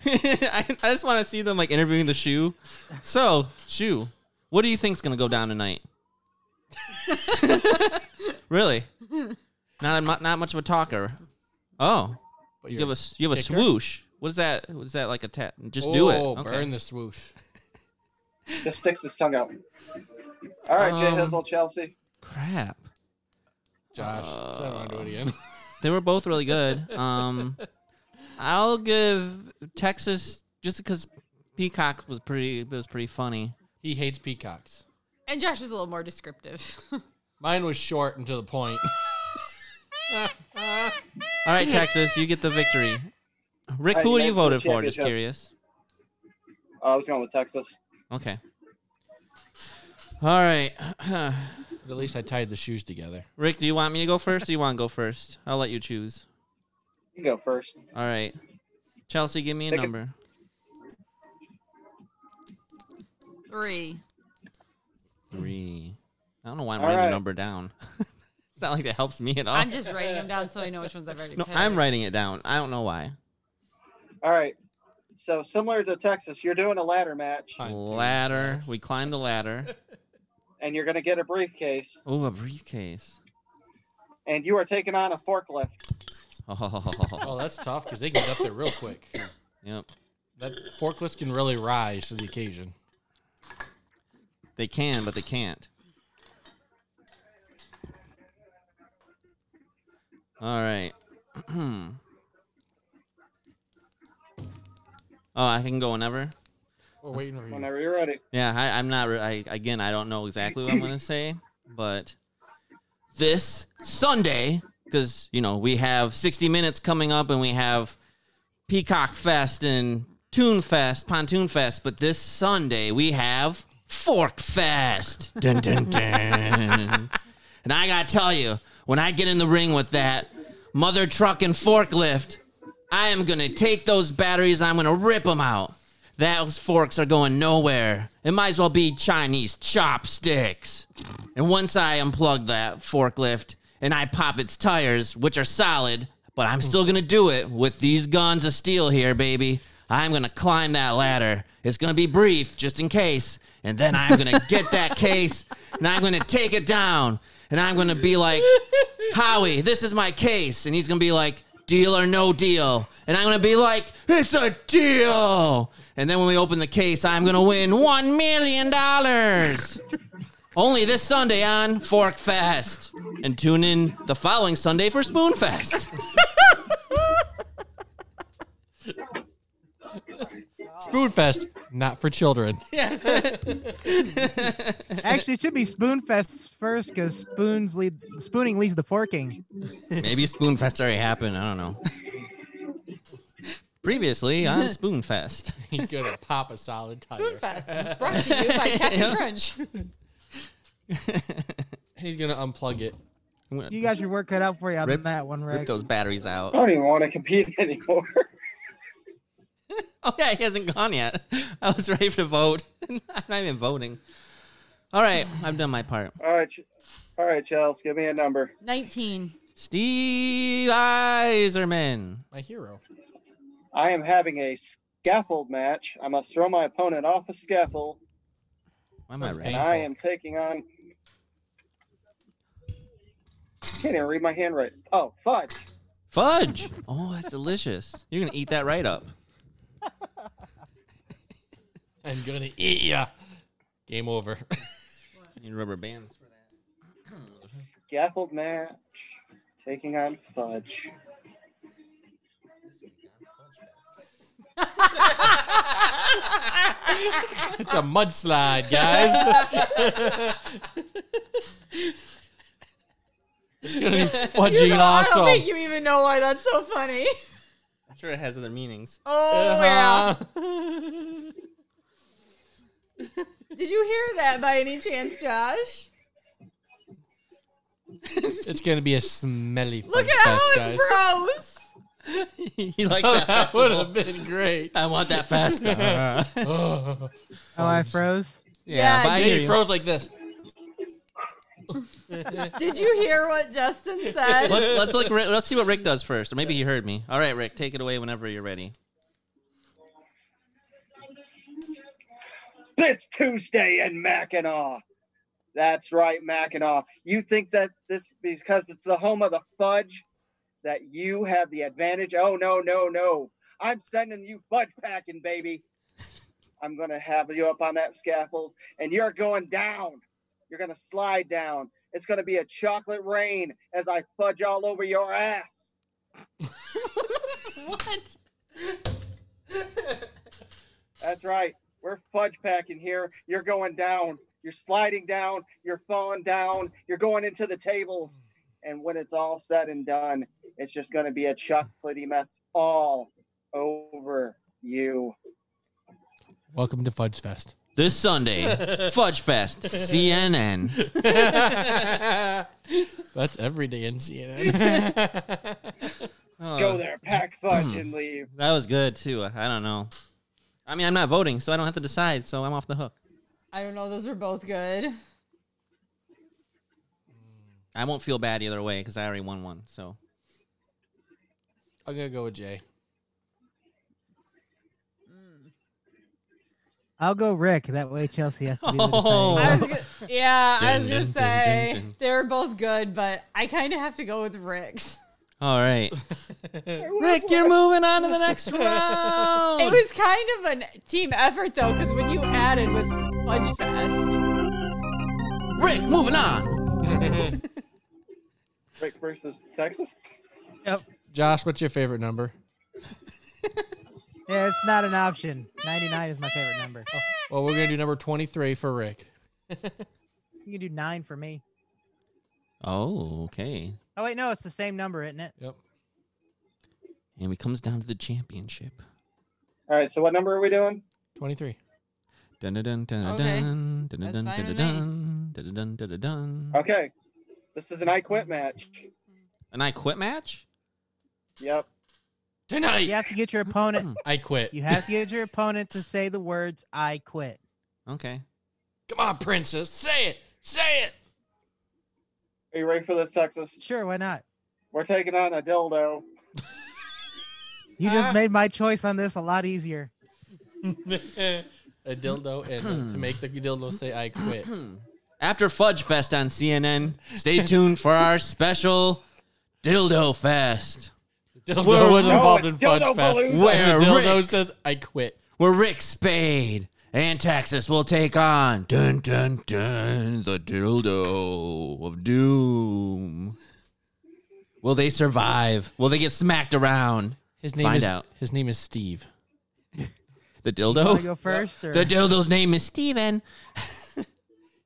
[SPEAKER 1] I, I just want to see them like interviewing the shoe. So, shoe, what do you think's gonna go down tonight? really? Not a, mu- not much of a talker. Oh,
[SPEAKER 3] But
[SPEAKER 1] you
[SPEAKER 3] you're-
[SPEAKER 1] have a s- you have a
[SPEAKER 3] kicker?
[SPEAKER 1] swoosh. What is that? What is that like a tat? Just do it.
[SPEAKER 3] Oh,
[SPEAKER 1] Okay.
[SPEAKER 3] burn the swoosh.
[SPEAKER 2] Just sticks his tongue out. All right, Jay
[SPEAKER 1] Um,
[SPEAKER 2] Hizzle, Chelsea.
[SPEAKER 1] Crap.
[SPEAKER 3] Josh, I don't want to do it again.
[SPEAKER 1] They were both really good. Um, I'll give Texas just because Peacock was pretty was pretty funny.
[SPEAKER 3] He hates peacocks.
[SPEAKER 5] and Josh was a little more descriptive.
[SPEAKER 3] Mine was short and to the point.
[SPEAKER 1] All right, Texas, you get the victory. Rick,
[SPEAKER 2] All right,
[SPEAKER 1] who are you
[SPEAKER 2] United for the
[SPEAKER 1] voted for? Just
[SPEAKER 2] championship.
[SPEAKER 1] curious.
[SPEAKER 2] Oh, I was going with Texas.
[SPEAKER 1] Okay. All right.
[SPEAKER 3] At least I tied the shoes together.
[SPEAKER 1] Rick, do you want me to go first or you want to go first? I'll let you choose.
[SPEAKER 2] You go first.
[SPEAKER 1] All right. Chelsea, give me a
[SPEAKER 2] Pick a-
[SPEAKER 1] number.
[SPEAKER 5] Three.
[SPEAKER 1] Three. I don't know why I'm
[SPEAKER 2] All
[SPEAKER 1] writing the
[SPEAKER 2] right.
[SPEAKER 1] number down. it's not like that helps me at all.
[SPEAKER 5] I'm just writing them down so I know which ones I've already
[SPEAKER 1] Oh. no,
[SPEAKER 5] picked.
[SPEAKER 1] I'm writing it down. I don't know why.
[SPEAKER 2] All right. So similar to Texas, you're doing a ladder match,
[SPEAKER 3] Fine, dude.
[SPEAKER 1] Ladder.
[SPEAKER 3] Yes.
[SPEAKER 1] We climb the ladder.
[SPEAKER 2] and you're going to get a briefcase,
[SPEAKER 1] Oh, a briefcase.
[SPEAKER 2] and you are taking on a forklift.
[SPEAKER 1] Oh,
[SPEAKER 3] Oh, that's tough because they can get up there real quick.
[SPEAKER 1] yep.
[SPEAKER 3] That forklifts can really rise to the occasion.
[SPEAKER 1] They can, but they can't. All right. oh, I can go whenever.
[SPEAKER 3] We're waiting for you.
[SPEAKER 2] Whenever you're ready.
[SPEAKER 1] Yeah, I, I'm not. Re- I again, I don't know exactly what I'm gonna say, but this Sunday, because you know we have 60 minutes coming up, and we have Peacock Fest and Toon Fest, Pontoon Fest. But this Sunday we have Fork Fest. Dun, dun, dun. and I gotta tell you, when I get in the ring with that mother truck and forklift, I am gonna take those batteries. I'm gonna rip them out. Those forks are going nowhere. It might as well be Chinese chopsticks. And once I unplug that forklift and I pop its tires, which are solid, but I'm still gonna do it with these guns of steel here, baby. I'm gonna climb that ladder. It's gonna be brief, just in case. And then I'm gonna get that case and I'm gonna take it down. And I'm gonna be like, Howie, this is my case. And he's going to be like, deal or no deal. And I'm going to be like, it's a deal. And then when we open the case, I'm going to win $1 million. Only this Sunday on Fork Fest. And tune in the following Sunday for Spoon Fest.
[SPEAKER 3] Spoonfest, not for children.
[SPEAKER 4] Actually, it should be Spoonfest first because spoons lead, spooning leads the forking.
[SPEAKER 1] Maybe Spoon Fest already happened. I don't know. Previously on Spoon Fest.
[SPEAKER 3] He's gonna pop a solid tire.
[SPEAKER 5] Spoonfest. Brought to you by Captain Crunch.
[SPEAKER 3] He's gonna unplug it.
[SPEAKER 1] I'm gonna
[SPEAKER 4] You got your work cut out for you on
[SPEAKER 1] Rip-
[SPEAKER 4] that one,
[SPEAKER 1] rip
[SPEAKER 4] Rick.
[SPEAKER 1] those batteries out.
[SPEAKER 2] I don't even want to compete anymore.
[SPEAKER 1] Oh yeah, he hasn't gone yet. I was ready to vote. I'm not even voting. All right, I've done my part.
[SPEAKER 2] all right, Ch- all right, Chels, give me a number.
[SPEAKER 5] 19.
[SPEAKER 1] Steve Eiserman.
[SPEAKER 3] My hero.
[SPEAKER 2] I am having a scaffold match. I must throw my opponent off a scaffold,
[SPEAKER 1] Why am I
[SPEAKER 3] Sounds
[SPEAKER 1] right?
[SPEAKER 2] and
[SPEAKER 3] painful.
[SPEAKER 2] I am taking on. Can't even read my handwriting. Oh, fudge!
[SPEAKER 1] Fudge. Oh, that's delicious. You're gonna eat that right up.
[SPEAKER 3] I'm gonna eat ya. Game over.
[SPEAKER 1] I need rubber bands for that.
[SPEAKER 2] Scaffold match taking on Fudge.
[SPEAKER 3] it's a mudslide, guys. it's gonna be
[SPEAKER 6] You
[SPEAKER 3] fudging
[SPEAKER 6] know, I
[SPEAKER 3] awesome.
[SPEAKER 6] don't think you even know why that's so funny.
[SPEAKER 1] I'm sure it has other meanings.
[SPEAKER 6] Oh yeah.
[SPEAKER 3] Uh-huh.
[SPEAKER 6] Did you hear that by any chance, Josh?
[SPEAKER 3] It's gonna be a smelly
[SPEAKER 6] Look
[SPEAKER 3] fudge
[SPEAKER 6] at how
[SPEAKER 3] fest, guys.
[SPEAKER 6] it froze.
[SPEAKER 1] he likes
[SPEAKER 3] Oh,
[SPEAKER 1] that.
[SPEAKER 3] that would
[SPEAKER 1] festival.
[SPEAKER 3] have been great.
[SPEAKER 1] I want that fast. yeah,
[SPEAKER 3] oh,
[SPEAKER 4] Oh, I froze.
[SPEAKER 6] Yeah,
[SPEAKER 1] but I
[SPEAKER 6] you-
[SPEAKER 1] hear
[SPEAKER 3] he froze like this.
[SPEAKER 6] Did you hear what Justin said?
[SPEAKER 1] Let's let's look. Rick- Let's see what Rick does first, or maybe he heard me. All right, Rick, take it away whenever you're ready.
[SPEAKER 2] This Tuesday in Mackinac. That's right, Mackinac. You think that this because it's the home of the fudge that you have the advantage? Oh no, no, no. I'm sending you fudge packing, baby. I'm gonna have you up on that scaffold and you're going down. You're gonna slide down. It's gonna be a chocolate rain as I fudge all over your ass.
[SPEAKER 6] what?
[SPEAKER 2] That's right. We're fudge packing here. You're going down. You're sliding down. You're falling down. You're going into the tables. And when it's all said and done, it's just going to be a chocolatey mess all over you.
[SPEAKER 3] Welcome to Fudge Fest.
[SPEAKER 1] This Sunday, Fudge Fest, CNN.
[SPEAKER 3] That's every day in CNN.
[SPEAKER 1] Oh,
[SPEAKER 2] Go there, pack fudge, and leave.
[SPEAKER 1] That was good too. I don't know. I mean, I'm not voting, so I don't have to decide. So I'm off the hook.
[SPEAKER 6] I don't know. Those were both good.
[SPEAKER 1] I won't feel bad either way because I already won one. So
[SPEAKER 3] I'm gonna go with Jay.
[SPEAKER 4] I'll go Rick. That way Chelsea has to be the
[SPEAKER 1] Oh.
[SPEAKER 4] deciding
[SPEAKER 6] I was
[SPEAKER 4] vote.
[SPEAKER 6] gonna, yeah, I was
[SPEAKER 1] Dun,
[SPEAKER 6] gonna
[SPEAKER 1] dun, dun,
[SPEAKER 6] say
[SPEAKER 1] dun, dun.
[SPEAKER 6] they were both good, but I kind of have to go with Rick's.
[SPEAKER 1] all right, Rick, you're moving on to the next round.
[SPEAKER 6] It was kind of a team effort though, because when you added with Fudge Fest,
[SPEAKER 1] Rick moving on.
[SPEAKER 2] Rick versus Texas.
[SPEAKER 3] Josh, what's your favorite number?
[SPEAKER 4] Yeah, it's not an option. 99 is my favorite number. Oh,
[SPEAKER 3] Well, we're gonna do number 23 for Rick.
[SPEAKER 4] You can do nine for me.
[SPEAKER 1] Oh, okay.
[SPEAKER 4] Oh wait, no, it's the same number, isn't it?
[SPEAKER 3] Yep.
[SPEAKER 1] And it comes down to the championship.
[SPEAKER 2] All right, so what number are we doing?
[SPEAKER 3] 23.
[SPEAKER 1] Dun dun dun dun
[SPEAKER 6] Okay.
[SPEAKER 1] dun dun dun dun
[SPEAKER 6] That's
[SPEAKER 1] dun
[SPEAKER 6] fine
[SPEAKER 1] dun
[SPEAKER 6] with
[SPEAKER 1] dun dun dun dun dun.
[SPEAKER 2] Okay, this is an I quit match.
[SPEAKER 1] An I quit match?
[SPEAKER 2] Yep.
[SPEAKER 3] Tonight,
[SPEAKER 4] You have to get your opponent.
[SPEAKER 3] I quit.
[SPEAKER 4] You have to get your opponent to say the words "I quit."
[SPEAKER 1] Okay.
[SPEAKER 3] Come on, princess, say it, say it.
[SPEAKER 2] Are you ready for this, Texas?
[SPEAKER 4] Sure, why not?
[SPEAKER 2] We're taking on a dildo.
[SPEAKER 4] You just
[SPEAKER 3] Ah.
[SPEAKER 4] made my choice on this a lot easier.
[SPEAKER 3] a dildo and to make the dildo say I quit.
[SPEAKER 1] After Fudge Fest on CNN, stay tuned for our special Dildo Fest,
[SPEAKER 3] Dildo
[SPEAKER 1] Whoa,
[SPEAKER 3] was
[SPEAKER 1] no,
[SPEAKER 3] involved in
[SPEAKER 2] it's
[SPEAKER 3] Fudge
[SPEAKER 2] dildo
[SPEAKER 3] Fest.
[SPEAKER 2] balloons.
[SPEAKER 1] Where
[SPEAKER 3] the dildo
[SPEAKER 1] Rick-
[SPEAKER 3] says I quit.
[SPEAKER 1] where Rick Spade and Texas will take on dun dun dun the Dildo of Doom. Will they survive? Will they get smacked around?
[SPEAKER 3] His name
[SPEAKER 1] Find
[SPEAKER 3] is
[SPEAKER 1] out.
[SPEAKER 3] his name is Steve.
[SPEAKER 1] The
[SPEAKER 4] Want to
[SPEAKER 1] dildo.
[SPEAKER 4] go first, or
[SPEAKER 1] The dildo's name is Steven.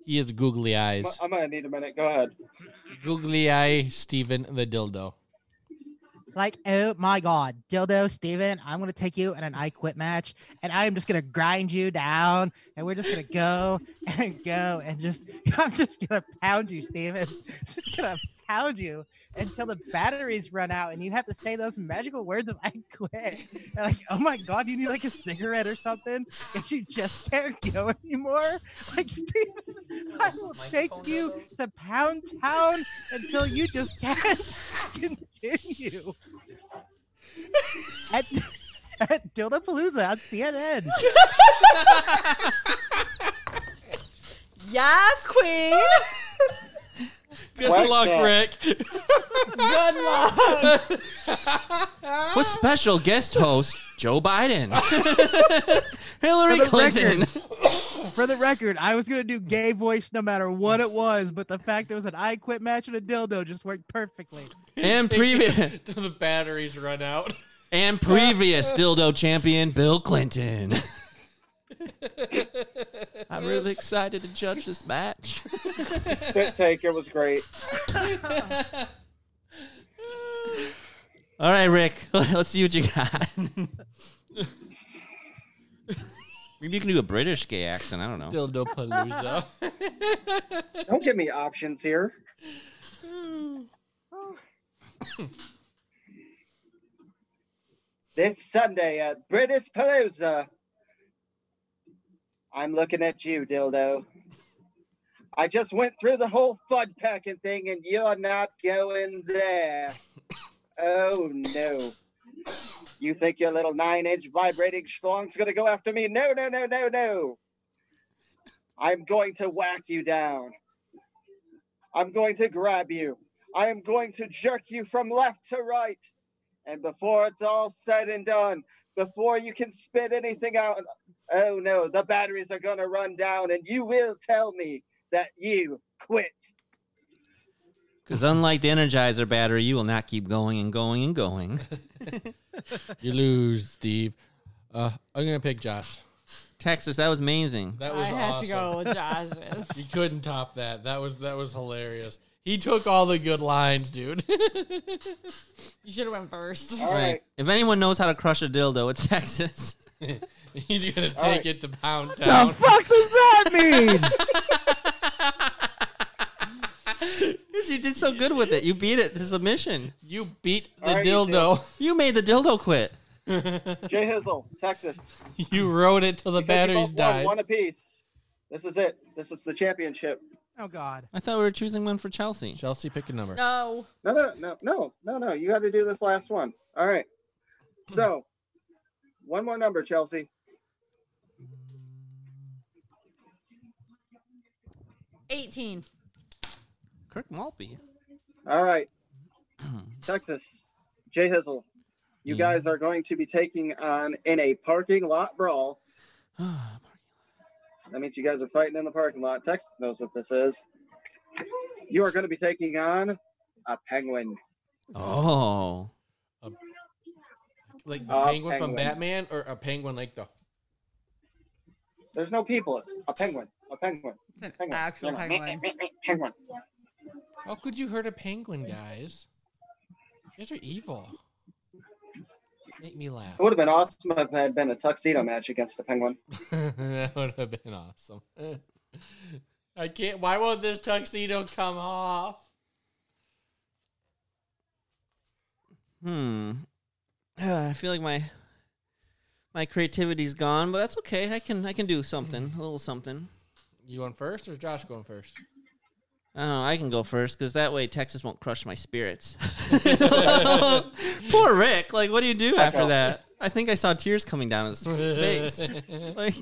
[SPEAKER 3] He has googly eyes.
[SPEAKER 2] I'm gonna need a minute. Go ahead.
[SPEAKER 3] Googly eye Steven the dildo.
[SPEAKER 4] like, oh my God, dildo, Steven, I'm gonna take you in an I quit match, and I am just gonna grind you down, and we're just gonna go and go, and just I'm just gonna pound you, Steven. just gonna pound you until the batteries run out, and you have to say those magical words of I quit. And like, oh my God, you need like a cigarette or something, and you just can't go anymore. Like, Steven, I will take you to Pound Town until you just can't continue at, at Dildapalooza on CNN.
[SPEAKER 6] yes, Queen.
[SPEAKER 3] Good
[SPEAKER 2] Whack
[SPEAKER 3] luck,
[SPEAKER 2] that.
[SPEAKER 3] Rick.
[SPEAKER 6] Good luck.
[SPEAKER 1] with special guest host Joe Biden, Hillary
[SPEAKER 4] For the
[SPEAKER 1] Clinton.
[SPEAKER 4] For the record, I was gonna do gay voice no matter what it was, but the fact there was an I quit match and a dildo just worked perfectly.
[SPEAKER 1] And previous-
[SPEAKER 3] the batteries run out.
[SPEAKER 1] and previous dildo champion Bill Clinton. I'm really excited to judge this match.
[SPEAKER 2] Spit take. It was great.
[SPEAKER 1] All right, Rick, let's see what you got. Maybe you can do a British gay accent. I don't know.
[SPEAKER 3] Dildo palooza.
[SPEAKER 2] Don't give me options here. this Sunday at British Palooza. I'm looking at you, dildo. I just went through the whole fud packing thing and you're not going there. Oh no. You think your little nine inch vibrating schlong's gonna go after me? No, no, no, no, no. I'm going to whack you down. I'm going to grab you. I am going to jerk you from left to right. And before it's all said and done, before you can spit anything out, oh no, the batteries are going to run down, and you will tell me that you quit.
[SPEAKER 1] Because unlike the Energizer battery, you will not keep going and going and going.
[SPEAKER 3] you lose, Steve. Uh, I'm gonna pick Josh.
[SPEAKER 1] Texas, that was amazing.
[SPEAKER 3] That
[SPEAKER 6] I
[SPEAKER 3] was
[SPEAKER 6] had
[SPEAKER 3] awesome.
[SPEAKER 6] to go with Josh's.
[SPEAKER 3] You couldn't top that. That was that was hilarious. He took all the good lines, dude.
[SPEAKER 6] you should have went first.
[SPEAKER 2] All right.
[SPEAKER 1] If anyone knows how to crush a dildo, it's Texas.
[SPEAKER 3] He's gonna take
[SPEAKER 2] All right.
[SPEAKER 3] it to Pound
[SPEAKER 4] The
[SPEAKER 3] Town.
[SPEAKER 4] fuck does that mean?
[SPEAKER 1] you did so good with it. You beat it to submission.
[SPEAKER 3] You beat the
[SPEAKER 2] All right, you
[SPEAKER 3] dildo.
[SPEAKER 1] You made the dildo quit.
[SPEAKER 2] Jay Hizzle, Texas.
[SPEAKER 3] You rode it till the
[SPEAKER 2] You guys
[SPEAKER 3] batteries
[SPEAKER 2] both won,
[SPEAKER 3] died.
[SPEAKER 2] One apiece. This is it. This is the championship.
[SPEAKER 4] Oh god.
[SPEAKER 1] I thought we were choosing one for Chelsea.
[SPEAKER 3] Chelsea, pick a number.
[SPEAKER 6] No.
[SPEAKER 2] No, no, no, no, no, no. You got to do this last one. All right. So, one more number, Chelsea.
[SPEAKER 5] Eighteen.
[SPEAKER 1] Kirk Maltby.
[SPEAKER 2] All right. Texas, Jay Hizzle, you
[SPEAKER 1] Yeah.
[SPEAKER 2] guys are going to be taking on in a parking lot brawl. That means you guys are fighting in the parking lot. Texas knows what this is. You are going to be taking on a penguin.
[SPEAKER 1] oh.
[SPEAKER 3] Like the
[SPEAKER 2] Uh,
[SPEAKER 3] penguin, from
[SPEAKER 2] penguin.
[SPEAKER 3] Batman, or a penguin like the
[SPEAKER 2] There's no people. It's a penguin. A penguin.
[SPEAKER 5] It's an
[SPEAKER 2] Penguin.
[SPEAKER 5] actual
[SPEAKER 2] Yeah.
[SPEAKER 5] penguin.
[SPEAKER 2] Penguin.
[SPEAKER 3] How could you hurt a penguin, guys? You guys are evil. Make me laugh.
[SPEAKER 2] It would have been awesome if it had been a tuxedo match against a penguin.
[SPEAKER 3] that would have been awesome. I can't. Why won't this tuxedo come off?
[SPEAKER 1] Hmm. Ah, I feel like my my creativity's gone, but that's okay. I can I can do something, a little something.
[SPEAKER 3] You going first, or is Josh going first?
[SPEAKER 1] I don't know. I can go first because that way Texas won't crush my spirits. Poor Rick. Like, what do you do after
[SPEAKER 2] off.
[SPEAKER 1] that? I think I saw tears coming down his face. Like,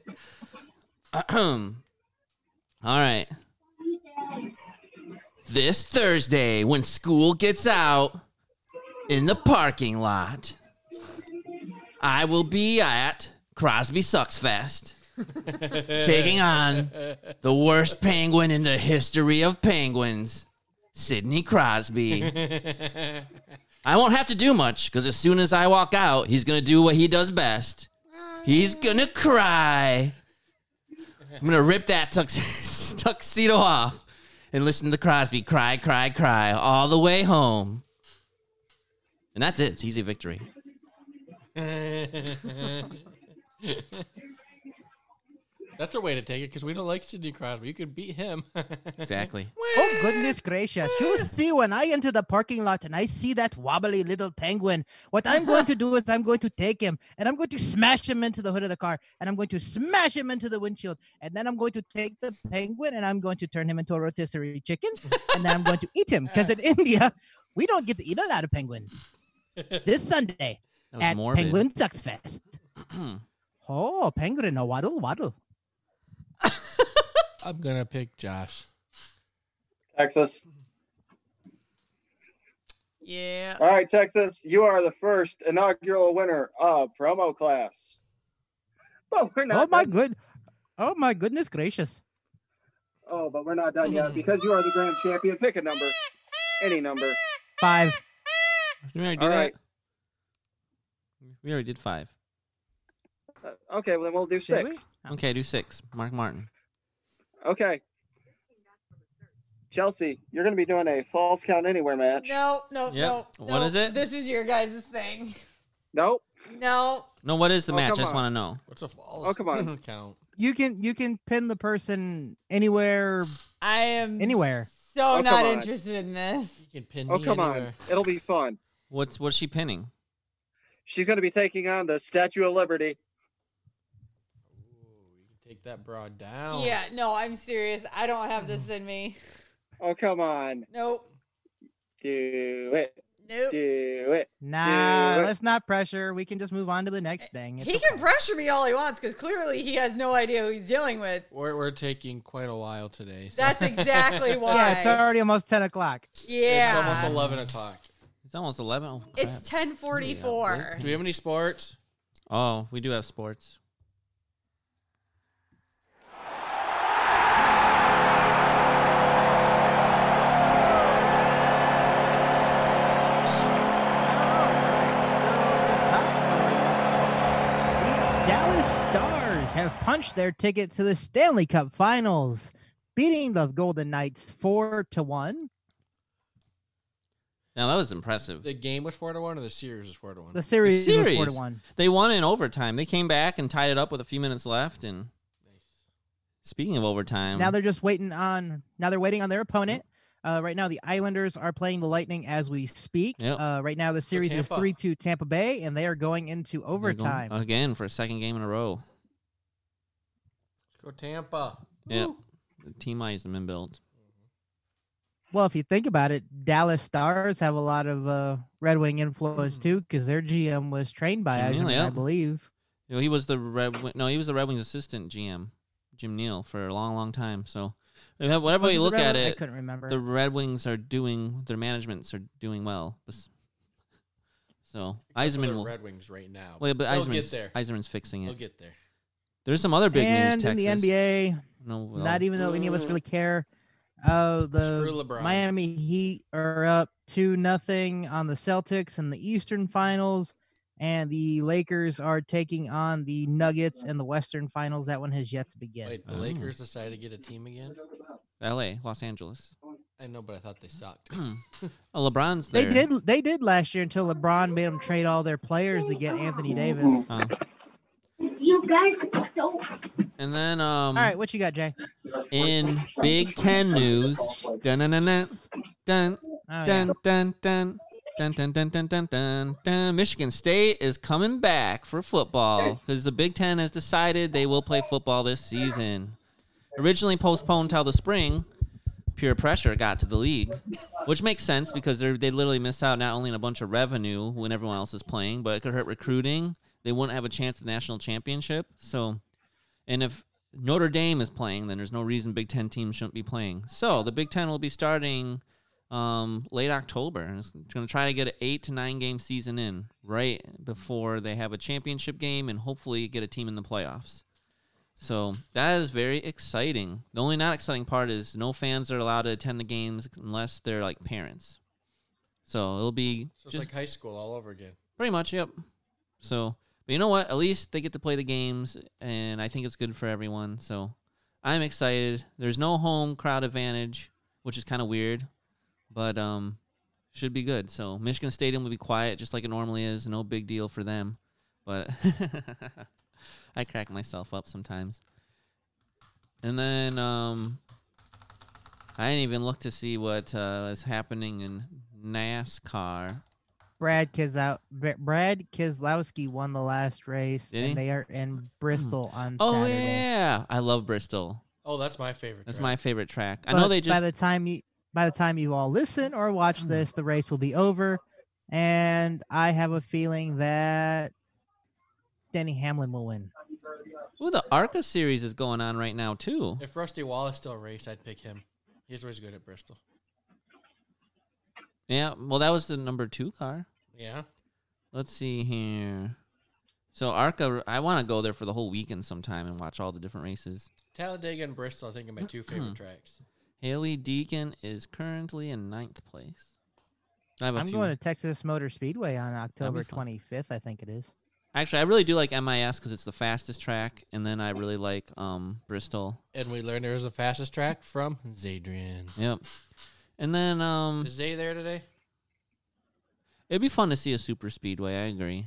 [SPEAKER 1] Ahem. all right. This Thursday, when school gets out in the parking lot, I will be at Crosby Sucks Fest taking on the worst penguin in the history of penguins, Sidney Crosby. I won't have to do much because as soon as I walk out, he's going to do what he does best. He's going to cry. I'm going to rip that tux- tuxedo off and listen to Crosby cry, cry, cry all the way home. And that's it. It's easy victory.
[SPEAKER 3] That's a way to take it because we don't like Sidney Crosby. You could beat him.
[SPEAKER 1] Exactly.
[SPEAKER 4] Oh goodness gracious! You see, when I enter the parking lot and I see that wobbly little penguin, what I'm going to do is I'm going to take him and I'm going to smash him into the hood of the car and I'm going to smash him into the windshield and then I'm going to take the penguin and I'm going to turn him into a rotisserie chicken and then I'm going to eat him because in India we don't get to eat a lot of penguins. This Sunday
[SPEAKER 1] That was
[SPEAKER 4] at
[SPEAKER 1] morbid.
[SPEAKER 4] Penguin Sucks Fest. oh, penguin, a waddle waddle.
[SPEAKER 3] I'm gonna pick Josh.
[SPEAKER 2] Texas.
[SPEAKER 5] Yeah.
[SPEAKER 2] All right, Texas, you are the first inaugural winner of promo class. But we're
[SPEAKER 4] Oh
[SPEAKER 2] not.
[SPEAKER 4] my
[SPEAKER 2] done-
[SPEAKER 4] good. Oh my goodness gracious.
[SPEAKER 2] Oh, but we're not done yet because you are the grand champion. Pick a number, any number.
[SPEAKER 4] Five.
[SPEAKER 1] We already did
[SPEAKER 2] All
[SPEAKER 1] that.
[SPEAKER 2] right.
[SPEAKER 1] We already did five.
[SPEAKER 2] Uh, okay, well then we'll do
[SPEAKER 4] did we?
[SPEAKER 2] six.
[SPEAKER 1] Okay, do six. Mark Martin.
[SPEAKER 2] Okay. Chelsea, you're going to be doing a false count anywhere match.
[SPEAKER 6] No, no,
[SPEAKER 1] Yep.
[SPEAKER 6] no.
[SPEAKER 1] What
[SPEAKER 6] no.
[SPEAKER 1] is it?
[SPEAKER 6] This is your guys' thing.
[SPEAKER 2] Nope.
[SPEAKER 6] No.
[SPEAKER 1] No, what is the
[SPEAKER 2] Oh,
[SPEAKER 1] match? I
[SPEAKER 2] come
[SPEAKER 1] just
[SPEAKER 2] on.
[SPEAKER 1] want to know.
[SPEAKER 3] What's a false
[SPEAKER 2] Oh, come on.
[SPEAKER 3] count?
[SPEAKER 4] You can you can pin the person anywhere.
[SPEAKER 6] I am
[SPEAKER 4] Anywhere.
[SPEAKER 6] so
[SPEAKER 2] Oh, come
[SPEAKER 6] not
[SPEAKER 2] on.
[SPEAKER 6] interested in this.
[SPEAKER 3] You can pin
[SPEAKER 2] Oh,
[SPEAKER 3] me
[SPEAKER 2] come on.
[SPEAKER 3] anywhere.
[SPEAKER 2] It'll be fun.
[SPEAKER 1] What's what's she pinning?
[SPEAKER 2] She's going to be taking on the Statue of Liberty.
[SPEAKER 3] Ooh, you can take that broad down.
[SPEAKER 6] Yeah, no, I'm serious. I don't have this in me.
[SPEAKER 2] Oh, come on.
[SPEAKER 6] Nope.
[SPEAKER 2] Do it.
[SPEAKER 6] Nope.
[SPEAKER 2] Do it.
[SPEAKER 4] Nah,
[SPEAKER 2] Dude.
[SPEAKER 4] let's not pressure. We can just move on to the next thing. It's
[SPEAKER 6] He can pressure me all he wants because clearly he has no idea who he's dealing with.
[SPEAKER 3] We're, we're taking quite a while today. so-
[SPEAKER 6] That's exactly why.
[SPEAKER 4] yeah, it's already almost ten o'clock.
[SPEAKER 3] It's almost
[SPEAKER 6] Yeah.
[SPEAKER 3] 11 o'clock.
[SPEAKER 1] It's almost eleven. Oh, crap.
[SPEAKER 6] It's 1044.
[SPEAKER 3] Do we have any sports?
[SPEAKER 1] oh, we do have sports.
[SPEAKER 4] The Dallas Stars have punched their ticket to the Stanley Cup Finals, beating the Golden Knights four to one.
[SPEAKER 1] Now that was impressive.
[SPEAKER 3] The game was 4 to 1 or the series was 4 to 1?
[SPEAKER 4] The series, was four to
[SPEAKER 1] series.
[SPEAKER 4] one.
[SPEAKER 1] They won in overtime. They came back and tied it up with a few minutes left. And speaking of overtime,
[SPEAKER 4] Now they're just waiting on. Now they're waiting on their opponent. Uh, right now, the Islanders are playing the Lightning as we speak.
[SPEAKER 1] Yep.
[SPEAKER 4] Uh, right now, the series is
[SPEAKER 3] Tampa.
[SPEAKER 4] three two Tampa Bay, and they are going into
[SPEAKER 1] they're going uh,
[SPEAKER 4] overtime.
[SPEAKER 1] again for a second game in a row.
[SPEAKER 3] Go Tampa.
[SPEAKER 1] Yep. The team eyes have been built.
[SPEAKER 4] Well, if you think about it, Dallas Stars have a lot of uh, Red Wing influence too, because their GM was trained by
[SPEAKER 1] Jim Neal,
[SPEAKER 4] Eisenman, I
[SPEAKER 1] Hmm. yep.
[SPEAKER 4] believe.
[SPEAKER 1] You know, he was the Red Wing, no, he was the Red Wings assistant GM, Jim Neal, for a long, long time. So yeah, whatever
[SPEAKER 4] Was
[SPEAKER 1] you
[SPEAKER 4] the
[SPEAKER 1] look
[SPEAKER 4] Red
[SPEAKER 1] at
[SPEAKER 4] Wing? I
[SPEAKER 1] it,
[SPEAKER 4] couldn't remember.
[SPEAKER 1] the Red Wings are doing their managements are doing well. Bes- So
[SPEAKER 3] Except for the
[SPEAKER 1] Eiserman will.
[SPEAKER 3] Red Wings right now.
[SPEAKER 1] Well, yeah, but
[SPEAKER 3] They'll get
[SPEAKER 1] Eiserman's,
[SPEAKER 3] there.
[SPEAKER 1] Eiserman's fixing
[SPEAKER 3] They'll
[SPEAKER 1] it.
[SPEAKER 3] get there.
[SPEAKER 1] There's some other big
[SPEAKER 4] and
[SPEAKER 1] news. Texas.
[SPEAKER 4] in the NBA,
[SPEAKER 1] no, well,
[SPEAKER 4] not even though any of us really care, uh, the
[SPEAKER 3] Screw LeBron.
[SPEAKER 4] Miami Heat are up two nothing on the Celtics in the Eastern Finals, and the Lakers are taking on the Nuggets in the Western Finals. That one has yet to begin.
[SPEAKER 3] Wait, the
[SPEAKER 1] Oh.
[SPEAKER 3] Lakers decided to get a team again?
[SPEAKER 1] L.A., Los Angeles.
[SPEAKER 3] I know, but I thought they sucked.
[SPEAKER 1] Oh, LeBron's
[SPEAKER 4] They
[SPEAKER 1] there.
[SPEAKER 4] did. They did last year until LeBron made them trade all their players to get Anthony Davis.
[SPEAKER 1] Uh,
[SPEAKER 7] You guys are so
[SPEAKER 1] and then, um,
[SPEAKER 4] All right, what you got, Jay? Oh,
[SPEAKER 1] in Big Ten news, dun dun dun dun dun
[SPEAKER 4] Oh, yeah.
[SPEAKER 1] dun dun dun. Dun, dun, dun, dun, dun, dun, dun. Michigan State is coming back for football because the Big Ten has decided they will play football this season. Originally postponed till the spring, pure pressure got to the league, which makes sense because they they literally miss out not only on a bunch of revenue when everyone else is playing, but it could hurt recruiting. They wouldn't have a chance at the national championship. So, and if Notre Dame is playing, then there's no reason Big Ten teams shouldn't be playing. So the Big Ten will be starting um, late October, and it's going to try to get an eight to nine game season in right before they have a championship game and hopefully get a team in the playoffs. So that is very exciting. The only not exciting part is no fans are allowed to attend the games unless they're like parents. So it'll be
[SPEAKER 3] So it's
[SPEAKER 1] just
[SPEAKER 3] like high school all over again.
[SPEAKER 1] Pretty much, yep. So, but you know what? At least they get to play the games, and I think it's good for everyone. So, I'm excited. There's no home crowd advantage, which is kind of weird, but um, should be good. So, Michigan Stadium will be quiet, just like it normally is. No big deal for them, but I crack myself up sometimes. And then um, I didn't even look to see what uh, is happening in NASCAR.
[SPEAKER 4] Brad Kizou- Br- Brad Kislowski won the last race,
[SPEAKER 1] Did he? Hmm.
[SPEAKER 4] and they are in Bristol on
[SPEAKER 1] Oh
[SPEAKER 4] Saturday.
[SPEAKER 1] yeah, I love Bristol.
[SPEAKER 3] Oh, that's my favorite.
[SPEAKER 1] That's
[SPEAKER 3] track.
[SPEAKER 1] my favorite track. I know
[SPEAKER 4] But
[SPEAKER 1] they
[SPEAKER 4] by
[SPEAKER 1] just Hmm.
[SPEAKER 4] the time you by the time you all listen or watch this, the race will be over, and I have a feeling that Denny Hamlin will win.
[SPEAKER 1] ooh the Arca series is going on right now too.
[SPEAKER 3] If Rusty Wallace still raced, I'd pick him. He's always good at Bristol.
[SPEAKER 1] Yeah. Well, that was the number two car.
[SPEAKER 3] Yeah.
[SPEAKER 1] Let's see here. So Arca, I want to go there for the whole weekend sometime and watch all the different races.
[SPEAKER 3] Talladega and Bristol, I think, are my two favorite tracks.
[SPEAKER 1] Haley Deacon is currently in ninth place. I have a
[SPEAKER 4] I'm
[SPEAKER 1] few.
[SPEAKER 4] going to Texas Motor Speedway on October
[SPEAKER 1] fun.
[SPEAKER 4] 25th, I think it is.
[SPEAKER 1] Actually, I really do like MIS because it's the fastest track, and then I really like um Bristol.
[SPEAKER 3] And we learned there was the fastest track from Zadrian.
[SPEAKER 1] Yep. And then um,
[SPEAKER 3] Is Zay there today?
[SPEAKER 1] it'd be fun to see a super speedway. I agree.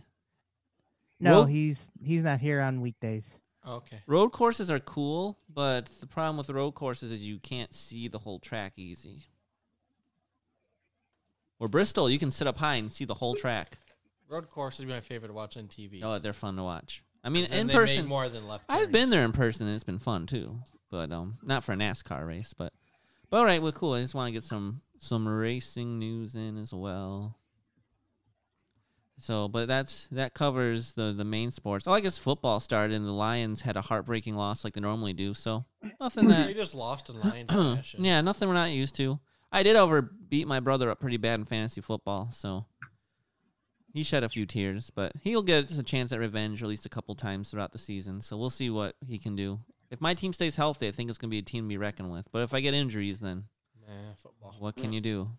[SPEAKER 4] No,
[SPEAKER 1] Well-
[SPEAKER 4] he's he's not here on weekdays.
[SPEAKER 3] Oh, Okay.
[SPEAKER 1] Road courses are cool, but the problem with the road courses is you can't see the whole track easy. Or Bristol, you can sit up high and see the whole track.
[SPEAKER 3] Road course is my favorite to watch on TV.
[SPEAKER 1] Oh, they're fun to watch. I mean,
[SPEAKER 3] And
[SPEAKER 1] in
[SPEAKER 3] they make
[SPEAKER 1] person,
[SPEAKER 3] more than left.
[SPEAKER 1] I've been
[SPEAKER 3] turns.
[SPEAKER 1] there in person and it's been fun too, but um, not for a NASCAR race, but but all right, well, cool. I just want to get some some racing news in as well. So, but that's that covers the the main sports. Oh, I guess football started and the Lions had a heartbreaking loss like they normally do. So nothing
[SPEAKER 3] They
[SPEAKER 1] that
[SPEAKER 3] just lost in Lions fashion.
[SPEAKER 1] yeah, nothing we're not used to. I did over beat my brother up pretty bad in fantasy football, so he shed a few tears, but he'll get a chance at revenge at least a couple times throughout the season. So we'll see what he can do. If my team stays healthy, I think it's going to be a team to be reckoned with. But if I get injuries, then
[SPEAKER 3] Nah, football.
[SPEAKER 1] what can you do?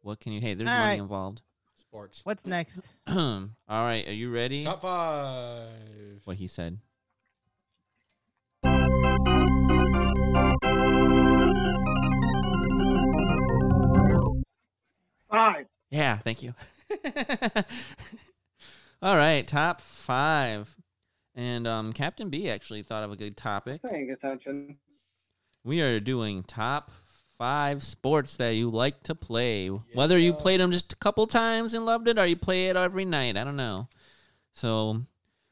[SPEAKER 1] What can you? Hey, there's
[SPEAKER 4] All
[SPEAKER 1] money
[SPEAKER 4] right.
[SPEAKER 1] involved.
[SPEAKER 3] Sports.
[SPEAKER 4] What's next?
[SPEAKER 1] All right, are you ready?
[SPEAKER 3] Top five.
[SPEAKER 1] What he said.
[SPEAKER 2] Five.
[SPEAKER 1] Yeah, thank you. All right, top five. And um, Captain B actually thought of a good topic.
[SPEAKER 2] Paying attention.
[SPEAKER 1] We are doing top five sports that you like to play. Whether you
[SPEAKER 3] Yeah.
[SPEAKER 1] played them just a couple times and loved it, or you play it every night, I don't know. So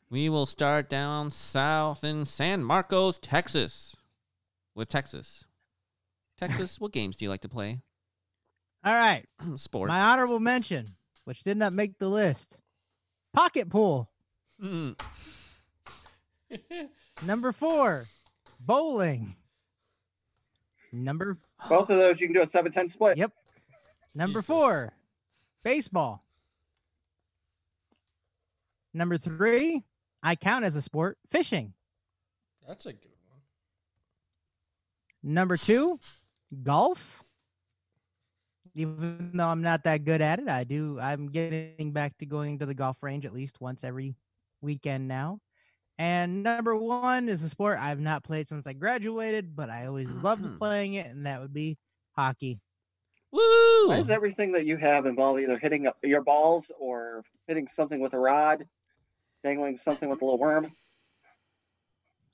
[SPEAKER 1] we will start down south in San Marcos, Texas. With Texas. Texas, what games do you like to play?
[SPEAKER 4] All right,
[SPEAKER 1] sports.
[SPEAKER 4] my honorable mention, which did not make the list, pocket pool.
[SPEAKER 1] Mm.
[SPEAKER 4] Number four, bowling. Number
[SPEAKER 2] Both of those you can do a 7 10 split.
[SPEAKER 4] Yep. number
[SPEAKER 3] Jesus.
[SPEAKER 4] four, baseball. Number three, I count as a sport, fishing.
[SPEAKER 3] That's a good one.
[SPEAKER 4] Number two, golf. Even though I'm not that good at it, I do. I'm getting back to going to the golf range at least once every weekend now. And number one is a sport I've not played since I graduated, but I always loved playing it, and that would be hockey.
[SPEAKER 1] Woo!
[SPEAKER 2] Why does everything that you have involve either hitting up your balls or hitting something with a rod, dangling something with a little worm?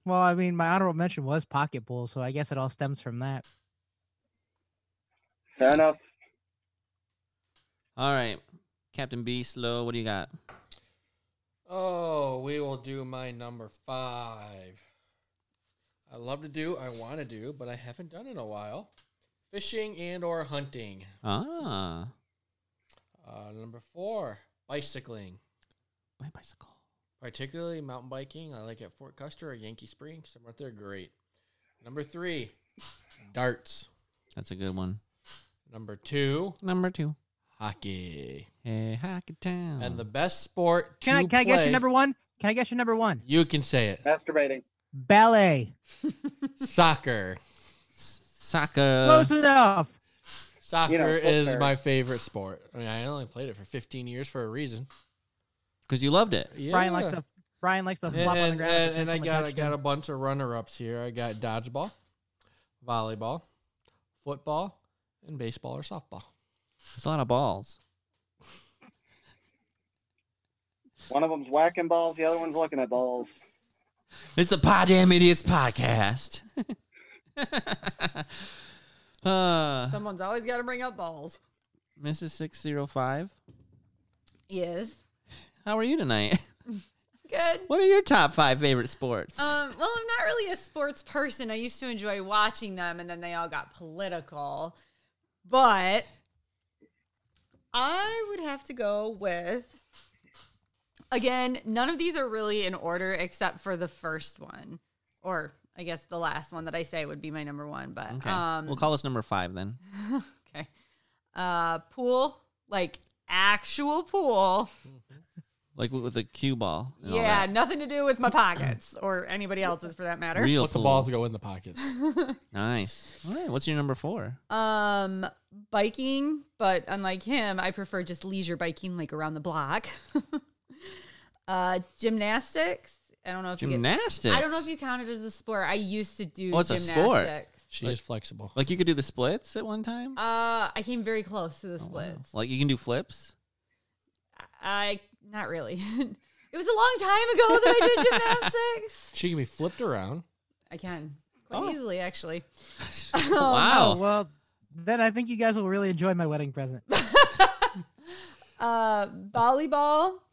[SPEAKER 4] Well, I mean, my honorable mention was pocket pool, so I guess it all stems from that.
[SPEAKER 2] Fair enough.
[SPEAKER 1] All right. Captain B, slow. What do you got?
[SPEAKER 3] Oh, we will do my number five. I love to do, I want to do, but I haven't done in a while. Fishing and or hunting.
[SPEAKER 1] Ah,
[SPEAKER 3] Uh, number four, bicycling,
[SPEAKER 1] my bicycle.
[SPEAKER 3] particularly mountain biking. I like at Fort Custer or Yankee Springs. Somewhere up there, great. Number three, darts.
[SPEAKER 1] That's a good one.
[SPEAKER 3] Number two,
[SPEAKER 1] Number two.
[SPEAKER 3] hockey.
[SPEAKER 1] Hey, hockey town.
[SPEAKER 3] And the best sport
[SPEAKER 4] Can I?
[SPEAKER 3] to
[SPEAKER 4] Can I guess
[SPEAKER 3] play-
[SPEAKER 4] your number one? Can I guess your number one?
[SPEAKER 3] You can say it.
[SPEAKER 2] Masturbating.
[SPEAKER 4] Ballet.
[SPEAKER 3] Soccer. Uh,
[SPEAKER 1] soccer.
[SPEAKER 4] Close enough.
[SPEAKER 3] Soccer
[SPEAKER 2] You know,
[SPEAKER 3] is
[SPEAKER 2] soccer.
[SPEAKER 3] my favorite sport. I mean, I only played it for 15 years for a reason.
[SPEAKER 1] Because you loved it.
[SPEAKER 3] Yeah.
[SPEAKER 4] Brian likes to. Brian likes to
[SPEAKER 3] And,
[SPEAKER 4] flop on the
[SPEAKER 3] and,
[SPEAKER 4] ground.
[SPEAKER 3] and, I
[SPEAKER 4] pretend
[SPEAKER 3] got I
[SPEAKER 4] someone touched him.
[SPEAKER 3] got a bunch of runner ups here. I got dodgeball, volleyball, football, and baseball or softball.
[SPEAKER 1] It's a lot of balls.
[SPEAKER 2] One of them's whacking balls, the other one's looking at balls.
[SPEAKER 1] It's the Pod Damn Idiots podcast. uh,
[SPEAKER 5] Someone's always got to bring up balls.
[SPEAKER 1] Mrs. 605,
[SPEAKER 5] Yes.
[SPEAKER 1] how are you tonight?
[SPEAKER 5] Good.
[SPEAKER 1] What are your top five favorite sports?
[SPEAKER 5] Um, well, I'm not really a sports person. I used to enjoy watching them, and then they all got political. But I would have to go with. Again, none of these are really in order except for the first one, or I guess the last one that I say would be my number one. But
[SPEAKER 1] okay.
[SPEAKER 5] um,
[SPEAKER 1] we'll call this number five then.
[SPEAKER 5] okay, uh, pool, like actual pool.
[SPEAKER 1] like with a cue ball. and all
[SPEAKER 6] Yeah,
[SPEAKER 1] that.
[SPEAKER 6] nothing to do with my pockets or anybody else's for that matter.
[SPEAKER 1] real
[SPEAKER 3] Let the
[SPEAKER 1] pool.
[SPEAKER 3] balls go in the pockets.
[SPEAKER 1] Nice. All right, what's your number four?
[SPEAKER 5] um, biking, but unlike him, I prefer just leisure biking, like around the block. uh, gymnastics. I don't know if you get-
[SPEAKER 1] Gymnastics.
[SPEAKER 5] I don't know if you count it as a sport. I used to do
[SPEAKER 1] Oh, it's a
[SPEAKER 5] gymnastics.
[SPEAKER 1] sport.
[SPEAKER 3] She is flexible.
[SPEAKER 1] like you could do the splits at one time.
[SPEAKER 5] Uh, I came very close to the
[SPEAKER 1] Oh, wow.
[SPEAKER 5] splits.
[SPEAKER 1] Like you can do flips.
[SPEAKER 5] I not really. it was a long time ago that I did gymnastics.
[SPEAKER 3] She can be flipped around.
[SPEAKER 5] I can quite
[SPEAKER 1] Oh.
[SPEAKER 5] easily actually.
[SPEAKER 4] Oh,
[SPEAKER 1] wow.
[SPEAKER 4] well, then I think you guys will really enjoy my wedding present.
[SPEAKER 5] uh, volleyball.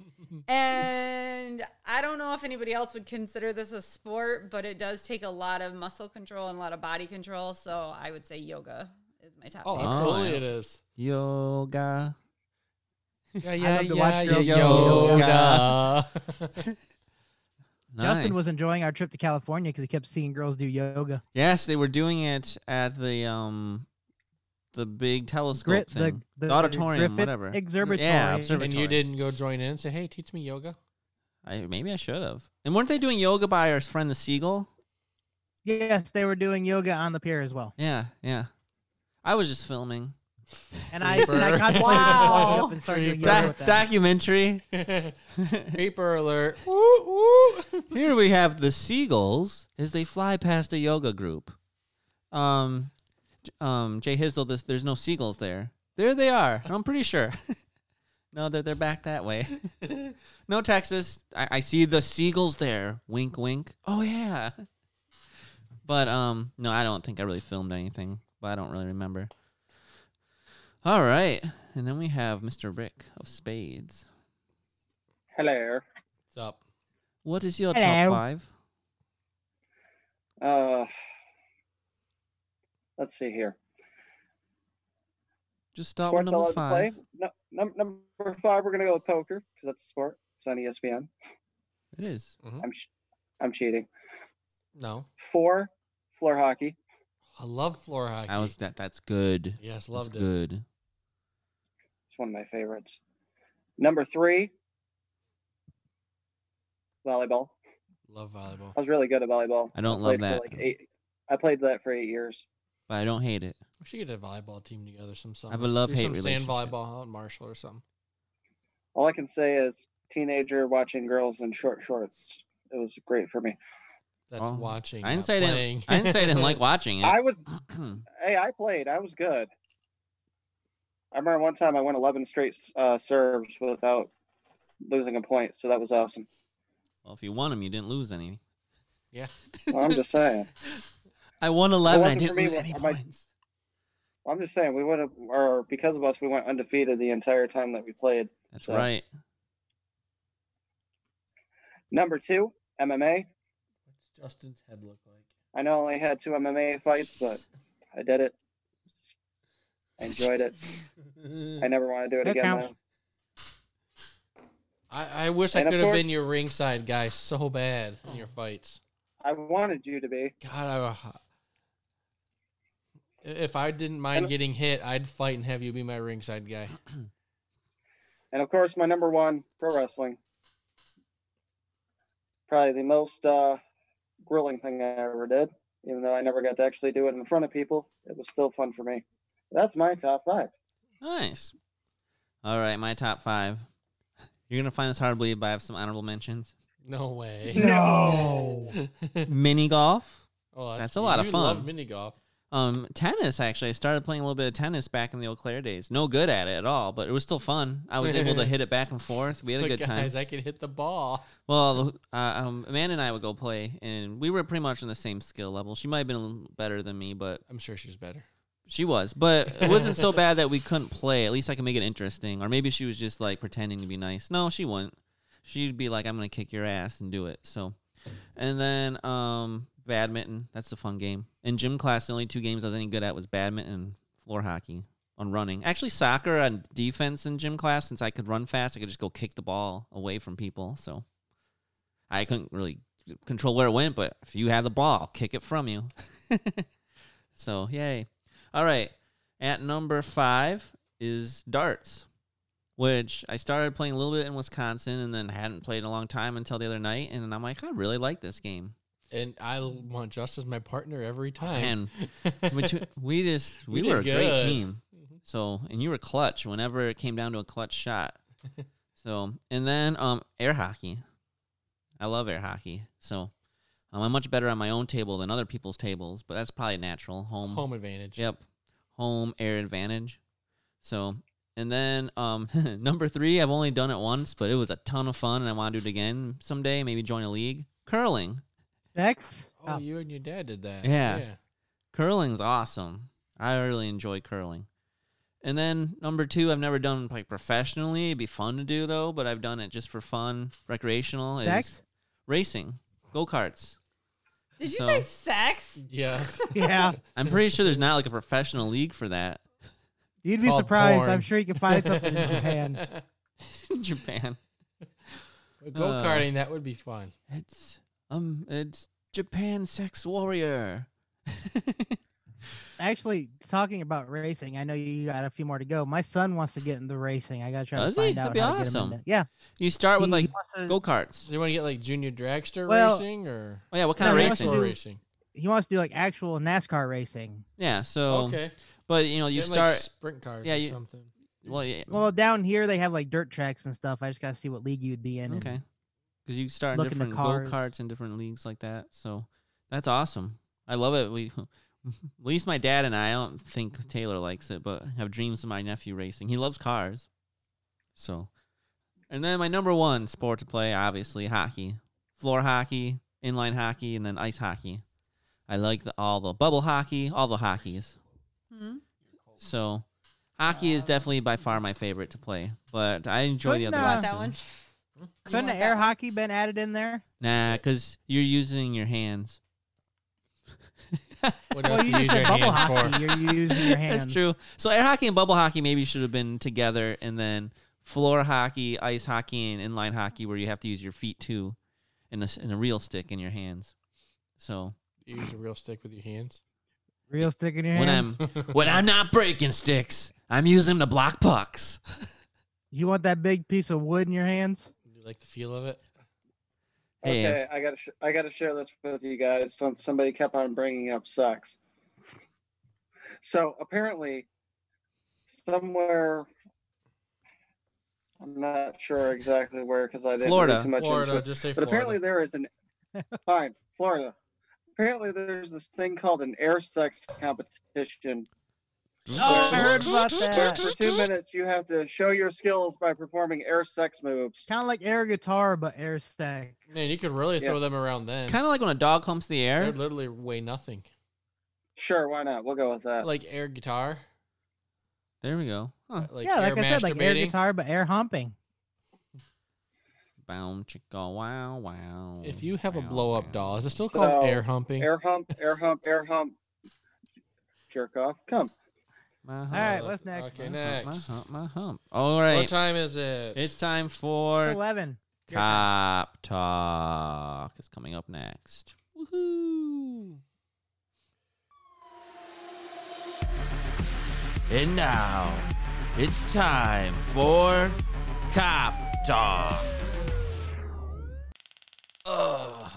[SPEAKER 5] And I don't know if anybody else would consider this a sport, but it does take a lot of muscle control and a lot of body control. So I would say yoga is my top.
[SPEAKER 3] Oh,
[SPEAKER 5] pick.
[SPEAKER 3] absolutely,
[SPEAKER 1] yeah.
[SPEAKER 3] it is.
[SPEAKER 1] Yoga.
[SPEAKER 3] Yeah,
[SPEAKER 4] yeah, to watch yeah, girls
[SPEAKER 1] do yoga.
[SPEAKER 4] Justin
[SPEAKER 1] Nice.
[SPEAKER 4] was enjoying our trip to California because he kept seeing girls do yoga.
[SPEAKER 1] Yes, they were doing it at the um the big telescope
[SPEAKER 4] Grit, the,
[SPEAKER 1] thing.
[SPEAKER 4] the,
[SPEAKER 1] auditorium,
[SPEAKER 4] Griffith
[SPEAKER 1] whatever.
[SPEAKER 4] Observatory.
[SPEAKER 1] Yeah,
[SPEAKER 3] and
[SPEAKER 1] observatory.
[SPEAKER 3] you didn't go join in and say, "Hey, teach me yoga."
[SPEAKER 1] I, maybe I should have. And weren't they doing yoga by our friend the seagull?
[SPEAKER 4] Yes, they were doing yoga on the pier as well.
[SPEAKER 1] Yeah, yeah. I was just filming
[SPEAKER 4] And I, and I
[SPEAKER 3] Creeper.
[SPEAKER 4] contemplated walking up and started doing
[SPEAKER 3] Creeper.
[SPEAKER 4] yoga
[SPEAKER 1] Doc-
[SPEAKER 4] with them.
[SPEAKER 1] documentary.
[SPEAKER 3] Paper alert.
[SPEAKER 1] Here we have the seagulls as they fly past a yoga group. Um, J- um, Jay Hizzle, this, there's no seagulls there. There they are. I'm pretty sure. no, they're, they're back that way. no, Texas. I, I see the seagulls there. Wink, wink. Oh, yeah. But um, no, I don't think I really filmed anything, but I don't really remember. All right. And then we have Mr. Rick of Spades.
[SPEAKER 2] Hello.
[SPEAKER 3] What's up?
[SPEAKER 1] What is your top
[SPEAKER 4] Hello.
[SPEAKER 1] five?
[SPEAKER 2] Uh, let's see here.
[SPEAKER 1] Just start with
[SPEAKER 2] Sports
[SPEAKER 1] number
[SPEAKER 2] I love to play.
[SPEAKER 1] five.
[SPEAKER 2] No, num- number five, we're gonna go with poker because that's a sport. It's on E ESPN.
[SPEAKER 1] It is.
[SPEAKER 2] I'm, ch- I'm cheating.
[SPEAKER 3] No,
[SPEAKER 2] Four, floor hockey.
[SPEAKER 3] I love floor hockey.
[SPEAKER 1] I was that. That's good.
[SPEAKER 3] yes,
[SPEAKER 1] That's
[SPEAKER 3] loved it.
[SPEAKER 1] good.
[SPEAKER 2] It's one of my favorites. Number three, volleyball.
[SPEAKER 3] Love volleyball.
[SPEAKER 2] I was really good at volleyball.
[SPEAKER 1] I don't love
[SPEAKER 2] played
[SPEAKER 1] that,
[SPEAKER 2] For like eight, I played that for eight years.
[SPEAKER 1] but I don't hate it.
[SPEAKER 3] We should get a volleyball team together some summer.
[SPEAKER 1] have a love
[SPEAKER 3] Do
[SPEAKER 1] hate
[SPEAKER 3] some sand
[SPEAKER 1] relationship.
[SPEAKER 3] volleyball out in Marshall or something.
[SPEAKER 2] All I can say is teenager watching girls in short shorts. It was great for me.
[SPEAKER 3] That's
[SPEAKER 1] Oh,
[SPEAKER 3] watching.
[SPEAKER 1] I didn't
[SPEAKER 3] not
[SPEAKER 1] say I
[SPEAKER 3] playing.
[SPEAKER 1] didn't. I didn't say I didn't like watching it.
[SPEAKER 2] I was hey, I played. I was good. I remember one time I went 11 straight uh, serves without losing a point, so that was awesome.
[SPEAKER 1] well, if you won them, you didn't lose any.
[SPEAKER 3] Yeah.
[SPEAKER 2] Well, I'm just saying.
[SPEAKER 1] I won eleven. I
[SPEAKER 2] wasn't
[SPEAKER 1] didn't
[SPEAKER 2] for me,
[SPEAKER 1] lose
[SPEAKER 2] well,
[SPEAKER 1] any
[SPEAKER 2] I might-
[SPEAKER 1] points.
[SPEAKER 2] Well, I'm just saying we would have, or because of us, we went undefeated the entire time that we played.
[SPEAKER 1] That's
[SPEAKER 2] so.
[SPEAKER 1] right.
[SPEAKER 2] Number two, MMA.
[SPEAKER 3] What's Justin's head look like?
[SPEAKER 2] I know I only had two MMA fights, but I did it. I enjoyed it. I never want to do it
[SPEAKER 4] That
[SPEAKER 2] again.
[SPEAKER 4] counts.
[SPEAKER 2] Though.
[SPEAKER 3] I, I wish I
[SPEAKER 2] And of
[SPEAKER 3] could have
[SPEAKER 2] course-
[SPEAKER 3] been your ringside guy so bad in your fights.
[SPEAKER 2] I wanted you to be.
[SPEAKER 3] God, I, if I didn't mind
[SPEAKER 2] And-
[SPEAKER 3] getting hit, I'd fight and have you be my ringside guy.
[SPEAKER 2] And of course, my number one pro wrestling. Probably the most uh, grilling thing I ever did, even though I never got to actually do it in front of people. It was still fun for me. That's my top five.
[SPEAKER 1] Nice. All right, my top five. You're gonna find this hard to believe, but I have some honorable mentions.
[SPEAKER 3] No way.
[SPEAKER 4] No.
[SPEAKER 1] Mini golf.
[SPEAKER 3] Oh,
[SPEAKER 1] That's a lot of
[SPEAKER 3] you love
[SPEAKER 1] fun.
[SPEAKER 3] mini golf.
[SPEAKER 1] Um, tennis actually. I started playing a little bit of tennis back in the Eau Claire days. No good at it at all, but it was still fun. I was able to hit it back and forth. We had a
[SPEAKER 3] But
[SPEAKER 1] good time.
[SPEAKER 3] guys, I can hit the ball.
[SPEAKER 1] Well, uh, um, Amanda and I would go play, and we were pretty much on the same skill level. She might have been a little better than me, but
[SPEAKER 3] I'm sure she's better.
[SPEAKER 1] she was. But it wasn't so bad that we couldn't play. At least I could make it interesting. Or maybe she was just like pretending to be nice. No, she wouldn't. She'd be like, "I'm gonna kick your ass and do it." So, and then um, badminton. That's a fun game. In gym class, the only two games I was any good at was badminton and floor hockey. On running, actually, soccer and defense in gym class. Since I could run fast, I could just go kick the ball away from people. So, I couldn't really control where it went, but if you had the ball, I'll kick it from you. so, yay. All right. At number five is darts. which I started playing a little bit in Wisconsin and then hadn't played in a long time until the other night. And I'm like, I really like this game.
[SPEAKER 3] And I want Just as my partner every time.
[SPEAKER 1] And between, we just we,
[SPEAKER 3] We did
[SPEAKER 1] were a great
[SPEAKER 3] good. Mm-hmm.
[SPEAKER 1] team. So and you were clutch whenever it came down to a clutch shot. so and then um air hockey. I love air hockey. So um, I'm much better on my own table than other people's tables, but that's probably natural. Home,
[SPEAKER 3] Home advantage.
[SPEAKER 1] Yep. Home air advantage. So, and then um, number three, I've only done it once, but it was a ton of fun, and I want to do it again someday. Maybe join a league. Curling.
[SPEAKER 4] Sex?
[SPEAKER 3] Oh,
[SPEAKER 4] Oh,
[SPEAKER 3] you and your dad did that.
[SPEAKER 1] Yeah. Curling's awesome. I really enjoy curling. And then number two, I've never done like professionally. It'd be fun to do though, but I've done it just for fun, recreational. is
[SPEAKER 4] Oh, sex?
[SPEAKER 1] Racing, go karts.
[SPEAKER 6] Did you
[SPEAKER 1] So-
[SPEAKER 6] say sex?
[SPEAKER 3] Yeah.
[SPEAKER 4] Yeah.
[SPEAKER 1] I'm pretty sure there's not like a professional league for that
[SPEAKER 4] You'd be
[SPEAKER 3] Called
[SPEAKER 4] surprised.
[SPEAKER 3] porn.
[SPEAKER 4] I'm sure you can find something in Japan.
[SPEAKER 1] in Japan.
[SPEAKER 3] Go
[SPEAKER 1] Uh.
[SPEAKER 3] karting, that would be fun.
[SPEAKER 1] It's um, it's Japan Sex Warrior.
[SPEAKER 4] Actually, talking about racing, I know you got a few more to go. My son wants to get into racing. I gotta try
[SPEAKER 1] Does
[SPEAKER 4] to
[SPEAKER 1] he?
[SPEAKER 4] find
[SPEAKER 1] That'd
[SPEAKER 4] out.
[SPEAKER 1] be
[SPEAKER 4] how to get him
[SPEAKER 1] awesome.
[SPEAKER 4] into- Yeah.
[SPEAKER 1] You start with
[SPEAKER 4] he- he
[SPEAKER 1] like
[SPEAKER 4] wants to-
[SPEAKER 1] go karts.
[SPEAKER 3] Do you want to get like junior dragster
[SPEAKER 4] Well-
[SPEAKER 3] racing or
[SPEAKER 1] Oh yeah, what kind
[SPEAKER 4] No,
[SPEAKER 1] of
[SPEAKER 4] he wants
[SPEAKER 1] racing?
[SPEAKER 4] to
[SPEAKER 3] outdoor
[SPEAKER 4] do-
[SPEAKER 3] racing?
[SPEAKER 4] he wants to do like actual NASCAR racing.
[SPEAKER 1] Yeah, so
[SPEAKER 3] okay.
[SPEAKER 1] but you know you
[SPEAKER 3] Get, like,
[SPEAKER 1] start
[SPEAKER 3] sprint cars
[SPEAKER 1] yeah,
[SPEAKER 3] or
[SPEAKER 1] you-
[SPEAKER 3] something.
[SPEAKER 1] well yeah
[SPEAKER 4] Well, down here they have like dirt tracks and stuff. I just gotta see what league you'd be in. and-
[SPEAKER 1] okay because you start in
[SPEAKER 4] look into
[SPEAKER 1] different go
[SPEAKER 4] cars.
[SPEAKER 1] karts and different leagues like that. So that's awesome. I love it. We at least my dad and I, I don't think Taylor likes it, but have dreams of my nephew racing. He loves cars, so and then my number one sport to play obviously hockey, floor hockey, inline hockey, and then ice hockey. I like the, all the bubble hockey, all the hockeys.
[SPEAKER 5] Hmm?
[SPEAKER 1] So hockey is definitely by far my favorite to play, but I enjoy the
[SPEAKER 4] Couldn't,
[SPEAKER 1] other
[SPEAKER 4] uh,
[SPEAKER 1] ones.
[SPEAKER 6] that
[SPEAKER 1] too.
[SPEAKER 6] one?
[SPEAKER 4] Couldn't the
[SPEAKER 6] want
[SPEAKER 4] air
[SPEAKER 6] that one.
[SPEAKER 4] hockey been added in there?
[SPEAKER 1] Nah, because you're using your hands.
[SPEAKER 3] What else
[SPEAKER 4] Well,
[SPEAKER 3] do
[SPEAKER 4] you
[SPEAKER 3] you use
[SPEAKER 4] just
[SPEAKER 3] your
[SPEAKER 4] said bubble
[SPEAKER 3] hands
[SPEAKER 4] hockey.
[SPEAKER 3] for?
[SPEAKER 4] You're using your hands.
[SPEAKER 1] That's true. So air hockey and bubble hockey maybe should have been together, and then floor hockey, ice hockey, and inline hockey where you have to use your feet too, and a, s- and a real stick in your hands. So
[SPEAKER 3] You use a real stick with your hands.
[SPEAKER 4] Real stick in your
[SPEAKER 1] when
[SPEAKER 4] hands.
[SPEAKER 1] I'm when I'm not breaking sticks, I'm using them to block pucks.
[SPEAKER 4] You want that big piece of wood in your hands?
[SPEAKER 3] You like the feel of it?
[SPEAKER 1] Hey,
[SPEAKER 2] Okay, I gotta sh- I gotta share this with you guys since somebody kept on bringing up sex. So apparently, somewhere I'm not sure exactly where because I didn't
[SPEAKER 1] Florida.
[SPEAKER 2] read too much
[SPEAKER 3] Florida,
[SPEAKER 2] into it.
[SPEAKER 3] just say
[SPEAKER 2] But
[SPEAKER 3] Florida.
[SPEAKER 2] apparently there is an fine Florida. Apparently there's this thing called an air sex competition
[SPEAKER 1] Oh,
[SPEAKER 4] I heard about
[SPEAKER 2] where
[SPEAKER 4] that.
[SPEAKER 2] for two minutes you have to show your skills by performing air sex moves.
[SPEAKER 4] Kind of like air guitar, but air stack.
[SPEAKER 3] Man, you could really
[SPEAKER 2] Yeah.
[SPEAKER 3] throw them around then.
[SPEAKER 1] Kind of like when a dog clumps the air.
[SPEAKER 3] They'd literally weigh nothing.
[SPEAKER 2] Sure, why not? We'll go with that.
[SPEAKER 3] Like air guitar.
[SPEAKER 1] There we go. Huh.
[SPEAKER 3] Like
[SPEAKER 4] yeah,
[SPEAKER 3] air
[SPEAKER 4] like I said, like air
[SPEAKER 3] masturbating.
[SPEAKER 4] guitar, but air humping.
[SPEAKER 1] Bound chicka wow wow.
[SPEAKER 3] If you have a
[SPEAKER 1] wow,
[SPEAKER 3] blow up
[SPEAKER 1] wow.
[SPEAKER 3] doll, is it still
[SPEAKER 2] So,
[SPEAKER 3] called air humping?
[SPEAKER 2] Air hump, air hump, air hump. Jerk off. Come.
[SPEAKER 1] My hump,
[SPEAKER 4] All right, what's next?
[SPEAKER 3] Okay,
[SPEAKER 1] my hump,
[SPEAKER 3] next.
[SPEAKER 1] My hump, my hump. All
[SPEAKER 3] What
[SPEAKER 1] right,
[SPEAKER 3] time is it?
[SPEAKER 1] it's time for
[SPEAKER 4] Eleven. Your turn.
[SPEAKER 1] Top Talk is coming up next. Woohoo! And now it's time for Cop Talk. Ugh,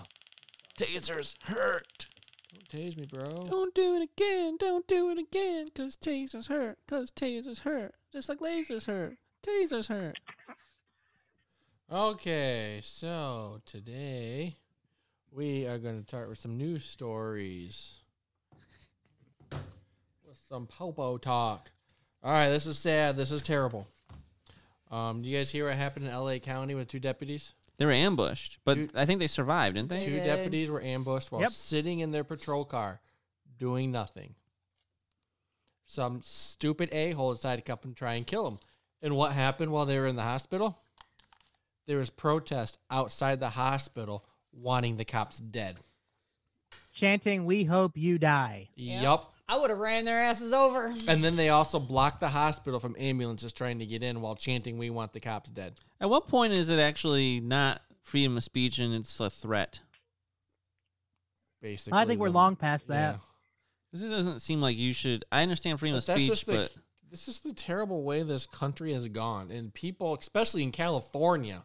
[SPEAKER 1] tasers hurt.
[SPEAKER 3] Don't tase me, bro.
[SPEAKER 1] Don't do it again, don't do it again, cause tasers hurt, cause tasers hurt, just like lasers hurt, tasers hurt.
[SPEAKER 3] Okay, so today we are going to start with some news stories. With some popo talk. All right, this is sad. This is terrible. Um, do you guys hear what happened in L.A. County with two deputies?
[SPEAKER 1] They were ambushed, but
[SPEAKER 3] Dude.
[SPEAKER 1] I think they survived, didn't they?
[SPEAKER 3] Two
[SPEAKER 5] did.
[SPEAKER 3] deputies were ambushed while
[SPEAKER 4] Yep.
[SPEAKER 3] sitting in their patrol car doing nothing. Some stupid a hole decided to come and try and kill them. And what happened while they were in the hospital? There was protest outside the hospital wanting the cops dead.
[SPEAKER 4] Chanting, "We hope you die."
[SPEAKER 3] Yup.
[SPEAKER 6] Yep. I would have ran their asses over.
[SPEAKER 3] And then they also blocked the hospital from ambulances trying to get in while chanting, We want the cops dead.
[SPEAKER 1] At what point is it actually not freedom of speech and it's a threat?
[SPEAKER 3] Basically,
[SPEAKER 4] I think we're
[SPEAKER 3] the-
[SPEAKER 4] long past that.
[SPEAKER 3] Yeah.
[SPEAKER 1] Because it doesn't seem like you should. I understand freedom
[SPEAKER 3] But
[SPEAKER 1] of
[SPEAKER 3] that's
[SPEAKER 1] speech,
[SPEAKER 3] just the,
[SPEAKER 1] but
[SPEAKER 3] this is the terrible way this country has gone, and people, especially in California,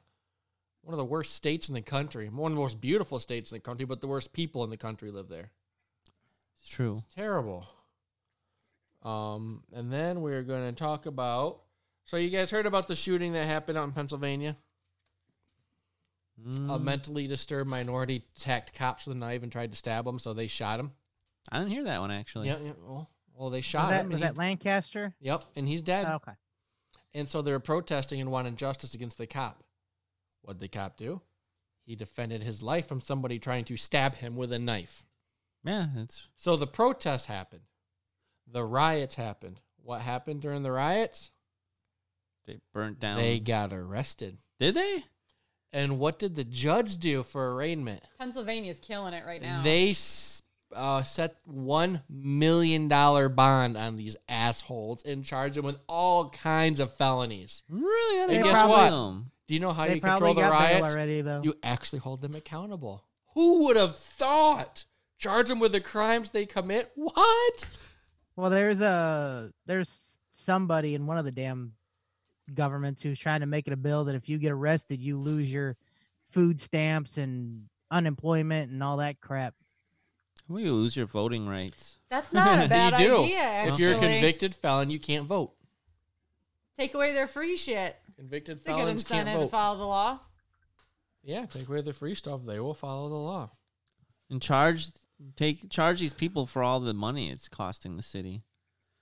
[SPEAKER 3] one of the worst states in the country, one of the most beautiful states in the country, but the worst people in the country live there.
[SPEAKER 1] It's true.
[SPEAKER 3] Terrible. Um, and then we're going to talk about. So you guys heard about the shooting that happened out in Pennsylvania? A
[SPEAKER 1] Mm,
[SPEAKER 3] mentally disturbed minority attacked cops with a knife and tried to stab them, so they shot him.
[SPEAKER 1] I didn't hear that one actually.
[SPEAKER 3] Yeah, yeah. Well, well they
[SPEAKER 4] Was
[SPEAKER 3] shot
[SPEAKER 4] that,
[SPEAKER 3] him.
[SPEAKER 4] was
[SPEAKER 3] and
[SPEAKER 4] that Oh.
[SPEAKER 3] he's-
[SPEAKER 4] Lancaster?
[SPEAKER 3] Yep, and he's dead.
[SPEAKER 4] Okay.
[SPEAKER 3] And so they were protesting and wanted justice against the cop. What'd the cop do? He defended his life from somebody trying to stab him with a knife.
[SPEAKER 1] Yeah, it's
[SPEAKER 3] So the protests happened. The riots happened. What happened during the riots?
[SPEAKER 1] they burnt down.
[SPEAKER 3] They got arrested.
[SPEAKER 1] Did they?
[SPEAKER 3] And what did the judge do for arraignment?
[SPEAKER 5] Pennsylvania's killing it right now.
[SPEAKER 3] They s- uh, set one million dollar bond on these assholes and charged them with all kinds of felonies.
[SPEAKER 1] Really? I
[SPEAKER 3] And
[SPEAKER 1] didn't
[SPEAKER 3] guess
[SPEAKER 1] know
[SPEAKER 3] what?
[SPEAKER 1] them.
[SPEAKER 3] Do you know how
[SPEAKER 4] they
[SPEAKER 3] you
[SPEAKER 4] probably
[SPEAKER 3] control the
[SPEAKER 4] got bail
[SPEAKER 3] riots?
[SPEAKER 4] already though.
[SPEAKER 3] You actually hold them accountable. Who would have thought? Charge them with the crimes they commit? What?
[SPEAKER 4] Well, there's a there's somebody in one of the damn governments who's trying to make it a bill that if you get arrested, you lose your food stamps and unemployment and all that crap.
[SPEAKER 1] Well, you lose your voting rights.
[SPEAKER 6] That's not a bad
[SPEAKER 3] You do.
[SPEAKER 6] idea. Actually,
[SPEAKER 3] If you're a convicted felon, you can't vote.
[SPEAKER 6] take away their free shit.
[SPEAKER 3] Convicted
[SPEAKER 6] It's a good
[SPEAKER 3] felons can't
[SPEAKER 6] incentive to
[SPEAKER 3] vote.
[SPEAKER 6] follow the law.
[SPEAKER 3] yeah, take away the free stuff. They will follow the law.
[SPEAKER 1] And charge take charge these people for all the money it's costing the city.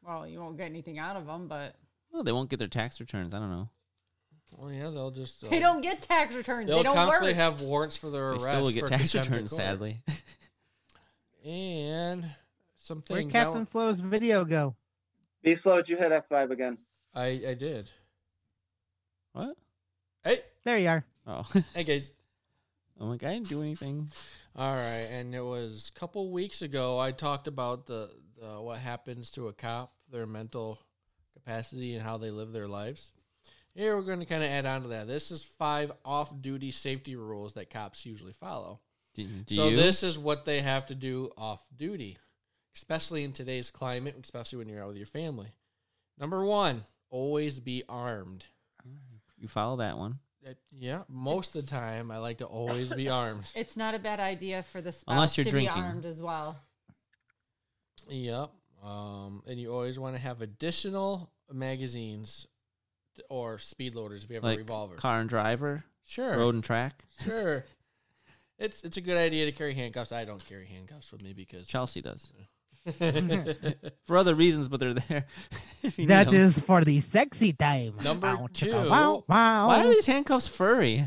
[SPEAKER 6] Well, you won't get anything out of them, but
[SPEAKER 1] Well, they won't get their tax returns. I don't know.
[SPEAKER 3] Well, yeah, they'll just. uh,
[SPEAKER 6] they don't get tax returns.
[SPEAKER 3] They'll
[SPEAKER 6] They don't
[SPEAKER 3] constantly
[SPEAKER 6] work.
[SPEAKER 3] have warrants for their
[SPEAKER 1] They
[SPEAKER 3] arrest.
[SPEAKER 1] still will get
[SPEAKER 3] for
[SPEAKER 1] tax
[SPEAKER 3] contempt of
[SPEAKER 1] returns,
[SPEAKER 3] court.
[SPEAKER 1] sadly.
[SPEAKER 3] And some
[SPEAKER 4] Where
[SPEAKER 3] things. I,
[SPEAKER 4] Captain Flow's video go?
[SPEAKER 2] Be slow. Did you hit F5 again?
[SPEAKER 3] I I did.
[SPEAKER 1] what?
[SPEAKER 3] Hey,
[SPEAKER 4] There you are.
[SPEAKER 1] Oh,
[SPEAKER 3] hey guys.
[SPEAKER 1] I'm like I didn't do anything.
[SPEAKER 3] All right, and it was a couple weeks ago. I talked about the, the what happens to a cop, their mental capacity, and how they live their lives. Here we're going to kind of add on to that. This is five off-duty safety rules that cops usually follow.
[SPEAKER 1] Did, do
[SPEAKER 3] so
[SPEAKER 1] you?
[SPEAKER 3] this is what they have to do off-duty, especially in today's climate, especially when you're out with your family. Number one, always be armed.
[SPEAKER 1] you follow that one.
[SPEAKER 3] Uh, Yeah, most of the time I like to always be armed.
[SPEAKER 5] It's not a bad idea for the spouse
[SPEAKER 1] Unless you're
[SPEAKER 5] to
[SPEAKER 1] drinking.
[SPEAKER 5] be armed as well.
[SPEAKER 3] Yep. Um, and you always want to have additional magazines t- or speed loaders if you have
[SPEAKER 1] like
[SPEAKER 3] a revolver.
[SPEAKER 1] car and driver,
[SPEAKER 3] sure.
[SPEAKER 1] road and track.
[SPEAKER 3] Sure. It's it's a good idea to carry handcuffs. I don't carry handcuffs with me because
[SPEAKER 1] Chelsea does for other reasons, but they're there. if you need
[SPEAKER 4] That
[SPEAKER 1] 'em.
[SPEAKER 4] is for the sexy time.
[SPEAKER 3] Number
[SPEAKER 4] chicka,
[SPEAKER 3] two.
[SPEAKER 4] Wow, wow.
[SPEAKER 1] Why are these handcuffs furry?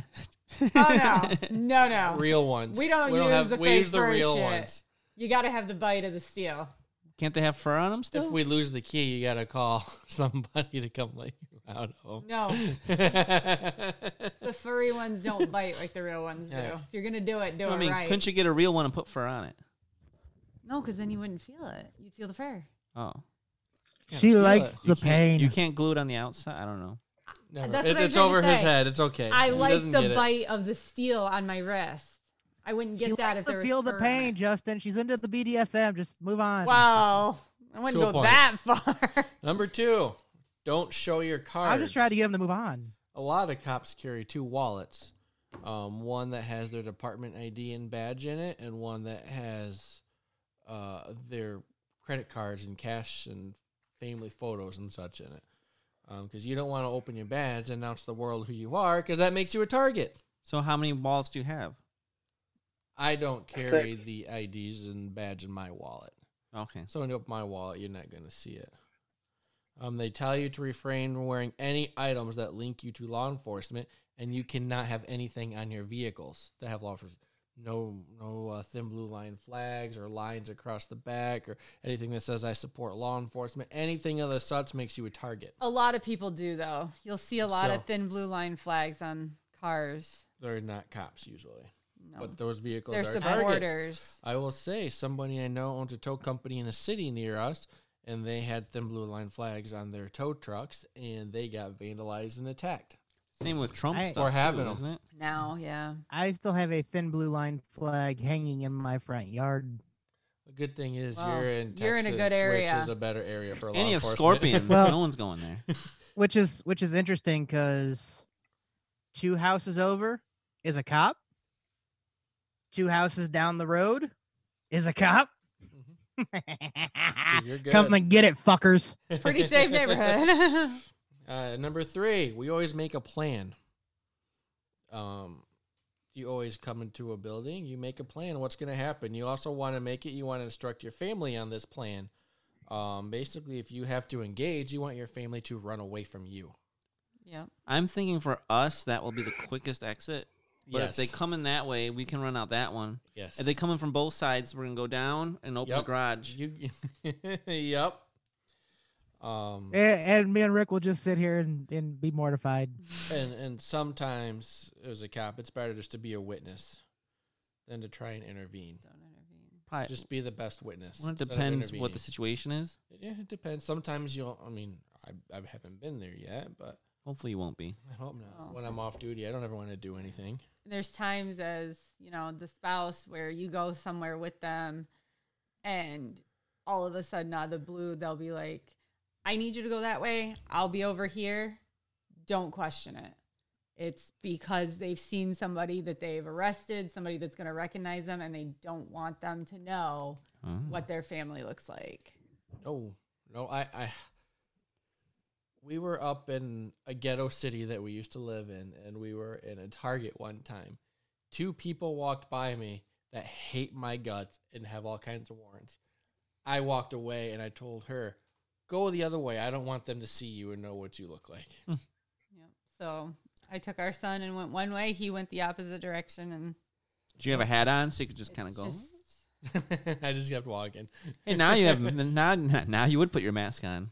[SPEAKER 6] Oh no, no, no.
[SPEAKER 3] real ones.
[SPEAKER 6] We don't use the
[SPEAKER 3] we use
[SPEAKER 6] fake
[SPEAKER 3] the
[SPEAKER 6] fur
[SPEAKER 3] real
[SPEAKER 6] shit.
[SPEAKER 3] ones.
[SPEAKER 6] You got to have the bite of the steel.
[SPEAKER 1] Can't they have fur on them still?
[SPEAKER 3] If we lose the key, you gotta call somebody to come let you out of 'em.
[SPEAKER 6] No, the furry ones don't bite like the real ones do.
[SPEAKER 3] Yeah.
[SPEAKER 6] If you're gonna do it, do
[SPEAKER 1] I
[SPEAKER 6] it
[SPEAKER 1] mean,
[SPEAKER 6] right.
[SPEAKER 1] couldn't you get a real one and put fur on it?
[SPEAKER 5] No, because then you wouldn't feel it. You'd feel the fur.
[SPEAKER 1] Oh,
[SPEAKER 4] she
[SPEAKER 3] feel
[SPEAKER 4] likes
[SPEAKER 3] it.
[SPEAKER 4] the pain.
[SPEAKER 1] you can't glue it on the outside. I don't know.
[SPEAKER 3] Never.
[SPEAKER 6] That's
[SPEAKER 3] It-
[SPEAKER 6] what I'm
[SPEAKER 3] it's
[SPEAKER 6] trying to
[SPEAKER 3] over his
[SPEAKER 6] say.
[SPEAKER 3] head. It's okay.
[SPEAKER 5] I
[SPEAKER 3] He
[SPEAKER 5] like
[SPEAKER 3] doesn't get
[SPEAKER 5] the
[SPEAKER 3] it.
[SPEAKER 5] bite of the steel on my wrist. I wouldn't get
[SPEAKER 4] she
[SPEAKER 5] that
[SPEAKER 4] likes
[SPEAKER 5] if
[SPEAKER 4] to
[SPEAKER 5] there was
[SPEAKER 4] feel the
[SPEAKER 5] fur on
[SPEAKER 4] pain,
[SPEAKER 5] it.
[SPEAKER 4] Justin. She's into the BDSM. Just move on.
[SPEAKER 6] Well, I wouldn't
[SPEAKER 3] To a
[SPEAKER 6] go
[SPEAKER 3] point.
[SPEAKER 6] that far.
[SPEAKER 3] Number two, don't show your cards.
[SPEAKER 4] I'm just trying to get him to move on.
[SPEAKER 3] a lot of cops carry two wallets um, one that has their department id and badge in it and one that has uh, their credit cards and cash and family photos and such in it because you don't want to open your badge and announce to the world who you are because that makes you a target
[SPEAKER 1] So how many wallets do you have?
[SPEAKER 3] i don't carry
[SPEAKER 2] Six.
[SPEAKER 3] the ids and badge in my wallet
[SPEAKER 1] Okay.
[SPEAKER 3] so when you open my wallet you're not going to see it um, they tell you to refrain from wearing any items that link you to law enforcement, and you cannot have anything on your vehicles that have law enforcement. No, no uh, thin blue line flags or lines across the back or anything that says I support law enforcement. Anything of the such makes you a target.
[SPEAKER 5] A lot of people do, though. You'll see a lot
[SPEAKER 3] So-
[SPEAKER 5] of thin blue line flags on cars.
[SPEAKER 3] They're not cops usually,
[SPEAKER 5] No.
[SPEAKER 3] but those vehicles
[SPEAKER 5] They're
[SPEAKER 3] are targets.
[SPEAKER 5] supporters.
[SPEAKER 3] I will say somebody I know owns a tow company in a city near us, and they had thin blue line flags on their tow trucks, and they got vandalized and attacked.
[SPEAKER 1] Same with Trump
[SPEAKER 4] I-
[SPEAKER 1] stuff,
[SPEAKER 3] Or having
[SPEAKER 1] too,
[SPEAKER 3] 'em.
[SPEAKER 1] isn't it?
[SPEAKER 5] Now, yeah.
[SPEAKER 4] I still have a thin blue line flag hanging in my front yard.
[SPEAKER 3] good thing is
[SPEAKER 5] Well,
[SPEAKER 3] you're in Texas,
[SPEAKER 5] you're in a good area.
[SPEAKER 3] which is a better area for law
[SPEAKER 1] And you have
[SPEAKER 3] enforcement.
[SPEAKER 1] scorpions.
[SPEAKER 4] Well-
[SPEAKER 1] no one's going there.
[SPEAKER 4] which is which is interesting because two houses over is a cop two houses down the road is a cop
[SPEAKER 3] So you're Mm-hmm. good.
[SPEAKER 4] come and get it fuckers
[SPEAKER 6] Pretty safe neighborhood.
[SPEAKER 3] Uh, number three, we always make a plan. Um, you always come into a building, you make a plan. What's going to happen? You also want to make it. You want to instruct your family on this plan. Um, basically, if you have to engage, you want your family to run away from you.
[SPEAKER 5] Yep.
[SPEAKER 1] I'm thinking for us, that will be the quickest exit. But
[SPEAKER 3] yes.
[SPEAKER 1] if they come in that way, we can run out that one.
[SPEAKER 3] yes.
[SPEAKER 1] If they come in from both sides, we're gonna go down and open
[SPEAKER 3] Yep.
[SPEAKER 1] the garage.
[SPEAKER 3] you, yep. Um,
[SPEAKER 4] A- and me and rick will just sit here and, and be mortified
[SPEAKER 3] and and sometimes as a cop, it's better just to be a witness than to try and intervene.
[SPEAKER 5] Don't intervene.
[SPEAKER 1] Probably,
[SPEAKER 3] Just be the best witness.
[SPEAKER 1] well, it
[SPEAKER 3] instead of
[SPEAKER 1] depends what the
[SPEAKER 3] intervening.
[SPEAKER 1] situation is.
[SPEAKER 3] Yeah, it depends. Sometimes you'll. I mean, I I haven't been there yet, but
[SPEAKER 1] Hopefully, you won't be.
[SPEAKER 3] I hope not.
[SPEAKER 5] Oh.
[SPEAKER 3] When I'm off duty, I don't ever want to do anything.
[SPEAKER 5] There's times as, you know, the spouse where you go somewhere with them and all of a sudden out of the blue they'll be like, I need you to go that way. I'll be over here. Don't question it. It's because they've seen somebody that they've arrested, somebody that's going to recognize them, and they don't want them to know
[SPEAKER 1] Oh.
[SPEAKER 5] what their family looks like.
[SPEAKER 3] No, no. I I. We were up in a ghetto city that we used to live in, and we were in a Target one time. Two people walked by me that hate my guts and have all kinds of warrants. I walked away and I told her, "Go the other way. I don't want them to see you and know what you look like."
[SPEAKER 5] Yep. So I took our son and went one way. He went the opposite direction, and
[SPEAKER 1] Do you have a hat on so you could just
[SPEAKER 5] it's
[SPEAKER 1] kind of go?
[SPEAKER 5] just-
[SPEAKER 3] I just kept walking.
[SPEAKER 1] Hey, now you have now now you would put your mask on.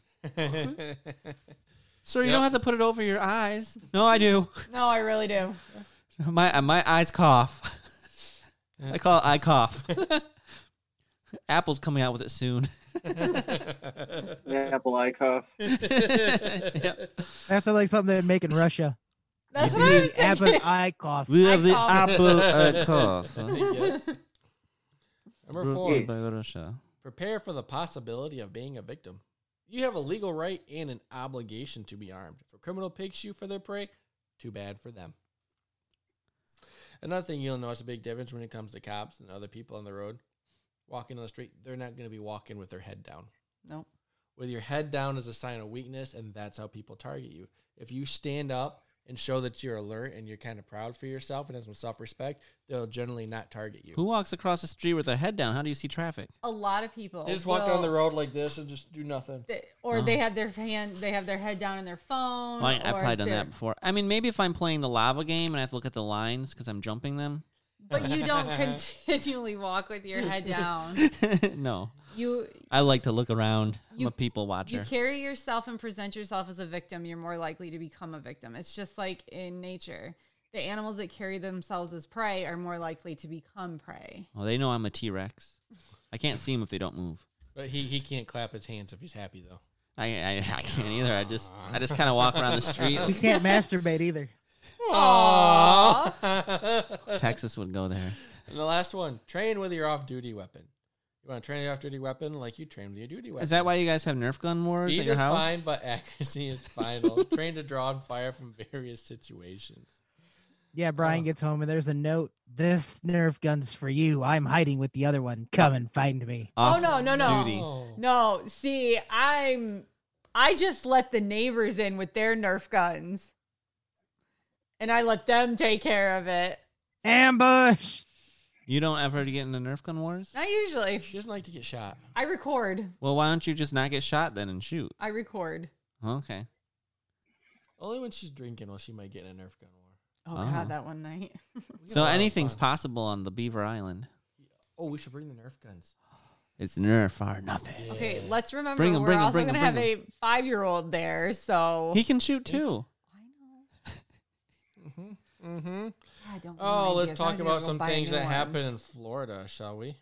[SPEAKER 1] Sir, you
[SPEAKER 3] Yep.
[SPEAKER 1] don't have to put it over your eyes. No, I do.
[SPEAKER 6] no, I really do.
[SPEAKER 1] My uh, my eyes cough. I call it I cough. Apple's coming out with it soon.
[SPEAKER 2] Apple eye cuff.
[SPEAKER 1] Yep.
[SPEAKER 4] that's like something they make in russia
[SPEAKER 6] That's
[SPEAKER 4] You
[SPEAKER 6] what I
[SPEAKER 4] see
[SPEAKER 6] was
[SPEAKER 4] apple
[SPEAKER 6] thinking.
[SPEAKER 4] eye cough
[SPEAKER 1] We
[SPEAKER 6] I
[SPEAKER 1] have the
[SPEAKER 6] cough.
[SPEAKER 1] Apple uh, cough.
[SPEAKER 3] Yes. Number four,
[SPEAKER 2] Yes.
[SPEAKER 3] prepare for the possibility of being a victim. You have a legal right and an obligation to be armed. If a criminal picks you for their prey, too bad for them. Another thing you'll notice a big difference when it comes to cops and other people on the road walking on the street, they're not going to be walking with their head down.
[SPEAKER 5] Nope.
[SPEAKER 3] With your head down is a sign of weakness, and that's how people target you. If you stand up and show that you're alert and you're kind of proud for yourself and have some self respect, they'll generally not target you.
[SPEAKER 1] Who walks across the street with their head down? How do you see traffic?
[SPEAKER 5] a lot of people
[SPEAKER 3] They just walk down the
[SPEAKER 5] will-
[SPEAKER 3] road like this and just do nothing.
[SPEAKER 5] they- or they have their hand, they have their head down in their
[SPEAKER 1] Uh-huh.
[SPEAKER 5] phone.
[SPEAKER 1] Well, I, I've
[SPEAKER 5] or
[SPEAKER 1] probably done
[SPEAKER 5] they're-
[SPEAKER 1] that before. I mean, maybe if I'm playing the lava game and I have to look at the lines because I'm jumping them.
[SPEAKER 5] But you don't continually walk with your head down.
[SPEAKER 1] no,
[SPEAKER 5] You
[SPEAKER 1] I like to look around. I'm
[SPEAKER 5] You-
[SPEAKER 1] a people
[SPEAKER 5] you
[SPEAKER 1] watcher.
[SPEAKER 5] carry yourself and present yourself as a victim, you're more likely to become a victim. It's just like in nature. The animals that carry themselves as prey are more likely to become prey.
[SPEAKER 1] Well, they know I'm a T Rex. I can't see them if they don't move.
[SPEAKER 3] But he, he can't clap his hands if he's happy though.
[SPEAKER 1] I, I, I can't either. I just I just kind of walk around the street.
[SPEAKER 4] you can't masturbate either
[SPEAKER 1] Texas would go there.
[SPEAKER 3] and the last one, train with your off duty weapon. You want to train your off duty weapon like you train with your duty weapon.
[SPEAKER 1] Is that why you guys have Nerf gun wars
[SPEAKER 3] Speed
[SPEAKER 1] at your
[SPEAKER 3] is
[SPEAKER 1] house?
[SPEAKER 3] fine, but accuracy is final. train to draw and fire from various situations.
[SPEAKER 4] yeah brian gets home and there's a note this nerf gun's for you i'm hiding with the other one come and find me
[SPEAKER 6] Oh, no, no, no.
[SPEAKER 1] duty.
[SPEAKER 3] Oh.
[SPEAKER 6] No, see, I'm. I just let the neighbors in with their Nerf guns, and I let them take care of it.
[SPEAKER 4] ambush
[SPEAKER 1] You don't ever get into Nerf gun wars?
[SPEAKER 6] Not usually.
[SPEAKER 3] She doesn't like to get shot.
[SPEAKER 6] I record.
[SPEAKER 1] Well, why don't you just not get shot then and shoot?
[SPEAKER 6] I record.
[SPEAKER 1] Okay.
[SPEAKER 3] Only when she's drinking, well, she might get in a Nerf gun war.
[SPEAKER 5] Oh,
[SPEAKER 1] Oh.
[SPEAKER 5] God, that one night.
[SPEAKER 3] We get a
[SPEAKER 1] So
[SPEAKER 3] lot of
[SPEAKER 1] anything's
[SPEAKER 3] fun.
[SPEAKER 1] possible on the Beaver Island.
[SPEAKER 3] Oh, we should bring the Nerf guns.
[SPEAKER 1] It's Nerf or nothing.
[SPEAKER 6] Okay,
[SPEAKER 3] Yeah.
[SPEAKER 6] let's remember
[SPEAKER 1] Bring 'em,
[SPEAKER 6] we're
[SPEAKER 1] bring 'em,
[SPEAKER 6] also
[SPEAKER 1] bring 'em,
[SPEAKER 6] gonna have
[SPEAKER 1] bring
[SPEAKER 6] a five-year-old there, so
[SPEAKER 1] He can shoot too.
[SPEAKER 3] Mm-hmm.
[SPEAKER 5] I don't
[SPEAKER 3] Oh,
[SPEAKER 5] want
[SPEAKER 3] let's
[SPEAKER 5] ideas. I
[SPEAKER 3] talk
[SPEAKER 5] was gonna
[SPEAKER 3] about
[SPEAKER 5] go
[SPEAKER 3] some
[SPEAKER 5] buy a
[SPEAKER 3] things
[SPEAKER 5] new
[SPEAKER 3] that
[SPEAKER 5] one.
[SPEAKER 3] happened in Florida, shall we?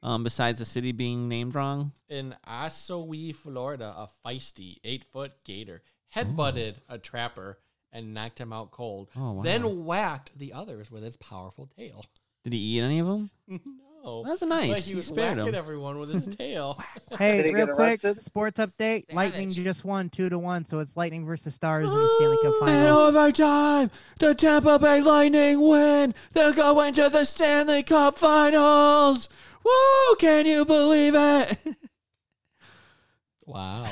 [SPEAKER 1] Um, besides the city being named wrong.
[SPEAKER 3] In Osawe, Florida, a feisty eight foot gator headbutted a trapper and knocked him out cold,
[SPEAKER 1] Oh, wow.
[SPEAKER 3] then whacked the others with its powerful tail.
[SPEAKER 1] Did he eat any of them?
[SPEAKER 3] no. No.
[SPEAKER 1] That's nice.
[SPEAKER 3] Like he
[SPEAKER 1] You
[SPEAKER 3] was
[SPEAKER 1] spared
[SPEAKER 3] whacking
[SPEAKER 1] him.
[SPEAKER 3] everyone with his tail.
[SPEAKER 2] Did
[SPEAKER 4] Hey,
[SPEAKER 2] he get
[SPEAKER 4] real quick,
[SPEAKER 2] arrested?
[SPEAKER 4] sports update. Lightning
[SPEAKER 5] Savage.
[SPEAKER 4] just won two to one, so it's Lightning versus Stars in the
[SPEAKER 1] Oh,
[SPEAKER 4] Stanley Cup
[SPEAKER 1] In
[SPEAKER 4] final.
[SPEAKER 1] overtime, the Tampa Bay Lightning win. They're going to the Stanley Cup Finals. Woo! Can you believe it?
[SPEAKER 3] Wow.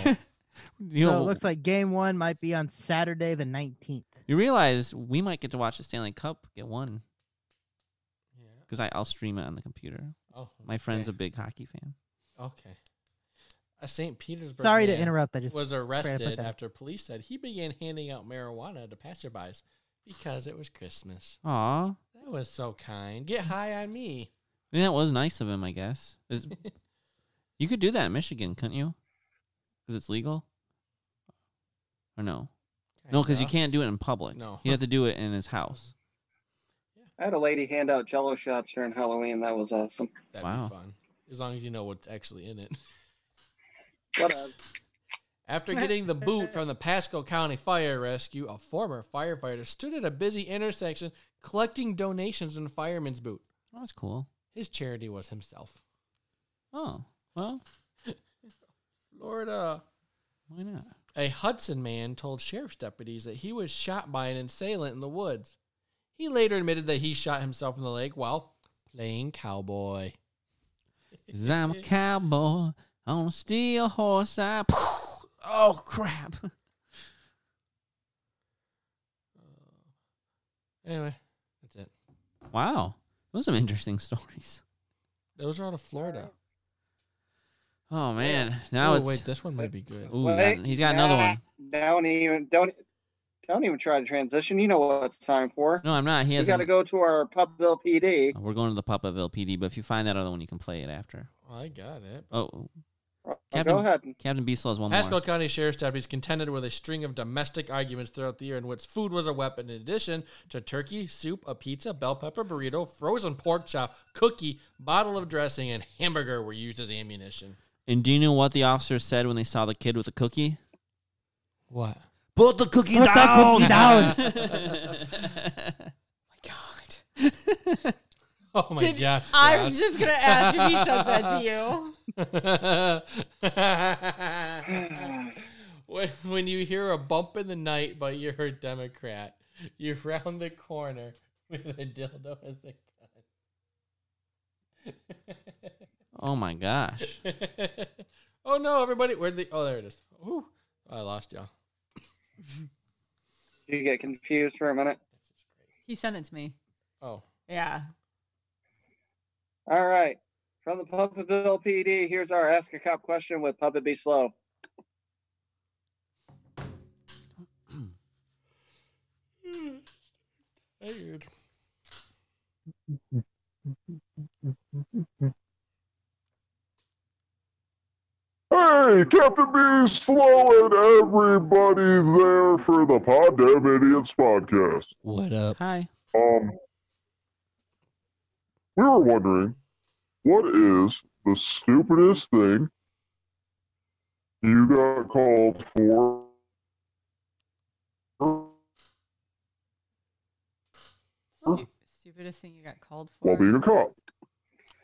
[SPEAKER 1] you,
[SPEAKER 4] So
[SPEAKER 1] know,
[SPEAKER 4] it looks like game one might be on Saturday the nineteenth.
[SPEAKER 1] you realize we might get to watch the Stanley Cup get won
[SPEAKER 3] Yeah.
[SPEAKER 1] because I'll stream it on the computer.
[SPEAKER 3] Oh,
[SPEAKER 1] My friend's a
[SPEAKER 3] okay.
[SPEAKER 1] big hockey fan.
[SPEAKER 3] okay. A St. Petersburg.
[SPEAKER 4] Sorry to
[SPEAKER 3] man
[SPEAKER 4] interrupt. I just
[SPEAKER 3] Was
[SPEAKER 4] forgot
[SPEAKER 3] arrested
[SPEAKER 4] that.
[SPEAKER 3] after police said he began handing out marijuana to passerbys because it was Christmas.
[SPEAKER 1] Aw.
[SPEAKER 3] That was so kind. Get high on me.
[SPEAKER 1] I mean, that was nice of him, I guess. Is- you could do that in Michigan, couldn't you? Because it's legal? Or no? No, because you
[SPEAKER 3] Kinda.
[SPEAKER 1] can't do it in public.
[SPEAKER 3] No.
[SPEAKER 1] You have to do it in his house.
[SPEAKER 2] I had a lady hand out jello shots during Halloween. That was awesome.
[SPEAKER 3] That'd
[SPEAKER 1] Wow.
[SPEAKER 3] be fun. As long as you know what's actually in it.
[SPEAKER 2] What a,
[SPEAKER 3] After getting the boot from the Pasco County Fire Rescue, a former firefighter stood at a busy intersection collecting donations in a fireman's boot.
[SPEAKER 1] Oh, that's cool.
[SPEAKER 3] His charity was himself.
[SPEAKER 1] Oh, well,
[SPEAKER 3] Florida.
[SPEAKER 1] why not?
[SPEAKER 3] A Hudson man told sheriff's deputies that he was shot by an assailant in the woods. He later admitted that he shot himself in the leg while playing cowboy.
[SPEAKER 1] 'Cause I'm a cowboy on a steel horse. I. Oh, crap.
[SPEAKER 3] Anyway, that's it.
[SPEAKER 1] Wow. Those are some interesting stories.
[SPEAKER 3] Those are out of Florida.
[SPEAKER 1] Oh, man. Now
[SPEAKER 3] oh,
[SPEAKER 1] it's.
[SPEAKER 3] wait, this one might be good.
[SPEAKER 1] Ooh, he got- he's got another one.
[SPEAKER 2] Don't even don't don't even try to transition. You know what it's time for.
[SPEAKER 1] No, I'm not. He
[SPEAKER 2] we
[SPEAKER 1] has.
[SPEAKER 2] got to go to our Pubville PD.
[SPEAKER 1] We're going to the Poppoville PD, but if you find that other one, you can play it after.
[SPEAKER 3] I got it.
[SPEAKER 1] Oh, Captain-
[SPEAKER 2] Go ahead.
[SPEAKER 1] Captain Beastlaw has one
[SPEAKER 3] Pasco
[SPEAKER 1] more.
[SPEAKER 3] County Sheriff's deputies contended with a string of domestic arguments throughout the year in which food was a weapon. In addition to turkey, soup, a pizza, bell pepper burrito, frozen pork chop, cookie, bottle of dressing, and hamburger were used as ammunition.
[SPEAKER 1] And do you know what the officers said when they saw the kid with the cookie?
[SPEAKER 3] What?
[SPEAKER 1] Put the cookie
[SPEAKER 4] Put the
[SPEAKER 1] down.
[SPEAKER 4] cookie down.
[SPEAKER 3] Oh my
[SPEAKER 6] Did-
[SPEAKER 3] gosh.
[SPEAKER 6] I was just gonna ask if he said that to you.
[SPEAKER 3] John. when, when you hear a bump in the night, but you're a Democrat, you round the corner with a dildo as a gun.
[SPEAKER 1] oh my gosh!
[SPEAKER 3] oh no, everybody, where'd the? Oh, there it is. Ooh, I lost y'all.
[SPEAKER 2] You get confused for a minute.
[SPEAKER 5] He sent it to me.
[SPEAKER 3] Oh,
[SPEAKER 5] Yeah.
[SPEAKER 2] All right. From the Pubville PD, here's our Ask a Cop question with Puppet Be Slow.
[SPEAKER 3] tired.
[SPEAKER 8] Hey, Captain B, slow and everybody there for the Pod Damn Idiots podcast.
[SPEAKER 3] What up?
[SPEAKER 1] Hi.
[SPEAKER 8] Um, we were wondering, what is the stupidest thing you got called for?
[SPEAKER 5] Stu- stupidest thing you got called for.
[SPEAKER 8] While being a cop.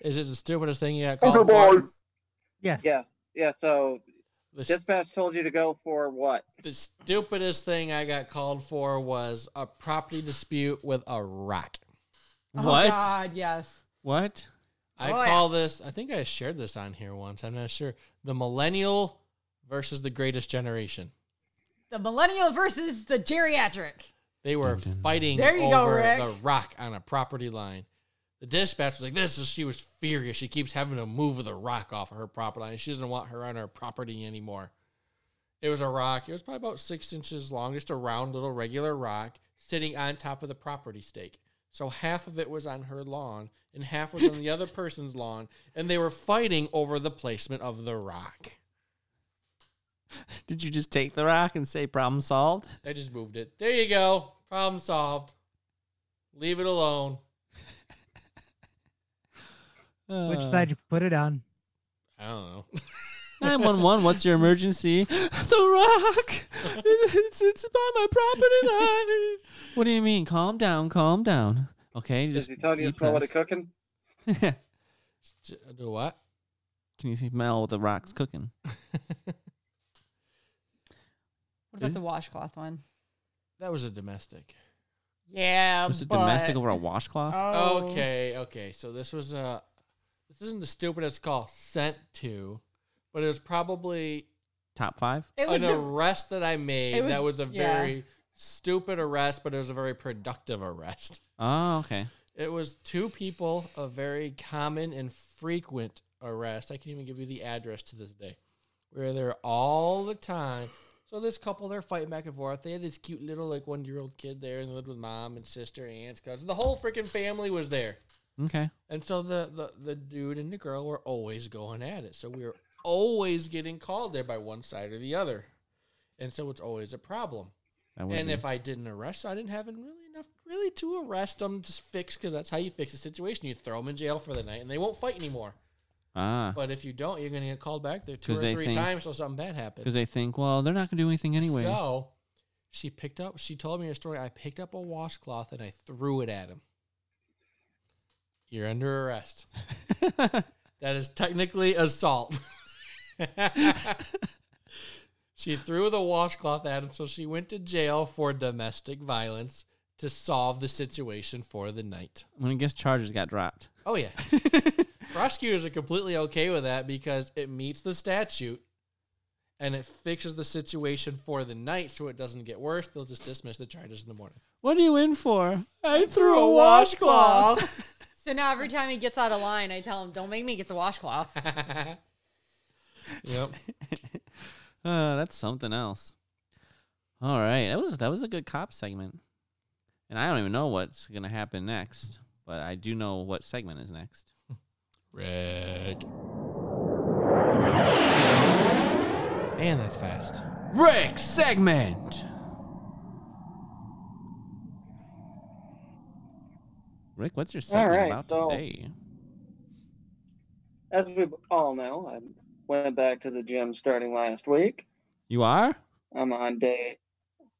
[SPEAKER 3] Is it the stupidest thing you got called
[SPEAKER 8] Okay,
[SPEAKER 3] for?
[SPEAKER 8] bye.
[SPEAKER 4] Yes.
[SPEAKER 2] Yeah. Yeah. So
[SPEAKER 3] The, s-
[SPEAKER 2] dispatch told you to go for what?
[SPEAKER 3] the stupidest thing I got called for was a property dispute with a rock.
[SPEAKER 5] Oh,
[SPEAKER 1] what?
[SPEAKER 5] God, yes.
[SPEAKER 1] What?
[SPEAKER 3] I
[SPEAKER 6] Oh, yeah.
[SPEAKER 3] call this, I think I shared this on here once. I'm not sure. The millennial versus the greatest generation.
[SPEAKER 6] The millennial versus the geriatric.
[SPEAKER 3] They were
[SPEAKER 1] Dun, dun, dun.
[SPEAKER 3] fighting
[SPEAKER 6] There you go,
[SPEAKER 3] over
[SPEAKER 6] Rick.
[SPEAKER 3] the rock on a property line. The dispatch was like, "This is." She was furious. She keeps having to move the rock off of her property line. She doesn't want her on her property anymore. It was a rock. It was probably about six inches long, just a round little regular rock sitting on top of the property stake. So half of it was on her lawn and half was on the other person's lawn, and they were fighting over the placement of the rock.
[SPEAKER 1] Did you just take the rock and say problem solved?
[SPEAKER 3] I just moved it. There you go. Problem solved. Leave it alone.
[SPEAKER 4] Which side you put it on?
[SPEAKER 3] I don't know.
[SPEAKER 1] Uh, Nine one one. What's your emergency? the rock. It's, it's by my property line. what do you mean? Calm down. Calm down. Okay.
[SPEAKER 2] Does
[SPEAKER 1] Just
[SPEAKER 2] he tell you to
[SPEAKER 1] deep
[SPEAKER 2] smell what
[SPEAKER 1] breath.
[SPEAKER 2] it's cooking?
[SPEAKER 3] J- Do what?
[SPEAKER 1] Can you smell what the rock's cooking?
[SPEAKER 5] What about the washcloth one?
[SPEAKER 3] That was a domestic.
[SPEAKER 5] Um,
[SPEAKER 6] Yeah.
[SPEAKER 1] Was it
[SPEAKER 6] but-
[SPEAKER 1] domestic over a washcloth?
[SPEAKER 5] uh,
[SPEAKER 6] Oh.
[SPEAKER 3] Okay, okay. So this was a. This isn't the stupidest call sent to, but it was probably
[SPEAKER 1] Top five?
[SPEAKER 6] It was
[SPEAKER 3] an
[SPEAKER 6] the,
[SPEAKER 3] arrest that I made.
[SPEAKER 6] it was-
[SPEAKER 3] that was a
[SPEAKER 6] yeah.
[SPEAKER 3] very stupid arrest, but it was a very productive arrest.
[SPEAKER 1] Oh, okay.
[SPEAKER 3] It was two people, a very common and frequent arrest. I can even give you the address to this day. We were there all the time. So this couple, they're fighting back and forth. They had this cute little like one year old kid there and they lived with mom and sister, aunts, cousins. The whole freaking family was there.
[SPEAKER 1] Okay.
[SPEAKER 3] And so the, the the dude and the girl were always going at it. So we were always getting called there by one side or the other. And so it's always a problem.
[SPEAKER 1] That would
[SPEAKER 3] And
[SPEAKER 1] be-
[SPEAKER 3] if I didn't arrest, I didn't have en- really enough really to arrest them. Just fix because that's how you fix a situation. You throw them in jail for the night, and they won't fight anymore.
[SPEAKER 1] ah,
[SPEAKER 3] But if you don't, you're gonna get called back there two
[SPEAKER 1] 'Cause
[SPEAKER 3] or
[SPEAKER 1] they
[SPEAKER 3] three
[SPEAKER 1] think-
[SPEAKER 3] times, so something bad happens.
[SPEAKER 1] because they think, well, they're not gonna do anything anyway.
[SPEAKER 3] So she picked up. She told me her story. I picked up a washcloth and I threw it at him. You're under arrest. that is technically assault. she threw the washcloth at him, so she went to jail for domestic violence to solve the situation for the night.
[SPEAKER 1] when I guess charges got dropped.
[SPEAKER 3] Oh yeah. Prosecutors are completely okay with that because it meets the statute and it fixes the situation for the night so it doesn't get worse. They'll just dismiss the charges in the morning.
[SPEAKER 1] What are you in for? I
[SPEAKER 3] threw a washcloth.
[SPEAKER 6] So now every time he gets out of line, I tell him, "Don't make me get the washcloth."
[SPEAKER 3] yep.
[SPEAKER 1] Uh, that's something else. All right, that was that was a good cop segment, and I don't even know what's gonna happen next, but I do know what segment is next.
[SPEAKER 3] Rick. And that's fast.
[SPEAKER 1] Rick segment. Rick, what's your segment
[SPEAKER 2] right,
[SPEAKER 1] about
[SPEAKER 2] so-
[SPEAKER 1] today?
[SPEAKER 2] As we all know, I went back to the gym starting last week.
[SPEAKER 1] You are?
[SPEAKER 2] I'm on day.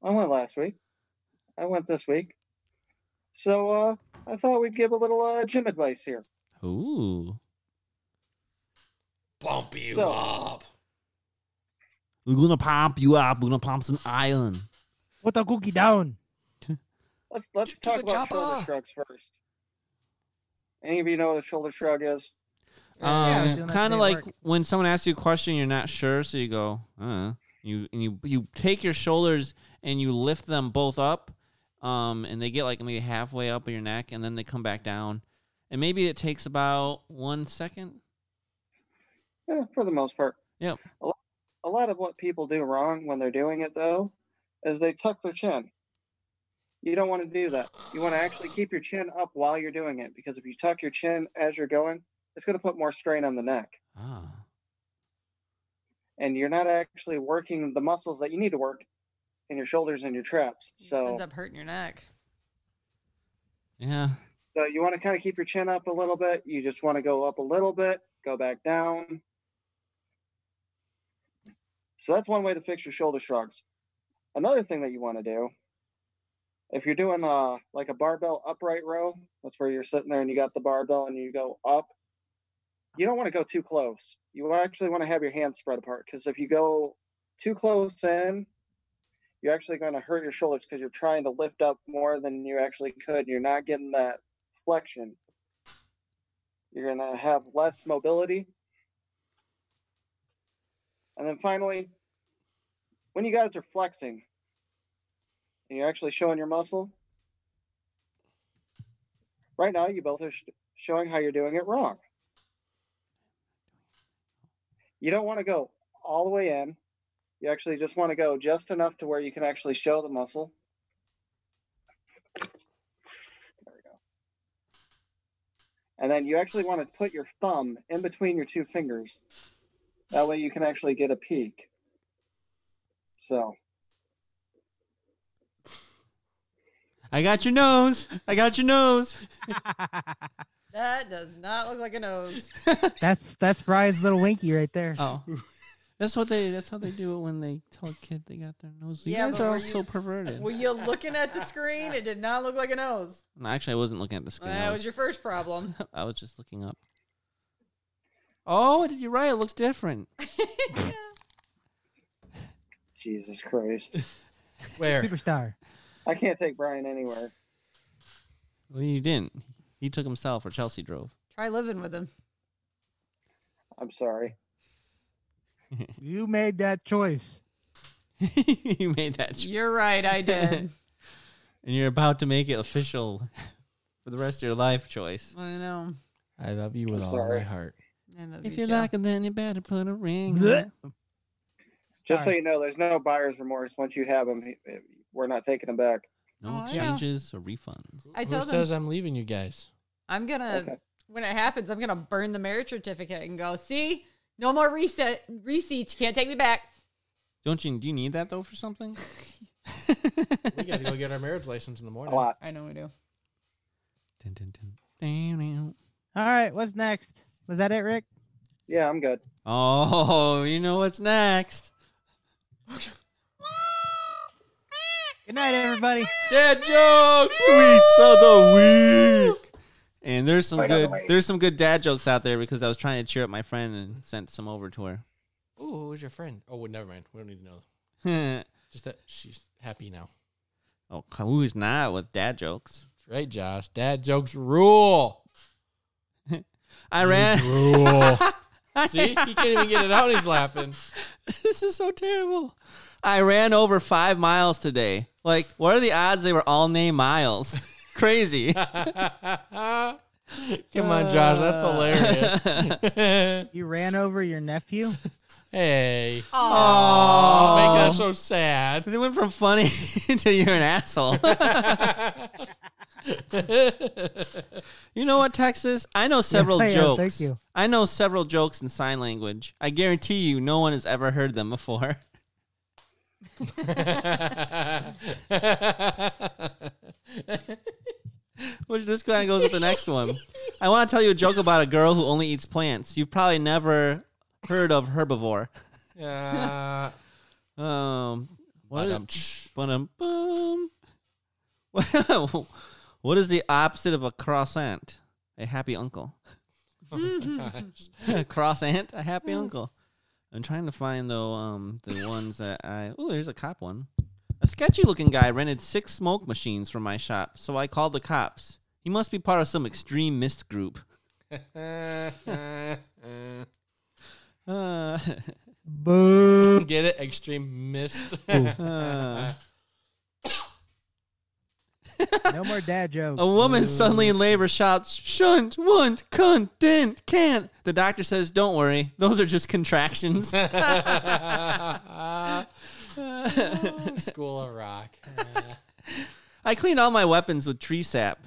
[SPEAKER 2] I went last week. I went this week. So uh, I thought we'd give a little uh, gym advice here.
[SPEAKER 1] Ooh.
[SPEAKER 3] Bump you
[SPEAKER 2] So-
[SPEAKER 3] up.
[SPEAKER 1] We're gonna pump you up. We're gonna pump some iron.
[SPEAKER 4] Put the cookie down.
[SPEAKER 2] Let's let's
[SPEAKER 3] to
[SPEAKER 2] talk
[SPEAKER 3] the
[SPEAKER 2] about
[SPEAKER 3] chopper.
[SPEAKER 2] shoulder shrugs first. Any of you know what a shoulder shrug is?
[SPEAKER 4] I was
[SPEAKER 1] Um,
[SPEAKER 4] doing that
[SPEAKER 1] kind
[SPEAKER 4] today
[SPEAKER 1] of
[SPEAKER 4] at
[SPEAKER 1] like
[SPEAKER 4] work.
[SPEAKER 1] when someone asks you a question, you're not sure, so you go, uh, you and you you take your shoulders and you lift them both up, um, and they get like maybe halfway up of your neck, and then they come back down, and maybe it takes about one second.
[SPEAKER 2] Yeah, for the most part.
[SPEAKER 1] Yep.
[SPEAKER 2] A lot, a lot of what people do wrong when they're doing it though is they tuck their chin. You don't want to do that. You want to actually keep your chin up while you're doing it because if you tuck your chin as you're going, it's going to put more strain on the neck.
[SPEAKER 1] Ah,
[SPEAKER 2] and you're not actually working the muscles that you need to work in your shoulders and your traps. So,
[SPEAKER 5] ends up hurting your neck.
[SPEAKER 1] yeah.
[SPEAKER 2] so you want to kind of keep your chin up a little bit. You just want to go up a little bit, go back down. So that's one way to fix your shoulder shrugs. Another thing that you want to do, if you're doing uh, like a barbell upright row, that's where you're sitting there and you got the barbell and you go up. You don't want to go too close. You actually want to have your hands spread apart because if you go too close in, you're actually going to hurt your shoulders because you're trying to lift up more than you actually could. and You're not getting that flexion. You're going to have less mobility. And then finally, when you guys are flexing and you're actually showing your muscle, right now you both are sh- showing how you're doing it wrong. You don't want to go all the way in. You actually just want to go just enough to where you can actually show the muscle. There we go. And then you actually want to put your thumb in between your two fingers. That way you can actually get a peek. So,
[SPEAKER 1] I got your nose. I got your nose.
[SPEAKER 6] that does not look like a nose.
[SPEAKER 4] That's that's Brian's little winky right there.
[SPEAKER 1] Oh. That's what they. That's how they do it when they tell a kid they got their nose. You
[SPEAKER 6] Yeah,
[SPEAKER 1] guys
[SPEAKER 6] but
[SPEAKER 1] are
[SPEAKER 6] were
[SPEAKER 1] all
[SPEAKER 6] you-
[SPEAKER 1] so perverted.
[SPEAKER 6] Were you looking at the screen? It did not look like a nose.
[SPEAKER 1] No, actually, I wasn't looking at the screen. I
[SPEAKER 6] That was your first problem.
[SPEAKER 1] I was just looking up. Oh, you're right. It looks different.
[SPEAKER 2] Jesus Christ.
[SPEAKER 3] Where?
[SPEAKER 4] Superstar.
[SPEAKER 2] I can't take Brian anywhere.
[SPEAKER 1] Well, you didn't. He took himself, or Chelsea drove.
[SPEAKER 5] Try living with him.
[SPEAKER 2] I'm sorry.
[SPEAKER 4] You made that choice.
[SPEAKER 1] you made that choice,
[SPEAKER 6] You're right, I did.
[SPEAKER 1] and you're about to make it official for the rest of your life choice.
[SPEAKER 5] I know.
[SPEAKER 3] I love you with all
[SPEAKER 2] Sorry.
[SPEAKER 3] my heart.
[SPEAKER 5] I love
[SPEAKER 1] If
[SPEAKER 5] you
[SPEAKER 1] you
[SPEAKER 5] too.
[SPEAKER 1] like it, then you better put a ring. on it.
[SPEAKER 4] Blech.
[SPEAKER 2] Just so
[SPEAKER 4] Sorry.
[SPEAKER 2] you know, there's no buyer's remorse. Once you have him, he- we're not taking him back.
[SPEAKER 5] Oh,
[SPEAKER 1] No
[SPEAKER 5] I know.
[SPEAKER 1] exchanges or refunds.
[SPEAKER 5] I
[SPEAKER 3] Who
[SPEAKER 5] told
[SPEAKER 3] says
[SPEAKER 5] him
[SPEAKER 3] I'm leaving you guys?
[SPEAKER 5] I'm gonna
[SPEAKER 2] Okay.
[SPEAKER 5] when it happens, I'm gonna burn the marriage certificate and go, see, no more reset receipts. You can't take me back.
[SPEAKER 1] Don't you? Do you need that though for something?
[SPEAKER 3] We got to go get our marriage license in the morning.
[SPEAKER 2] A lot.
[SPEAKER 5] I know we do.
[SPEAKER 1] Dun, dun, dun. Dun, dun.
[SPEAKER 4] All right, what's next? Was that it, Rick?
[SPEAKER 2] Yeah, I'm good.
[SPEAKER 1] Oh, you know what's next?
[SPEAKER 4] Good night, everybody.
[SPEAKER 1] Dad jokes, tweets of the week. And there's some
[SPEAKER 2] Right on the
[SPEAKER 1] good
[SPEAKER 2] way.
[SPEAKER 1] there's some good dad jokes out there because I was trying to cheer up my friend and sent some over to her.
[SPEAKER 3] Ooh, who's your friend? Oh, well, never mind. We don't need to know.
[SPEAKER 1] oh,
[SPEAKER 3] Just that she's happy now.
[SPEAKER 1] who's Oh, not with dad jokes?
[SPEAKER 3] Right, Josh. Dad jokes rule.
[SPEAKER 1] I ran.
[SPEAKER 3] Rule. See, he can't even get it out. He's laughing.
[SPEAKER 1] this is so terrible. I ran over five miles today. Like, what are the odds they were all named Miles? Crazy.
[SPEAKER 3] Come on, Josh. That's
[SPEAKER 1] Uh.
[SPEAKER 3] hilarious.
[SPEAKER 4] You ran over your nephew.
[SPEAKER 3] hey.
[SPEAKER 1] Oh,
[SPEAKER 3] Make that so sad. Uh,
[SPEAKER 1] They went from funny to you're an asshole. you know what, Texas? I know several
[SPEAKER 4] I am.
[SPEAKER 1] jokes.
[SPEAKER 4] Thank you.
[SPEAKER 1] I know several jokes in sign language. I guarantee you, no one has ever heard them before. Which this kind of goes with the next one. I want to tell you a joke about a girl who only eats plants. You've probably never heard of herbivore.
[SPEAKER 3] Uh,
[SPEAKER 1] Um, what is,
[SPEAKER 3] Ba-dum-tsh.
[SPEAKER 1] Ba-dum, boom. what is the opposite of a croissant? A happy uncle.
[SPEAKER 3] oh my gosh.
[SPEAKER 1] croissant? A happy uncle. I'm trying to find though um the ones that I oh there's a cop one. A sketchy looking guy rented six smoke machines from my shop, so I called the cops. He must be part of some extreme mist group. Uh,
[SPEAKER 4] Boo.
[SPEAKER 3] Get it? Extreme mist.
[SPEAKER 1] uh,
[SPEAKER 4] No more dad jokes.
[SPEAKER 1] A woman suddenly in labor shouts, shunt, want, cunt, dent, can't. The doctor says, don't worry, those are just contractions.
[SPEAKER 3] School of Rock.
[SPEAKER 1] I clean all my weapons with tree sap.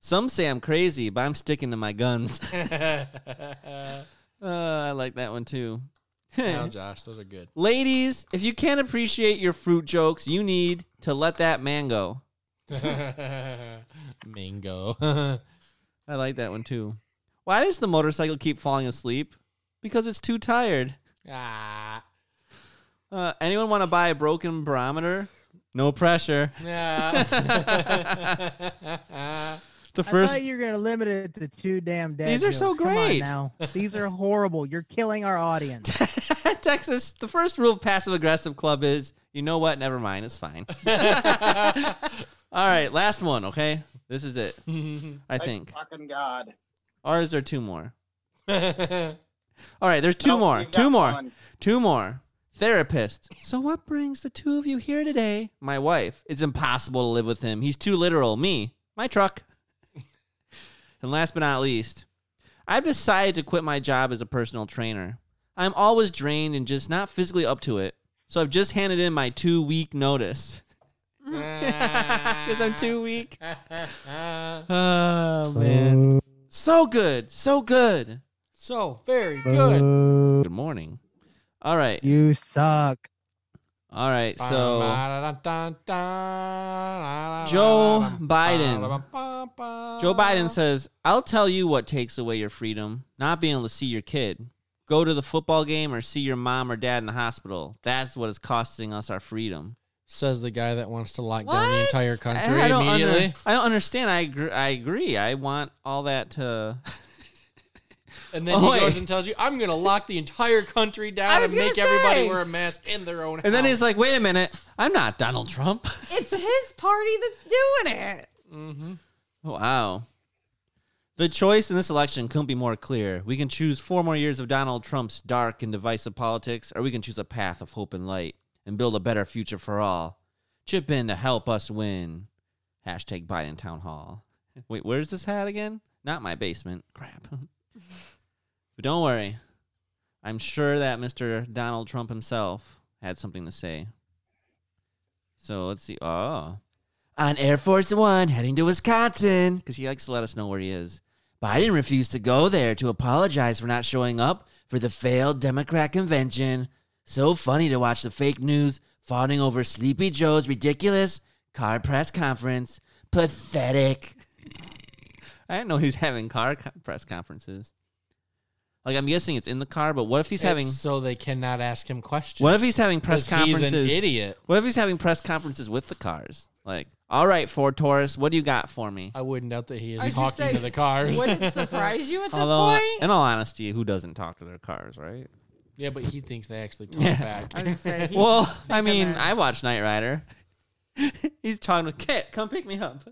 [SPEAKER 1] Some say I'm crazy, but I'm sticking to my guns. Uh, I like that one too.
[SPEAKER 3] now, Josh, those are good.
[SPEAKER 1] Ladies, if you can't appreciate your fruit jokes, you need to let that man go.
[SPEAKER 3] Mango.
[SPEAKER 1] I like that one too. Why does the motorcycle keep falling asleep? Because it's too tired.
[SPEAKER 3] ah.
[SPEAKER 1] Uh, anyone want to buy a broken barometer? No pressure.
[SPEAKER 3] Yeah.
[SPEAKER 1] The
[SPEAKER 4] I
[SPEAKER 1] first
[SPEAKER 4] thought you were gonna limit it to two damn dad.
[SPEAKER 1] These are so
[SPEAKER 4] jokes. Come on
[SPEAKER 1] great.
[SPEAKER 4] now, these are horrible. You're killing our audience.
[SPEAKER 1] Texas, the first rule of passive aggressive club is you know what? Never mind. It's fine. All right, last one, okay? This is it, I think.
[SPEAKER 2] Fucking God.
[SPEAKER 1] Or is there two more? All right, there's two more. Two more. Two more. Therapist. So, what brings the two of you here today? My wife. It's impossible to live with him. He's too literal. Me. My truck. and last but not least, I've decided to quit my job as a personal trainer. I'm always drained and just not physically up to it. So, I've just handed in my two week notice. Because I'm too weak. Oh, man. So good. So good.
[SPEAKER 3] so very good.
[SPEAKER 4] Boo.
[SPEAKER 1] Good morning. All right.
[SPEAKER 4] You suck.
[SPEAKER 1] All right. So. Joe Biden. Joe Biden says, I'll tell you what takes away your freedom not being able to see your kid. Go to the football game or see your mom or dad in the hospital. That's what is costing us our freedom.
[SPEAKER 3] says the guy that wants to lock down the
[SPEAKER 5] What?
[SPEAKER 3] entire
[SPEAKER 1] Eh, I,
[SPEAKER 3] country
[SPEAKER 1] I don't, under-
[SPEAKER 3] immediately.
[SPEAKER 1] I don't understand. I agree, I agree. I want all that to.
[SPEAKER 3] And then
[SPEAKER 1] Ahoy.
[SPEAKER 3] he goes and tells you, "I'm going to lock the entire country
[SPEAKER 6] I
[SPEAKER 3] down
[SPEAKER 6] was
[SPEAKER 3] and
[SPEAKER 6] gonna
[SPEAKER 3] make everybody
[SPEAKER 6] say.
[SPEAKER 3] wear a mask in their own."
[SPEAKER 1] And then
[SPEAKER 3] house.
[SPEAKER 1] he's like, wait a minute, I'm not Donald Trump.
[SPEAKER 6] It's his party that's doing it.
[SPEAKER 3] mm-hmm.
[SPEAKER 1] Oh, Wow. The choice in this election couldn't be more clear. We can choose four more years of Donald Trump's dark and divisive politics, or we can choose a path of hope and light and build a better future for all. Chip in to help us win. Hashtag Biden Town Hall. Wait, where's this hat again? Not my basement. Crap. but don't worry. I'm sure that Mr. Donald Trump himself had something to say. So let's see. Oh on Air Force One heading to Wisconsin because he likes to let us know where he is. Biden refused to go there to apologize for not showing up for the failed Democrat convention. So funny to watch the fake news fawning over Sleepy Joe's ridiculous car press conference. Pathetic. I didn't know he was having car co- press conferences. Like I'm guessing it's in the car, but what if he's having?
[SPEAKER 3] so they cannot ask him questions.
[SPEAKER 1] What if he's having press
[SPEAKER 3] 'Cause
[SPEAKER 1] conferences?
[SPEAKER 3] He's an idiot.
[SPEAKER 1] What if he's having press conferences with the cars? Like, all right, Ford Taurus, what do you got for me?
[SPEAKER 3] I wouldn't doubt that he
[SPEAKER 6] I
[SPEAKER 3] is
[SPEAKER 6] was just
[SPEAKER 3] talking to
[SPEAKER 6] saying,
[SPEAKER 3] the cars.
[SPEAKER 6] Would it surprise you at this
[SPEAKER 1] Although, uh,
[SPEAKER 6] point?
[SPEAKER 1] in all honesty, who doesn't talk to their cars, right?
[SPEAKER 3] yeah, but he thinks they actually talk
[SPEAKER 1] Yeah.
[SPEAKER 3] back.
[SPEAKER 6] I was gonna say, he-
[SPEAKER 1] well, I mean,
[SPEAKER 6] that.
[SPEAKER 1] I watch Knight Rider. he's talking to Kit. Come pick me up.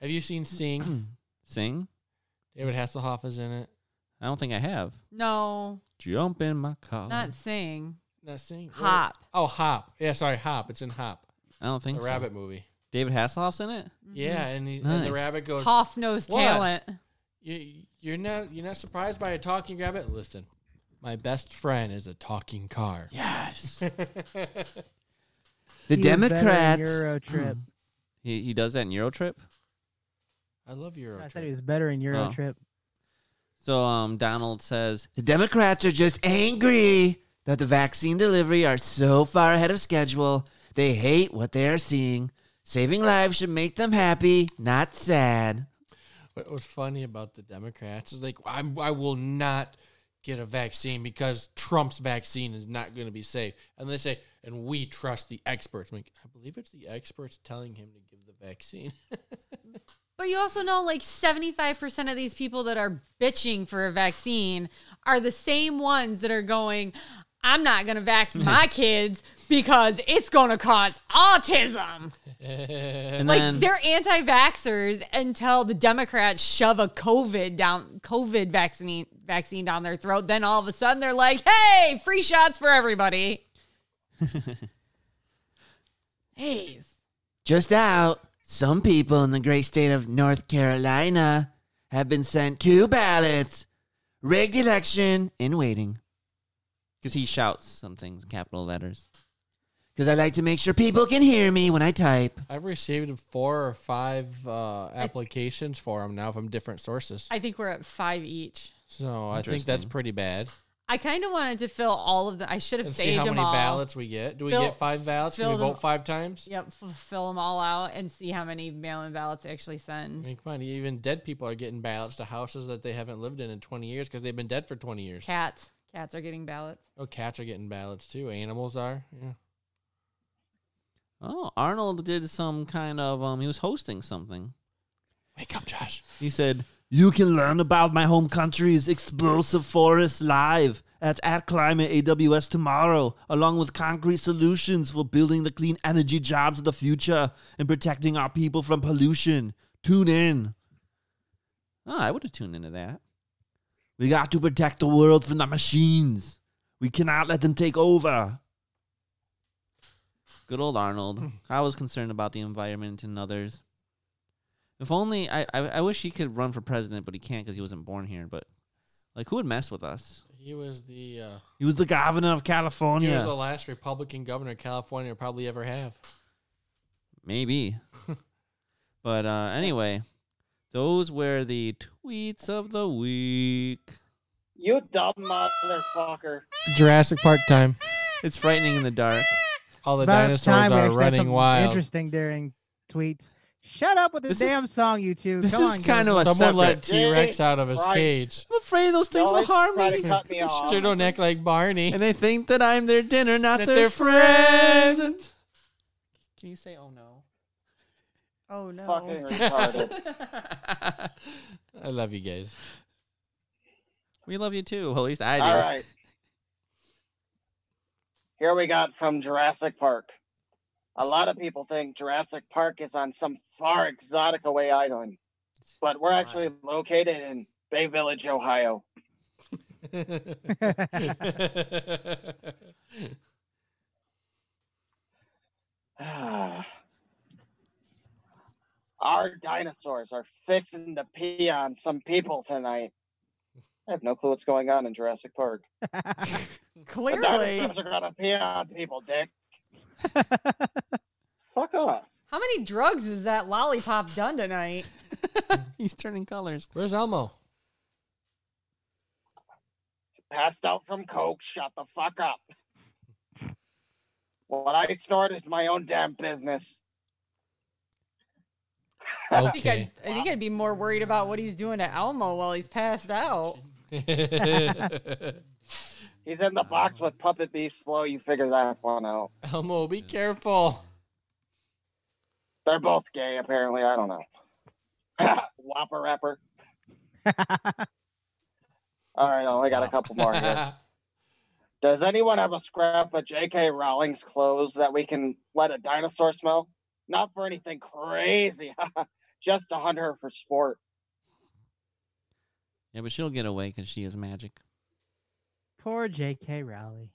[SPEAKER 3] Have you seen Sing?
[SPEAKER 1] Sing?
[SPEAKER 3] David Hasselhoff is in it.
[SPEAKER 1] I don't think I have.
[SPEAKER 5] No,
[SPEAKER 1] Jump in my car.
[SPEAKER 5] not sing.
[SPEAKER 3] Not Sing. what-
[SPEAKER 5] Hop.
[SPEAKER 3] Oh, Hop. Yeah, sorry, Hop. It's in Hop,
[SPEAKER 1] I don't
[SPEAKER 3] the
[SPEAKER 1] think so.
[SPEAKER 3] rabbit movie.
[SPEAKER 1] David Hasselhoff's in it.
[SPEAKER 3] Yeah, and, he, and
[SPEAKER 1] Nice.
[SPEAKER 3] the rabbit goes,
[SPEAKER 6] Hoff knows
[SPEAKER 3] What?
[SPEAKER 6] talent.
[SPEAKER 3] you, "You're not, you're not surprised by a talking rabbit. Listen, my best friend is a talking car."
[SPEAKER 1] Yes.
[SPEAKER 3] That's
[SPEAKER 1] The
[SPEAKER 4] He was better in
[SPEAKER 1] Democrats.
[SPEAKER 4] Euro trip.
[SPEAKER 1] he he does that in Euro Trip.
[SPEAKER 3] I love Euro.
[SPEAKER 4] I said
[SPEAKER 3] Trip.
[SPEAKER 4] he was better in Euro
[SPEAKER 1] Oh.
[SPEAKER 4] trip.
[SPEAKER 1] So um, Donald says the Democrats are just angry that the vaccine delivery are so far ahead of schedule. They hate what they are seeing. Saving lives should make them happy, not sad.
[SPEAKER 3] What was funny about the Democrats is like, I'm, I will not get a vaccine because Trump's vaccine is not going to be safe. And they say, and we trust the experts. I'm like, I believe it's the experts telling him to give the vaccine.
[SPEAKER 5] But you also know like 75% of these people that are bitching for a vaccine are the same ones that are going, I'm not going to vax my kids because it's going to cause autism.
[SPEAKER 1] And
[SPEAKER 5] Like
[SPEAKER 1] then
[SPEAKER 5] they're anti vaxxers until the Democrats shove a COVID down, COVID vaccine, vaccine down their throat. Then all of a sudden they're like, hey, free shots for everybody. Jeez.
[SPEAKER 1] just out, some people in the great state of North Carolina have been sent two ballots, rigged election, in waiting. Because he shouts some things in capital letters. Because I like to make sure people can hear me when I type.
[SPEAKER 3] I've received four or five uh, applications for him now from different sources.
[SPEAKER 5] I think we're at five each.
[SPEAKER 3] So I think that's
[SPEAKER 1] Interesting.
[SPEAKER 3] pretty bad.
[SPEAKER 5] I kind of wanted to fill all of them. I should have
[SPEAKER 3] And
[SPEAKER 5] saved
[SPEAKER 3] see how
[SPEAKER 5] them
[SPEAKER 3] many
[SPEAKER 5] all.
[SPEAKER 3] ballots we get. Do we
[SPEAKER 5] Fill-
[SPEAKER 3] get five ballots? Can we
[SPEAKER 5] fill them-
[SPEAKER 3] vote five times?
[SPEAKER 5] Yep, f- fill them all out and see how many mail-in ballots they actually
[SPEAKER 3] I
[SPEAKER 5] send.
[SPEAKER 3] mean, come on, even dead people are getting ballots to houses that they haven't lived in in 20 years because they've been dead for 20 years.
[SPEAKER 5] Cats, cats are getting ballots.
[SPEAKER 3] Oh, cats are getting ballots too. Animals are. Yeah.
[SPEAKER 1] Oh, Arnold did some kind of um he was hosting something.
[SPEAKER 3] Wake up, Josh.
[SPEAKER 1] He said, "You can learn about my home country's explosive forests live at at climate AWS tomorrow, along with concrete solutions for building the clean energy jobs of the future and protecting our people from pollution. Tune in." Oh, I would have tuned into that. We got to protect the world from the machines. We cannot let them take over. Good old Arnold. I was concerned about the environment and others. If only I, I, I wish he could run for president, but he can't because he wasn't born here. But like, who would mess with us?
[SPEAKER 3] He was the uh,
[SPEAKER 1] He was the governor of
[SPEAKER 3] he
[SPEAKER 1] California.
[SPEAKER 3] was the last Republican governor California will probably ever have.
[SPEAKER 1] Maybe. but uh, anyway, those were the tweets of the week.
[SPEAKER 2] You dumb motherfucker.
[SPEAKER 3] Jurassic Park time.
[SPEAKER 1] It's frightening in the dark.
[SPEAKER 3] All the
[SPEAKER 4] About
[SPEAKER 3] dinosaurs
[SPEAKER 4] time we
[SPEAKER 3] are
[SPEAKER 4] actually had
[SPEAKER 3] running
[SPEAKER 4] something
[SPEAKER 3] wild.
[SPEAKER 4] Interesting during tweets. Shut up with the
[SPEAKER 1] This is-
[SPEAKER 4] damn song, you two.
[SPEAKER 1] this
[SPEAKER 4] Come
[SPEAKER 1] is
[SPEAKER 4] on,
[SPEAKER 1] kind of
[SPEAKER 4] guys.
[SPEAKER 1] a
[SPEAKER 3] Someone let
[SPEAKER 1] separate.
[SPEAKER 3] T Rex out of his
[SPEAKER 2] Christ.
[SPEAKER 3] cage.
[SPEAKER 1] I'm afraid those things will
[SPEAKER 2] Always
[SPEAKER 1] harm
[SPEAKER 2] try to
[SPEAKER 1] me.
[SPEAKER 2] cut me off.
[SPEAKER 3] Sure don't act like Barney.
[SPEAKER 1] And they think that I'm their dinner, not
[SPEAKER 3] That
[SPEAKER 1] their,
[SPEAKER 3] they're
[SPEAKER 1] friend.
[SPEAKER 3] Can you say, "Oh no"?
[SPEAKER 5] Oh no!
[SPEAKER 2] Fucking retarded.
[SPEAKER 3] I love you guys.
[SPEAKER 6] We love you too. Well, at least I do.
[SPEAKER 2] All right. Here we got from Jurassic Park. A lot of people think Jurassic Park is on some far exotic away island, but we're actually located in Bay Village, Ohio. Our dinosaurs are fixing to pee on some people tonight. I have no clue what's going on in Jurassic Park. The
[SPEAKER 5] Clearly.
[SPEAKER 2] dinosaurs are gonna pee on people, Dick. Fuck off.
[SPEAKER 5] How many drugs is that lollipop done tonight?
[SPEAKER 6] He's turning colors.
[SPEAKER 3] Where's Elmo?
[SPEAKER 2] Passed out from coke. Shut the fuck up. What I snort is my own damn business.
[SPEAKER 5] I think,
[SPEAKER 3] Okay.
[SPEAKER 5] I'd, I think I'd be more worried about what he's doing to Elmo while he's passed out.
[SPEAKER 2] He's in the box with Puppet Be Slow. You figure that one out.
[SPEAKER 3] Elmo, be careful.
[SPEAKER 2] They're both gay, apparently. I don't know. Whopper rapper. All right, I only got a couple more here. Does anyone have a scrap of J.K. Rowling's clothes that we can let a dinosaur smell? Not for anything crazy, just to hunt her for sport.
[SPEAKER 6] Yeah, but she'll get away because she is magic.
[SPEAKER 4] Poor J.K. Rowley.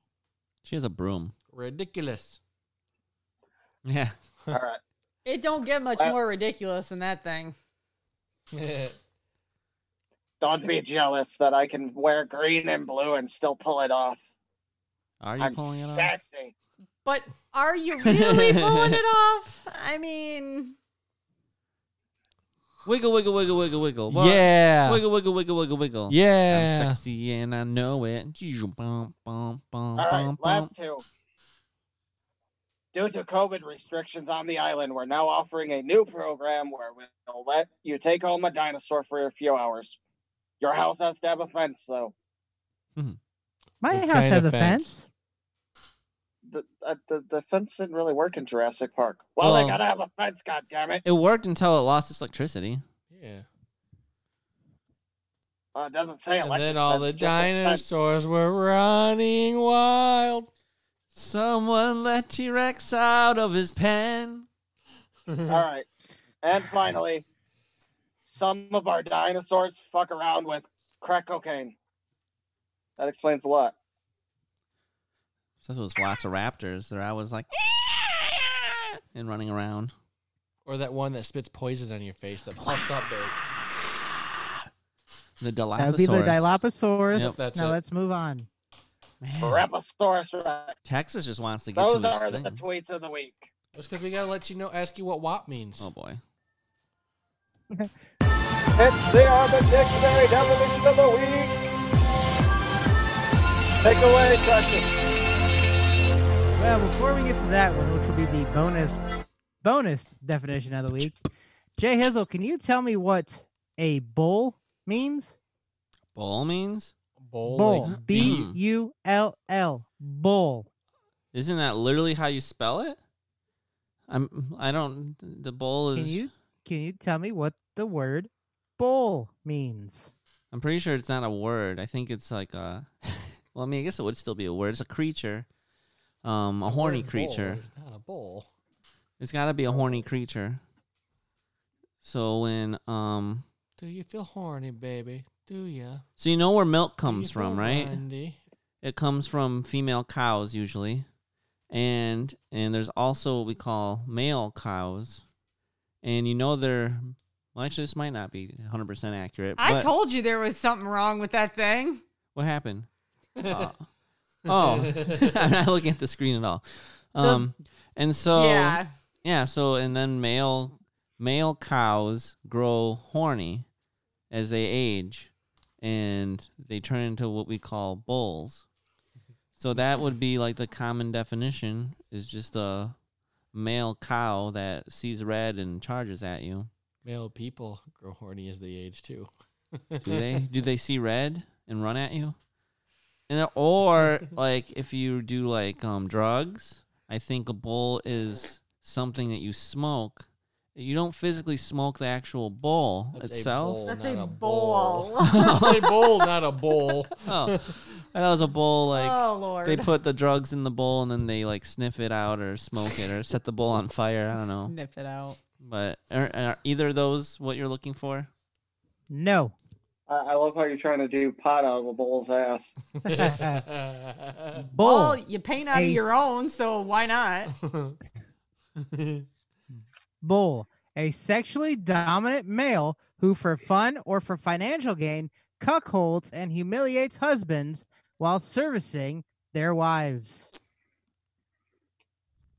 [SPEAKER 6] She has a broom.
[SPEAKER 3] Ridiculous.
[SPEAKER 6] Yeah.
[SPEAKER 2] All right.
[SPEAKER 5] It don't get much
[SPEAKER 2] Well-
[SPEAKER 5] more ridiculous than that thing.
[SPEAKER 2] Don't be jealous that I can wear green and blue and still pull it off.
[SPEAKER 6] Are you
[SPEAKER 2] I'm
[SPEAKER 6] pulling it off?
[SPEAKER 2] sexy.
[SPEAKER 5] But are you really pulling it off? I mean,
[SPEAKER 6] Wiggle, wiggle, wiggle, wiggle, wiggle. What?
[SPEAKER 3] yeah.
[SPEAKER 6] Wiggle, wiggle, wiggle, wiggle, wiggle.
[SPEAKER 3] Yeah.
[SPEAKER 6] I'm sexy and I know it. Bum, bum, bum,
[SPEAKER 2] All right,
[SPEAKER 6] bum, bum.
[SPEAKER 2] last two. Due to COVID restrictions on the island, we're now offering a new program where we'll let you take home a dinosaur for a few hours. Your house has to have a fence, though.
[SPEAKER 4] My
[SPEAKER 3] What
[SPEAKER 4] house
[SPEAKER 3] kind
[SPEAKER 4] has
[SPEAKER 3] of
[SPEAKER 4] a
[SPEAKER 3] fence?
[SPEAKER 4] fence.
[SPEAKER 2] The, uh, the the fence didn't really work in Jurassic Park. Well,
[SPEAKER 6] Well-
[SPEAKER 2] they gotta have a fence, goddammit.
[SPEAKER 6] It worked until Oh, it lost its electricity.
[SPEAKER 3] yeah.
[SPEAKER 2] Uh, it doesn't say
[SPEAKER 3] And
[SPEAKER 2] electric
[SPEAKER 3] then all
[SPEAKER 2] fence,
[SPEAKER 3] the
[SPEAKER 2] just a fence.
[SPEAKER 3] dinosaurs were running wild.
[SPEAKER 6] Someone let T Rex out of his pen.
[SPEAKER 2] All
[SPEAKER 6] Mm-hmm.
[SPEAKER 2] right, and finally, some of our dinosaurs fuck around with crack cocaine. That explains a lot.
[SPEAKER 6] Since it was Velociraptors, they're always like and running around.
[SPEAKER 3] or that one that spits poison on your face that pops up big.
[SPEAKER 6] The Dilophosaurus.
[SPEAKER 4] That would be the Dilophosaurus.
[SPEAKER 6] Yep,
[SPEAKER 3] that's
[SPEAKER 4] now
[SPEAKER 3] it.
[SPEAKER 4] let's move on.
[SPEAKER 6] Man,
[SPEAKER 2] Raposaurus Rex.
[SPEAKER 6] Texas just wants to get
[SPEAKER 2] Those
[SPEAKER 6] to this
[SPEAKER 2] are
[SPEAKER 6] thing.
[SPEAKER 2] the tweets of the week.
[SPEAKER 3] Just because we gotta let you know, ask you what WAP means.
[SPEAKER 6] oh boy.
[SPEAKER 2] It's the Urban Dictionary definition of the week. Take away, Texas.
[SPEAKER 4] Well, before we get to that one, which will be the bonus bonus definition of the week, Jay Hizzle, can you tell me what a bull means?
[SPEAKER 6] Bull means?
[SPEAKER 3] Bowl,
[SPEAKER 4] Bull.
[SPEAKER 3] like-
[SPEAKER 4] B U L L. Bull.
[SPEAKER 6] Isn't that literally how you spell it? I'm I don't the bull
[SPEAKER 4] Can
[SPEAKER 6] is
[SPEAKER 4] you can you tell me what the word bull means?
[SPEAKER 6] I'm pretty sure it's not a word. I think it's like a well, I mean I guess it would still be a word. It's a creature. Um a
[SPEAKER 3] the
[SPEAKER 6] horny
[SPEAKER 3] word bowl
[SPEAKER 6] creature.
[SPEAKER 3] is Not a bowl.
[SPEAKER 6] It's gotta be a horny creature. So when um
[SPEAKER 3] Do you feel horny, baby? Do ya?
[SPEAKER 6] so you know where milk
[SPEAKER 3] Do
[SPEAKER 6] comes
[SPEAKER 3] you
[SPEAKER 6] from,
[SPEAKER 3] feel
[SPEAKER 6] right?
[SPEAKER 3] windy?
[SPEAKER 6] It comes from female cows usually, and and there's also what we call male cows, and you know they're well. Actually, this might not be 100 percent accurate.
[SPEAKER 5] I
[SPEAKER 6] but
[SPEAKER 5] told you there was something wrong with that thing.
[SPEAKER 6] what happened. Uh, oh, I'm not looking at the screen at all. Um, and so
[SPEAKER 5] yeah.
[SPEAKER 6] yeah, so and then male male cows grow horny as they age and they turn into what we call bulls. So that would be like the common definition is just a male cow that sees red and charges at you.
[SPEAKER 3] Male people grow horny as they age too.
[SPEAKER 6] Do they do they see red and run at you? And then- or like if you do like um drugs, I think a bull is something that you smoke You don't physically smoke the actual bowl
[SPEAKER 3] That's a
[SPEAKER 6] itself.
[SPEAKER 3] bowl.
[SPEAKER 5] That's
[SPEAKER 3] not
[SPEAKER 5] a
[SPEAKER 3] a
[SPEAKER 5] bowl.
[SPEAKER 3] bowl. a bowl, not a bowl.
[SPEAKER 6] Oh, I thought it was a bowl like
[SPEAKER 5] oh Lord.
[SPEAKER 6] they put the drugs in the bowl and then they like sniff it out or smoke it or set the bowl on fire. I don't know,
[SPEAKER 5] Sniff it out.
[SPEAKER 6] but are, are either of those what you're looking for?
[SPEAKER 4] No.
[SPEAKER 2] I, I love how you're trying to do pot out of a bull's ass.
[SPEAKER 4] Bull.
[SPEAKER 5] Well, you paint out of
[SPEAKER 4] A
[SPEAKER 5] your
[SPEAKER 4] s-
[SPEAKER 5] own, so why not?
[SPEAKER 4] Bull, a sexually dominant male who, for fun or for financial gain, cuckolds and humiliates husbands while servicing their wives.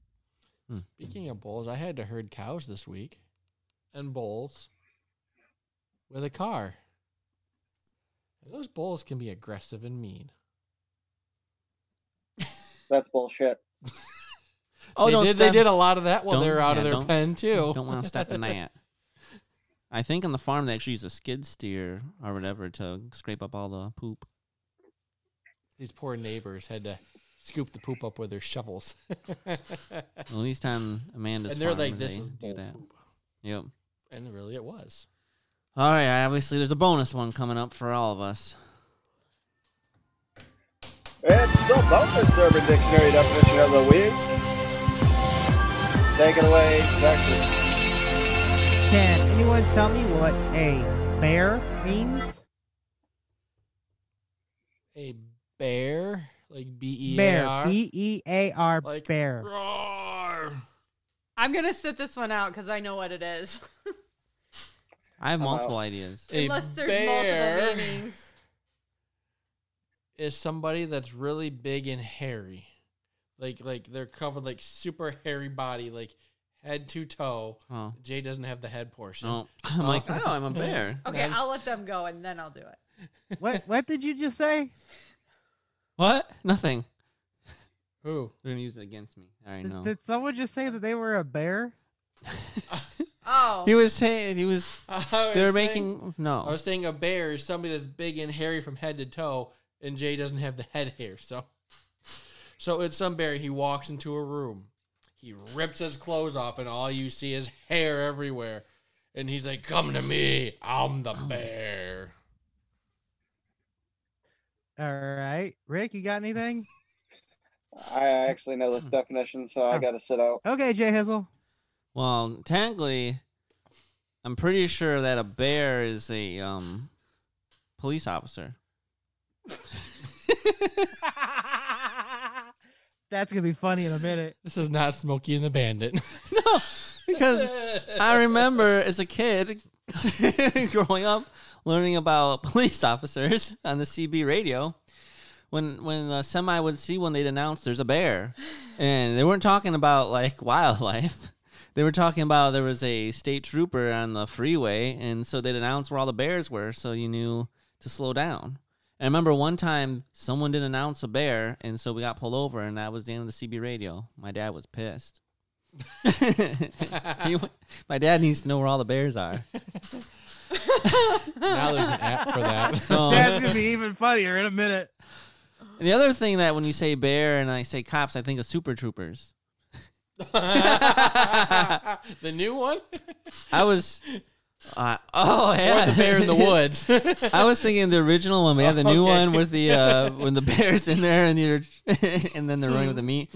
[SPEAKER 3] Speaking of bowls, I had to herd cows this week, and bowls with a car. And those bowls can be aggressive and mean.
[SPEAKER 2] That's bullshit.
[SPEAKER 6] Oh
[SPEAKER 3] they
[SPEAKER 6] don't
[SPEAKER 3] did,
[SPEAKER 6] step-
[SPEAKER 3] they did a lot of that while they
[SPEAKER 6] don't-
[SPEAKER 3] were out
[SPEAKER 6] yeah,
[SPEAKER 3] of their
[SPEAKER 6] don't-
[SPEAKER 3] pen too.
[SPEAKER 6] Don't want to step in that. I think on the farm they actually use a skid steer or whatever to scrape up all the poop.
[SPEAKER 3] These poor neighbors had to scoop the poop up with their shovels. and
[SPEAKER 6] At least on Amanda's
[SPEAKER 3] they're
[SPEAKER 6] farm,
[SPEAKER 3] like, "This
[SPEAKER 6] they
[SPEAKER 3] is
[SPEAKER 6] do
[SPEAKER 3] bull
[SPEAKER 6] that.
[SPEAKER 3] poop,"
[SPEAKER 6] Yep.
[SPEAKER 3] and really it was.
[SPEAKER 6] All right. I- Obviously, there's a bonus one coming up for all of us.
[SPEAKER 2] It's the bonus urban dictionary definition of the week. Take it away, Texas.
[SPEAKER 4] Can anyone tell me what a bear means?
[SPEAKER 3] A bear, like B E A
[SPEAKER 4] Bear.
[SPEAKER 3] R,
[SPEAKER 4] B E A R.
[SPEAKER 3] like
[SPEAKER 4] Bear.
[SPEAKER 3] roar.
[SPEAKER 5] I'm gonna sit this one out because I know what it is.
[SPEAKER 6] I have
[SPEAKER 2] I'm out.
[SPEAKER 6] multiple ideas.
[SPEAKER 3] A
[SPEAKER 5] Unless there's
[SPEAKER 3] bear
[SPEAKER 5] multiple meanings.
[SPEAKER 3] is somebody that's really big and hairy. Like like they're covered like super hairy body, like head to toe.
[SPEAKER 6] Oh.
[SPEAKER 3] Jay doesn't have the head portion.
[SPEAKER 6] No. I'm like, oh, I'm a bear.
[SPEAKER 5] Okay,
[SPEAKER 3] Man.
[SPEAKER 5] I'll let them go and then I'll do it.
[SPEAKER 4] What what did you just say?
[SPEAKER 6] What? Nothing.
[SPEAKER 3] Who?
[SPEAKER 6] They're going to use it against me. I already
[SPEAKER 4] Did-
[SPEAKER 6] know.
[SPEAKER 4] Did someone just say that they were a bear?
[SPEAKER 5] Oh,
[SPEAKER 6] He was saying, he was, they were
[SPEAKER 3] They're
[SPEAKER 6] making, no.
[SPEAKER 3] I was saying a bear is somebody that's big and hairy from head to toe, and Jay doesn't have the head hair, so so it's some bear. He walks into a room, he rips his clothes off, and all you see is hair everywhere. And he's like, "Come to me, I'm the bear."
[SPEAKER 4] All right. Rick, you got anything?
[SPEAKER 2] I actually know
[SPEAKER 6] Hmm.
[SPEAKER 2] this definition, so I gotta sit out.
[SPEAKER 4] Okay, Jay Hizzle.
[SPEAKER 6] Well, technically, I'm pretty sure that a bear is a um, police officer.
[SPEAKER 4] That's gonna be funny in a minute.
[SPEAKER 3] This is not Smokey and the Bandit.
[SPEAKER 6] no, because I remember as a kid growing up learning about police officers on the CB radio. When when a semi would see one, they'd announce there's a bear, and they weren't talking about like wildlife. They were talking about there was a state trooper on the freeway, and so they'd announce where all the bears were, so you knew to slow down. And I remember one time someone did announce a bear, and so we got pulled over, and that was the end of the CB radio. My dad was pissed. He wa- my dad needs to know where all the bears are.
[SPEAKER 3] now there's an app for that.
[SPEAKER 6] So
[SPEAKER 4] That's gonna be even funnier in a minute.
[SPEAKER 6] And the other thing that when you say bear and I say cops, I think of Super Troopers.
[SPEAKER 3] the new one?
[SPEAKER 6] I was, uh, oh yeah,
[SPEAKER 3] Or the bear in the woods.
[SPEAKER 6] I was thinking the original one, yeah, the new
[SPEAKER 3] Okay.
[SPEAKER 6] one with the uh, when the bear's in there and you're, and then they're running with the meat.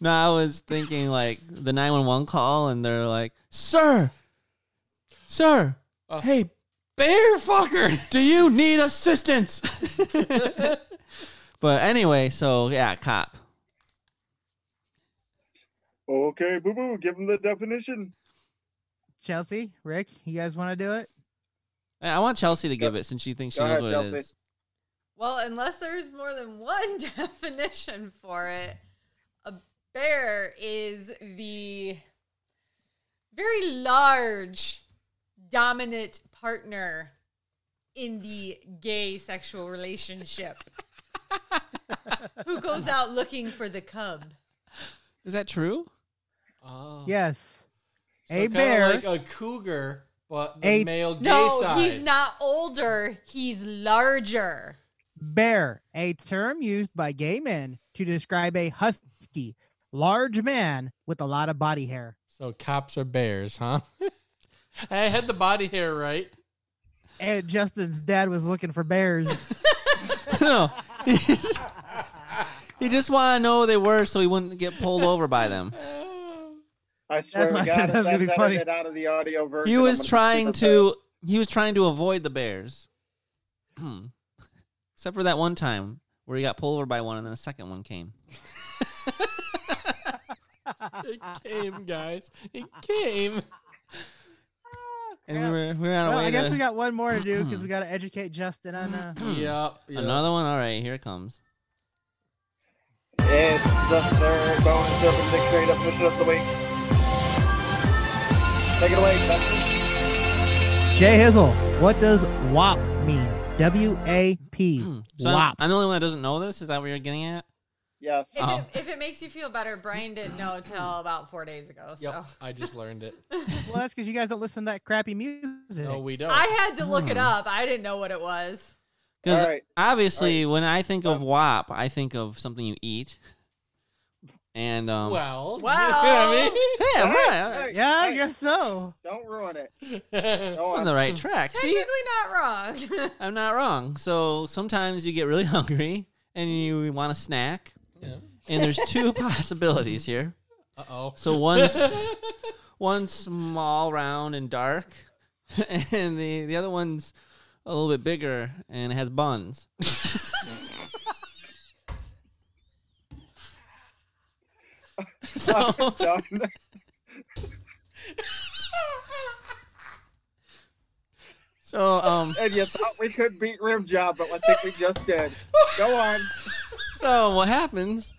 [SPEAKER 6] No, I was thinking like the nine one one call and they're like, "Sir, sir,
[SPEAKER 3] Uh.
[SPEAKER 6] hey, bear fucker, do you need assistance?" but anyway, so yeah, cop.
[SPEAKER 2] Okay, boo boo, give him the definition.
[SPEAKER 4] Chelsea, Rick, you guys want to do it?
[SPEAKER 6] I I want Chelsea to give it since she thinks she
[SPEAKER 2] Go
[SPEAKER 6] knows
[SPEAKER 2] ahead,
[SPEAKER 6] what
[SPEAKER 2] Chelsea.
[SPEAKER 6] it is.
[SPEAKER 5] Well, unless there's more than one definition for it, a bear is the very large dominant partner in the gay sexual relationship who goes out looking for the cub.
[SPEAKER 6] Is that true?
[SPEAKER 3] Oh.
[SPEAKER 4] Yes.
[SPEAKER 3] So
[SPEAKER 4] a
[SPEAKER 3] kinda
[SPEAKER 4] bear.
[SPEAKER 3] like a cougar, but the
[SPEAKER 4] A-
[SPEAKER 3] male gay
[SPEAKER 5] No,
[SPEAKER 3] side.
[SPEAKER 5] he's not older, he's larger.
[SPEAKER 4] Bear, a term used by gay men to describe a husky, large man with a lot of body hair.
[SPEAKER 3] So cops are bears, huh? I had the body hair right.
[SPEAKER 4] And Justin's dad was looking for bears.
[SPEAKER 6] no. he just want to know who they were so he wouldn't get pulled over by them.
[SPEAKER 2] I swear
[SPEAKER 4] why I
[SPEAKER 2] to
[SPEAKER 4] said
[SPEAKER 2] God,
[SPEAKER 4] that
[SPEAKER 2] if
[SPEAKER 4] was gonna
[SPEAKER 2] that's
[SPEAKER 4] be funny.
[SPEAKER 2] edited out of the audio version.
[SPEAKER 6] He
[SPEAKER 2] I'm
[SPEAKER 6] was
[SPEAKER 2] gonna keep
[SPEAKER 6] trying
[SPEAKER 2] it
[SPEAKER 6] to
[SPEAKER 2] posted.
[SPEAKER 6] he was trying to avoid the bears. Hmm. Except for that one time where he got pulled over by one and then a second one came.
[SPEAKER 3] It came, guys. It came.
[SPEAKER 6] And we were we were on our
[SPEAKER 4] Well,
[SPEAKER 6] way
[SPEAKER 4] I guess
[SPEAKER 6] to
[SPEAKER 4] we got one more to do because we got to educate Justin on. Uh,
[SPEAKER 3] Yep. yep.
[SPEAKER 6] another one. All right, here it comes.
[SPEAKER 2] It's the third bonus urban dictionary definition of the week. Take it away, Justin.
[SPEAKER 4] Jay Hizzle, what does WAP mean? W A P.
[SPEAKER 6] So I'm,
[SPEAKER 4] WAP.
[SPEAKER 6] I'm the only one that doesn't know this. Is that what you're getting at?
[SPEAKER 2] Yes.
[SPEAKER 5] If,
[SPEAKER 6] Oh.
[SPEAKER 5] it, if it makes you feel better, Brian didn't know till about four days ago. So
[SPEAKER 3] Yep. I just learned it.
[SPEAKER 4] Well, that's because you guys don't listen to that crappy music.
[SPEAKER 3] No, we don't.
[SPEAKER 5] I had to look it
[SPEAKER 6] Hmm.
[SPEAKER 5] up. I didn't know what it was.
[SPEAKER 6] Because
[SPEAKER 2] All right.
[SPEAKER 6] obviously, when I think of WAP, I think of something you eat. And um,
[SPEAKER 3] well.
[SPEAKER 5] Well.
[SPEAKER 3] you know what
[SPEAKER 6] yeah, I'm right,
[SPEAKER 2] All right,
[SPEAKER 4] yeah,
[SPEAKER 2] all
[SPEAKER 4] I
[SPEAKER 2] right.
[SPEAKER 4] guess so.
[SPEAKER 2] Don't ruin it.
[SPEAKER 3] I mean?
[SPEAKER 2] Go
[SPEAKER 6] I'm on
[SPEAKER 2] on.
[SPEAKER 6] the right track. See,
[SPEAKER 5] Technically not wrong.
[SPEAKER 6] I'm not wrong. So sometimes you get really hungry and you want a snack.
[SPEAKER 3] Yeah.
[SPEAKER 6] And there's two possibilities here.
[SPEAKER 3] Uh oh.
[SPEAKER 6] So one's one small, round, and dark, and the the other one's a little bit bigger and has buns. so
[SPEAKER 2] Done.
[SPEAKER 6] so um
[SPEAKER 2] and you thought we could beat Rim Job, but I think we just did. Go on.
[SPEAKER 6] so what happens?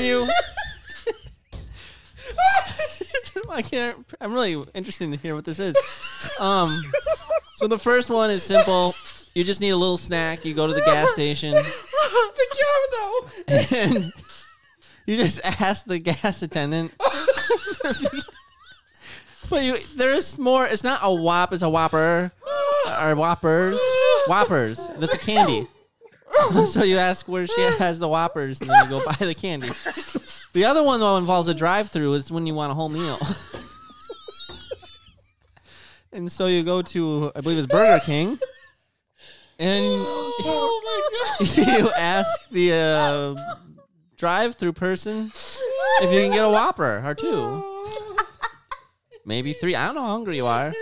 [SPEAKER 6] you. I can't. I'm really interested to hear what this is. Um, so the first one is simple. You just need a little snack. You go to the gas station
[SPEAKER 5] the cure, though.
[SPEAKER 6] and you just ask the gas attendant. but you, there's more. It's not a whop. It's a whopper or whoppers. Whoppers. That's a candy. so you ask where she has the whoppers, and then you go buy the candy. The other one though involves a drive-through. It's when you want a whole meal. and so you go to, I believe it's Burger King, and
[SPEAKER 3] Oh my god.
[SPEAKER 6] you ask the uh, drive-through person if you can get a Whopper or two, maybe three. I don't know how hungry you are,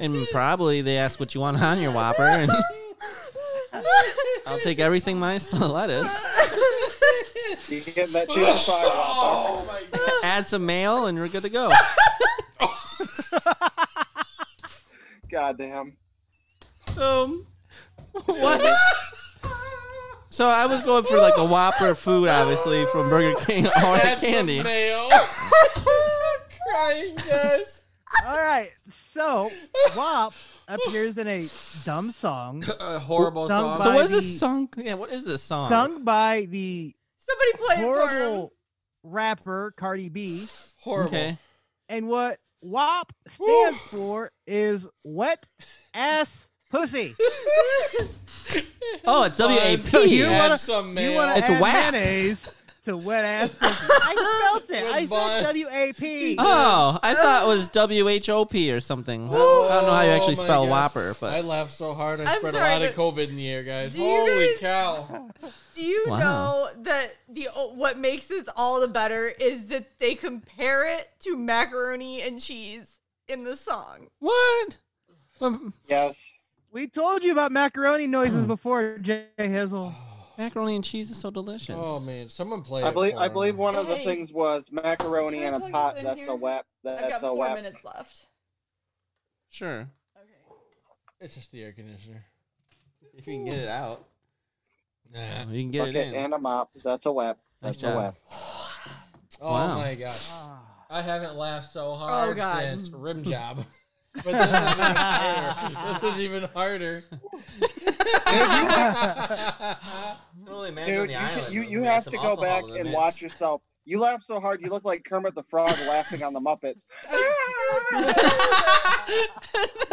[SPEAKER 6] and probably they ask what you want on your Whopper, and I'll take everything minus the lettuce.
[SPEAKER 2] You get that two to five off.
[SPEAKER 3] Oh my god.
[SPEAKER 6] Add some mayo, and you're good to go.
[SPEAKER 2] Goddamn.
[SPEAKER 6] Um, what? So I was going for like a Whopper food, obviously from Burger King or
[SPEAKER 3] That's the
[SPEAKER 6] candy.
[SPEAKER 3] Mail. Crying, guys.
[SPEAKER 4] All right. So, WAP appears in a dumb song
[SPEAKER 5] Uh,
[SPEAKER 3] A horrible
[SPEAKER 4] Dumb
[SPEAKER 3] song.
[SPEAKER 6] So what is
[SPEAKER 4] by
[SPEAKER 6] this
[SPEAKER 4] the-
[SPEAKER 6] song? Yeah, what is this song?
[SPEAKER 4] sung by the
[SPEAKER 5] Somebody play it for him.
[SPEAKER 4] horrible rapper Cardi B.
[SPEAKER 3] horrible.
[SPEAKER 6] Okay.
[SPEAKER 4] And what WAP stands for is wet ass pussy.
[SPEAKER 6] Oh, it's W A
[SPEAKER 4] So
[SPEAKER 6] P.
[SPEAKER 4] you
[SPEAKER 3] Add
[SPEAKER 4] wanna-
[SPEAKER 3] some
[SPEAKER 4] You
[SPEAKER 3] mayo.
[SPEAKER 4] want to
[SPEAKER 6] It's
[SPEAKER 4] add
[SPEAKER 6] whack.
[SPEAKER 4] mayonnaise to wet ass pussy. I spelt it.
[SPEAKER 3] With
[SPEAKER 4] I
[SPEAKER 3] bun.
[SPEAKER 4] said W A P.
[SPEAKER 6] Oh, I thought it was W H O P or something. I don't know how you actually
[SPEAKER 3] Oh my
[SPEAKER 6] spell
[SPEAKER 3] gosh.
[SPEAKER 6] Whopper, but
[SPEAKER 3] I laughed so hard I
[SPEAKER 5] I'm
[SPEAKER 3] spread
[SPEAKER 5] sorry,
[SPEAKER 3] a lot of COVID in the air, guys.
[SPEAKER 5] Do you
[SPEAKER 3] Holy
[SPEAKER 5] guys-
[SPEAKER 3] cow!
[SPEAKER 5] Do you
[SPEAKER 6] Wow.
[SPEAKER 5] know that the uh, what makes this all the better is that they compare it to macaroni and cheese in the song.
[SPEAKER 6] what? Um,
[SPEAKER 2] Yes.
[SPEAKER 4] We told you about macaroni noises
[SPEAKER 6] Hmm.
[SPEAKER 4] before, Jay Hizzle.
[SPEAKER 6] macaroni and cheese is so delicious.
[SPEAKER 3] Oh man, someone play.
[SPEAKER 2] I
[SPEAKER 3] it
[SPEAKER 2] believe
[SPEAKER 3] for
[SPEAKER 2] I
[SPEAKER 3] me.
[SPEAKER 2] believe one of the
[SPEAKER 5] Hey.
[SPEAKER 2] things was macaroni
[SPEAKER 5] Can
[SPEAKER 2] and
[SPEAKER 5] I
[SPEAKER 2] a
[SPEAKER 5] plug
[SPEAKER 2] pot.
[SPEAKER 5] this in
[SPEAKER 2] That's
[SPEAKER 5] here?
[SPEAKER 2] a whap.
[SPEAKER 5] I've got
[SPEAKER 2] That's a
[SPEAKER 5] four
[SPEAKER 2] whap.
[SPEAKER 5] minutes left.
[SPEAKER 6] Sure.
[SPEAKER 5] Okay.
[SPEAKER 3] It's just the air conditioner.
[SPEAKER 6] If you can get it out,
[SPEAKER 3] Nah.
[SPEAKER 6] you can get
[SPEAKER 2] Bucket
[SPEAKER 6] it in.
[SPEAKER 2] and a mop. That's a whap. That's
[SPEAKER 6] Nice job.
[SPEAKER 2] a whap.
[SPEAKER 3] Oh
[SPEAKER 6] Wow.
[SPEAKER 3] my gosh. I haven't laughed so hard
[SPEAKER 5] God.
[SPEAKER 3] since rim job. But this was even harder. This was even harder.
[SPEAKER 2] Dude, you, you, you have to go back and watch yourself. You laugh so hard, you look like Kermit the Frog laughing on the Muppets.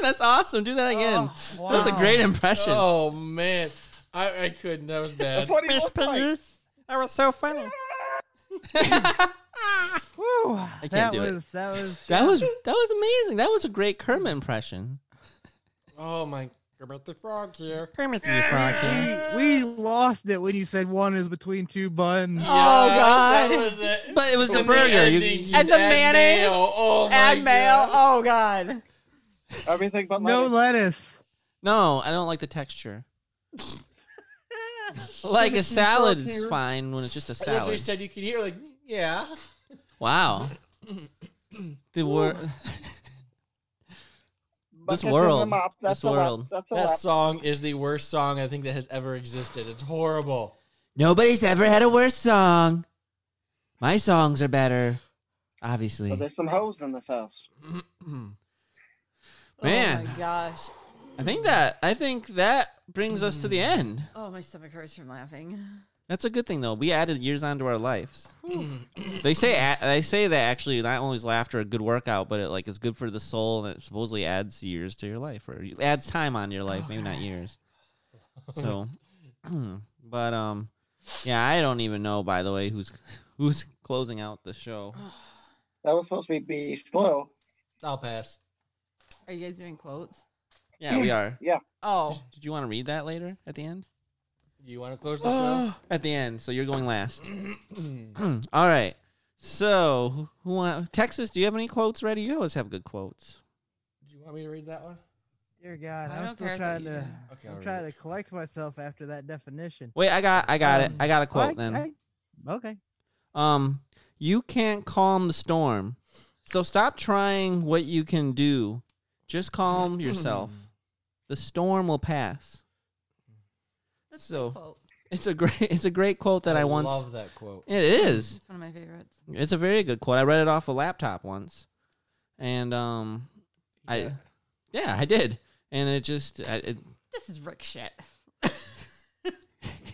[SPEAKER 6] That's awesome. Do that
[SPEAKER 4] Ah.
[SPEAKER 6] again. That's a great impression.
[SPEAKER 3] oh man, I, I couldn't. That was bad.
[SPEAKER 2] That's what he looks like.
[SPEAKER 6] That was so funny.
[SPEAKER 4] Whew,
[SPEAKER 6] can't
[SPEAKER 4] that
[SPEAKER 6] do it.
[SPEAKER 4] was that was
[SPEAKER 6] That was that was amazing. That was a great Kermit impression.
[SPEAKER 3] oh my, about the frog here.
[SPEAKER 6] Kermit the Frog. King.
[SPEAKER 4] we, we lost it when you said one is between two buns.
[SPEAKER 9] Oh, God.
[SPEAKER 3] that was it.
[SPEAKER 6] But it was the
[SPEAKER 3] With
[SPEAKER 6] burger. You-
[SPEAKER 3] ending,
[SPEAKER 6] you-
[SPEAKER 3] just
[SPEAKER 9] And the
[SPEAKER 3] add
[SPEAKER 9] mayonnaise,
[SPEAKER 3] mayo. Oh my
[SPEAKER 9] Add mail.
[SPEAKER 3] God.
[SPEAKER 9] Oh God.
[SPEAKER 2] Everything but
[SPEAKER 4] No
[SPEAKER 2] lettuce.
[SPEAKER 4] lettuce.
[SPEAKER 6] No, I don't like the texture. like a salad is fine when it's just a
[SPEAKER 3] I literally
[SPEAKER 6] salad.
[SPEAKER 3] said you can eat. Like yeah.
[SPEAKER 6] Wow. The word. This
[SPEAKER 2] Bucket in the
[SPEAKER 6] world.
[SPEAKER 2] mop, That's
[SPEAKER 6] This
[SPEAKER 2] a wrap.
[SPEAKER 6] world.
[SPEAKER 2] That's a
[SPEAKER 3] That
[SPEAKER 2] wrap.
[SPEAKER 3] song is the worst song I think that has ever existed. It's horrible.
[SPEAKER 6] Nobody's ever had a worse song. My songs are better, obviously.
[SPEAKER 2] But there's some hoes in this house.
[SPEAKER 9] Oh
[SPEAKER 6] Man,
[SPEAKER 9] my gosh.
[SPEAKER 6] I think that I think that brings us to the end.
[SPEAKER 9] Oh, my stomach hurts from laughing.
[SPEAKER 6] That's a good thing, though. We added years onto our lives. they say a- they say that actually not only is laughter a good workout, but it like is good for the soul, and it supposedly adds years to your life or adds time on your life, maybe not years. So, but um, yeah, I don't even know. By the way, who's who's closing out the show?
[SPEAKER 2] That was supposed to be be slow.
[SPEAKER 3] I'll pass.
[SPEAKER 5] Are you guys doing quotes?
[SPEAKER 6] Yeah, we are.
[SPEAKER 5] Oh,
[SPEAKER 6] Did you want to read that later at the end?
[SPEAKER 3] You want to close the show?
[SPEAKER 6] At the end, so you're going last. All right. So, who- who want, Texas? Do you have any quotes ready? You always have good quotes.
[SPEAKER 3] Do you want me to read that one?
[SPEAKER 4] Dear God,
[SPEAKER 5] I
[SPEAKER 4] I'm
[SPEAKER 5] don't
[SPEAKER 4] still
[SPEAKER 5] care if
[SPEAKER 4] trying
[SPEAKER 5] you
[SPEAKER 4] to.
[SPEAKER 5] do.
[SPEAKER 3] Okay, I'll
[SPEAKER 4] I'm
[SPEAKER 3] read
[SPEAKER 4] trying
[SPEAKER 3] it.
[SPEAKER 4] to collect myself after that definition.
[SPEAKER 6] Wait, I got, I got it. I got a
[SPEAKER 4] Well,
[SPEAKER 6] quote
[SPEAKER 4] I-
[SPEAKER 6] then.
[SPEAKER 4] I- okay.
[SPEAKER 6] Um, you can't calm the storm, so stop trying what you can do. Just calm yourself. The storm will pass.
[SPEAKER 5] that's
[SPEAKER 6] So-
[SPEAKER 5] a good quote.
[SPEAKER 6] It's a great, it's a great quote that I, once.
[SPEAKER 3] love that quote.
[SPEAKER 6] It is.
[SPEAKER 5] It's one of my favorites.
[SPEAKER 6] It's a very good quote. I read it off a laptop once, and um, I, yeah, I did, and it just, I,
[SPEAKER 5] This is Rick shit.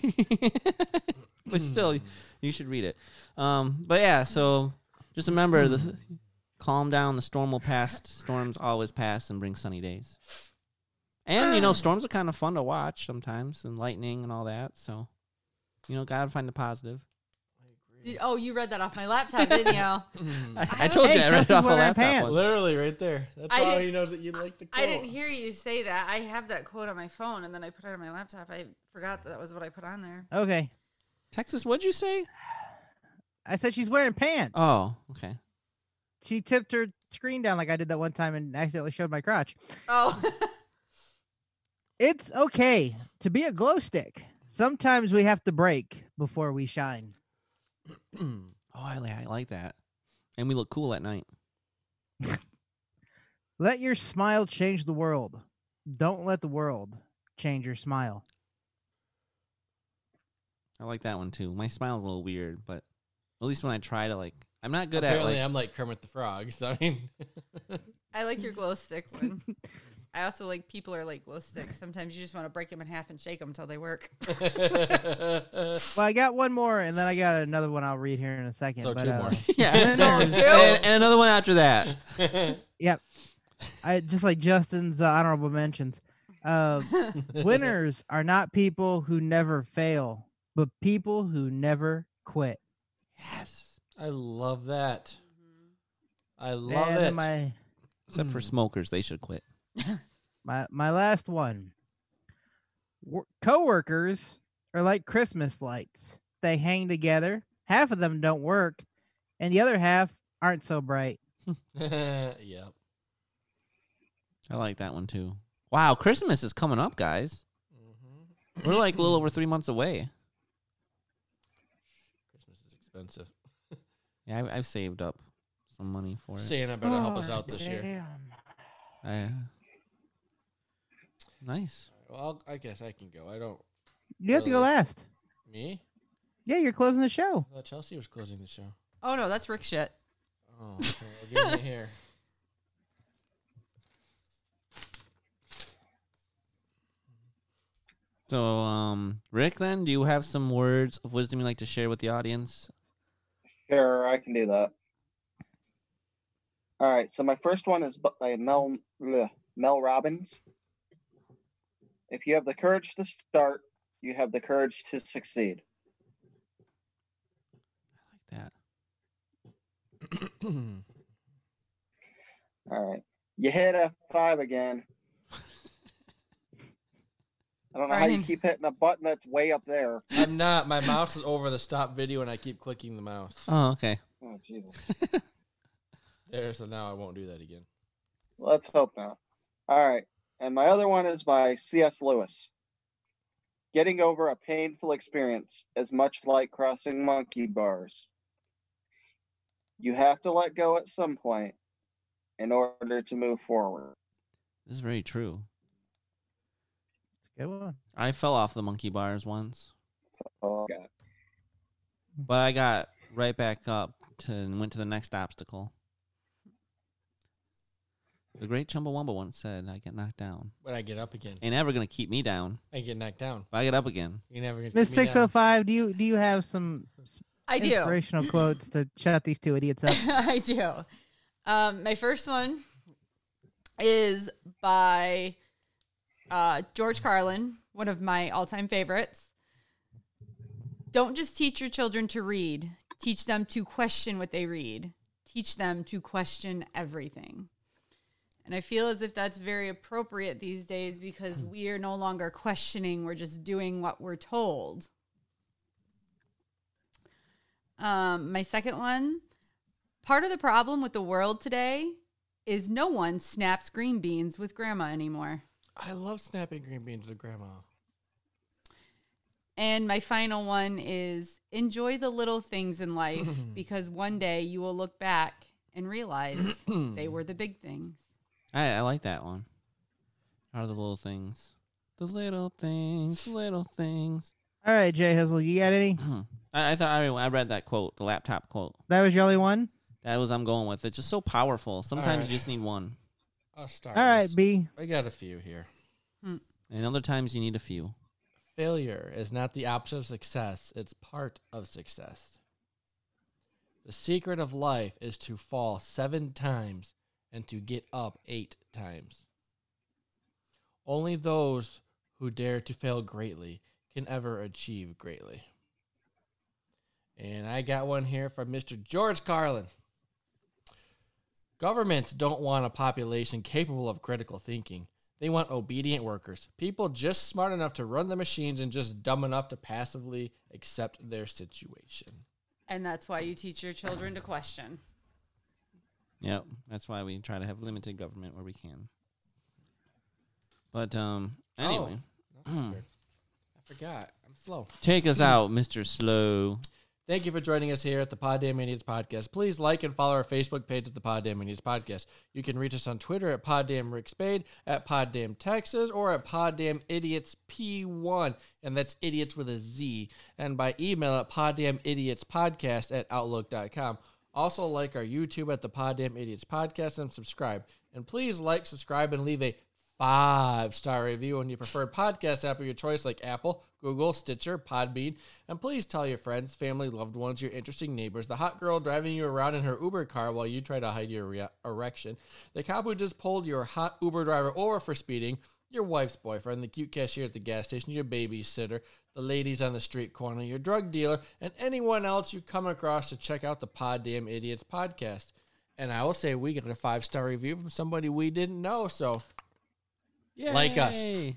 [SPEAKER 6] it, but still, you should read it. Um, but yeah, so just remember, the, calm down. The storm will pass. Storms always pass and bring sunny days. And you know, storms are kind of fun to watch sometimes, and lightning and all that. So, you know, gotta find the positive.
[SPEAKER 5] Did- oh, you read that off my laptop, didn't you?
[SPEAKER 6] I, I told
[SPEAKER 4] Hey,
[SPEAKER 6] you I read
[SPEAKER 4] Tess is
[SPEAKER 6] it off a
[SPEAKER 4] wearing
[SPEAKER 6] laptop.
[SPEAKER 4] pants.
[SPEAKER 6] once.
[SPEAKER 3] Mm. Literally right there. That's
[SPEAKER 5] I
[SPEAKER 3] how
[SPEAKER 5] didn't-
[SPEAKER 3] he knows that you like the quote.
[SPEAKER 5] I didn't hear you say that. I have that quote on my phone, and then I put it on my laptop. I forgot that, that was what I put on there.
[SPEAKER 4] Okay.
[SPEAKER 6] Texas, what'd you say?
[SPEAKER 4] I said she's wearing pants.
[SPEAKER 6] Oh, okay.
[SPEAKER 4] She tipped her screen down like I did that one time and accidentally showed my crotch.
[SPEAKER 5] Oh,
[SPEAKER 4] It's okay to be a glow stick. Sometimes we have to break before we shine.
[SPEAKER 6] oh, I, li- I like that. And we look cool at night.
[SPEAKER 4] Let your smile change the world. Don't let the world change your smile.
[SPEAKER 6] I like that one too. My smile's a little weird, but at least when I try to like, I'm not good
[SPEAKER 3] Apparently,
[SPEAKER 6] at
[SPEAKER 3] I'm like Kermit the Frog. So I mean,
[SPEAKER 5] I like your glow stick one. I also like people are like glow sticks. Sometimes you just want to break them in half and shake them until they work.
[SPEAKER 3] so
[SPEAKER 4] Well, I got one more and then I got another one I'll read here in a second. but,
[SPEAKER 3] two
[SPEAKER 4] uh,
[SPEAKER 3] more.
[SPEAKER 6] like, yeah,
[SPEAKER 4] No,
[SPEAKER 6] and,
[SPEAKER 4] two.
[SPEAKER 6] and another one after that.
[SPEAKER 4] Yep. I just like Justin's uh, honorable mentions. Uh,
[SPEAKER 5] Oh.
[SPEAKER 4] winners are not people who never fail, but people who never quit.
[SPEAKER 6] Yes,
[SPEAKER 3] I love that. I love
[SPEAKER 4] Mm-hmm. And
[SPEAKER 3] it.
[SPEAKER 4] then my
[SPEAKER 6] except for smokers, they should quit.
[SPEAKER 4] my my last one. Wor- coworkers are like Christmas lights. They hang together. Half of them don't work, and the other half aren't so bright.
[SPEAKER 3] yeah.
[SPEAKER 6] I like that one too. Wow, Christmas is coming up, guys.
[SPEAKER 3] Mm-hmm.
[SPEAKER 6] We're like a little over three months away.
[SPEAKER 3] Christmas is expensive.
[SPEAKER 6] Yeah, I, I've saved up some money for it.
[SPEAKER 3] Santa better help
[SPEAKER 4] Oh,
[SPEAKER 3] us out this year.
[SPEAKER 4] Damn.
[SPEAKER 6] I, nice.
[SPEAKER 3] Well, I'll, I guess I can go. I don't.
[SPEAKER 4] You have to go
[SPEAKER 3] Really?
[SPEAKER 4] last.
[SPEAKER 3] Me?
[SPEAKER 4] Yeah, you're closing the show.
[SPEAKER 3] I thought Chelsea was closing the show.
[SPEAKER 5] Oh no, that's Rick shit.
[SPEAKER 3] Oh, okay. well, give me here.
[SPEAKER 6] So, um, Rick, then, do you have some words of wisdom you'd like to share with the audience?
[SPEAKER 2] Sure, I can do that. All right, so my first one is by Mel bleh, Mel Robbins. If you have the courage to start, you have the courage to succeed.
[SPEAKER 6] like that.
[SPEAKER 2] All right. You hit F5 again. I don't know how
[SPEAKER 5] Brian.
[SPEAKER 2] you keep hitting a button that's way up there.
[SPEAKER 3] I'm not. My mouse is over the stop video, and I keep clicking the mouse.
[SPEAKER 1] Oh, okay.
[SPEAKER 2] Oh, Jesus.
[SPEAKER 3] There, so now I won't do that again.
[SPEAKER 2] Let's hope not. All right. And my other one is by C.S. Lewis. Getting over a painful experience is much like crossing monkey bars. You have to let go at some point in order to move forward.
[SPEAKER 1] This is very true.
[SPEAKER 4] Good one.
[SPEAKER 1] I fell off the monkey bars once,
[SPEAKER 2] Oh, God.
[SPEAKER 1] but I got right back up to, and went to the next obstacle. The great Chumbawamba once said, I get knocked down.
[SPEAKER 3] When I get up again,
[SPEAKER 1] Ain't ever going to keep me down.
[SPEAKER 3] I get knocked down.
[SPEAKER 1] If I get up again,
[SPEAKER 3] You're never gonna keep
[SPEAKER 4] Miss
[SPEAKER 3] me down.
[SPEAKER 4] six oh five, do you do you have some s-
[SPEAKER 5] I do.
[SPEAKER 4] inspirational quotes to shut these two idiots up?
[SPEAKER 5] I do. Um, my first one is by uh, George Carlin, one of my all time favorites. Don't just teach your children to read, teach them to question what they read, teach them to question everything. And I feel as if that's very appropriate these days because we are no longer questioning, we're just doing what we're told. Um, my second one Part of the problem with the world today is no one snaps green beans with grandma anymore.
[SPEAKER 3] I love snapping green beans with grandma.
[SPEAKER 5] And my final one is enjoy the little things in life because one day you will look back and realize they were the big things.
[SPEAKER 1] I, I like that one. How are the little things? The little things, little things.
[SPEAKER 4] All right, Jay Hizzle, you got any?
[SPEAKER 1] I, I thought I, I read that quote, the laptop quote.
[SPEAKER 4] That was your only one?
[SPEAKER 1] That was I'm going with. It's just so powerful. Sometimes
[SPEAKER 3] right.
[SPEAKER 1] you just need one,
[SPEAKER 3] I'll start.
[SPEAKER 4] All right,
[SPEAKER 3] this.
[SPEAKER 4] B.
[SPEAKER 3] I got a few here.
[SPEAKER 1] and other times you need a few.
[SPEAKER 3] Failure is not the opposite of success, it's part of success. The secret of life is to fall seven times and to get up eight times. Only those who dare to fail greatly can ever achieve greatly. And I got one here from Mr. George Carlin. Governments don't want a population capable of critical thinking. They want obedient workers, people just smart enough to run the machines and just dumb enough to passively accept their situation.
[SPEAKER 5] And that's why you teach your children to question.
[SPEAKER 1] Yep, that's why we try to have limited government where we can. But um, anyway,
[SPEAKER 3] Oh, that's weird. I forgot. I'm slow.
[SPEAKER 1] take us out, Mr. Slow.
[SPEAKER 3] Thank you for joining us here at the Pod Damn Idiots Podcast. Please like and follow our Facebook page at the Pod Damn Idiots Podcast. You can reach us on Twitter at Pod Damn Rick Spade, at Pod Damn Texas, or at Pod Damn Idiots P1, and that's idiots with a Z, and by email at Pod Damn Idiots Podcast at Outlook.com. Also, like our YouTube at the Pod Damn Idiots Podcast and subscribe. And please like, subscribe, and leave a five star review on your preferred podcast app of your choice, like Apple, Google, Stitcher, Podbean. And please tell your friends, family, loved ones, your interesting neighbors, the hot girl driving you around in her Uber car while you try to hide your re- erection, the cop who just pulled your hot Uber driver over for speeding, your wife's boyfriend, the cute cashier at the gas station, your babysitter, the ladies on the street corner, your drug dealer, and anyone else you come across to check out the Pod Damn Idiots podcast. And I will say we got a five star review from somebody we didn't know, so Like us.
[SPEAKER 1] Yay.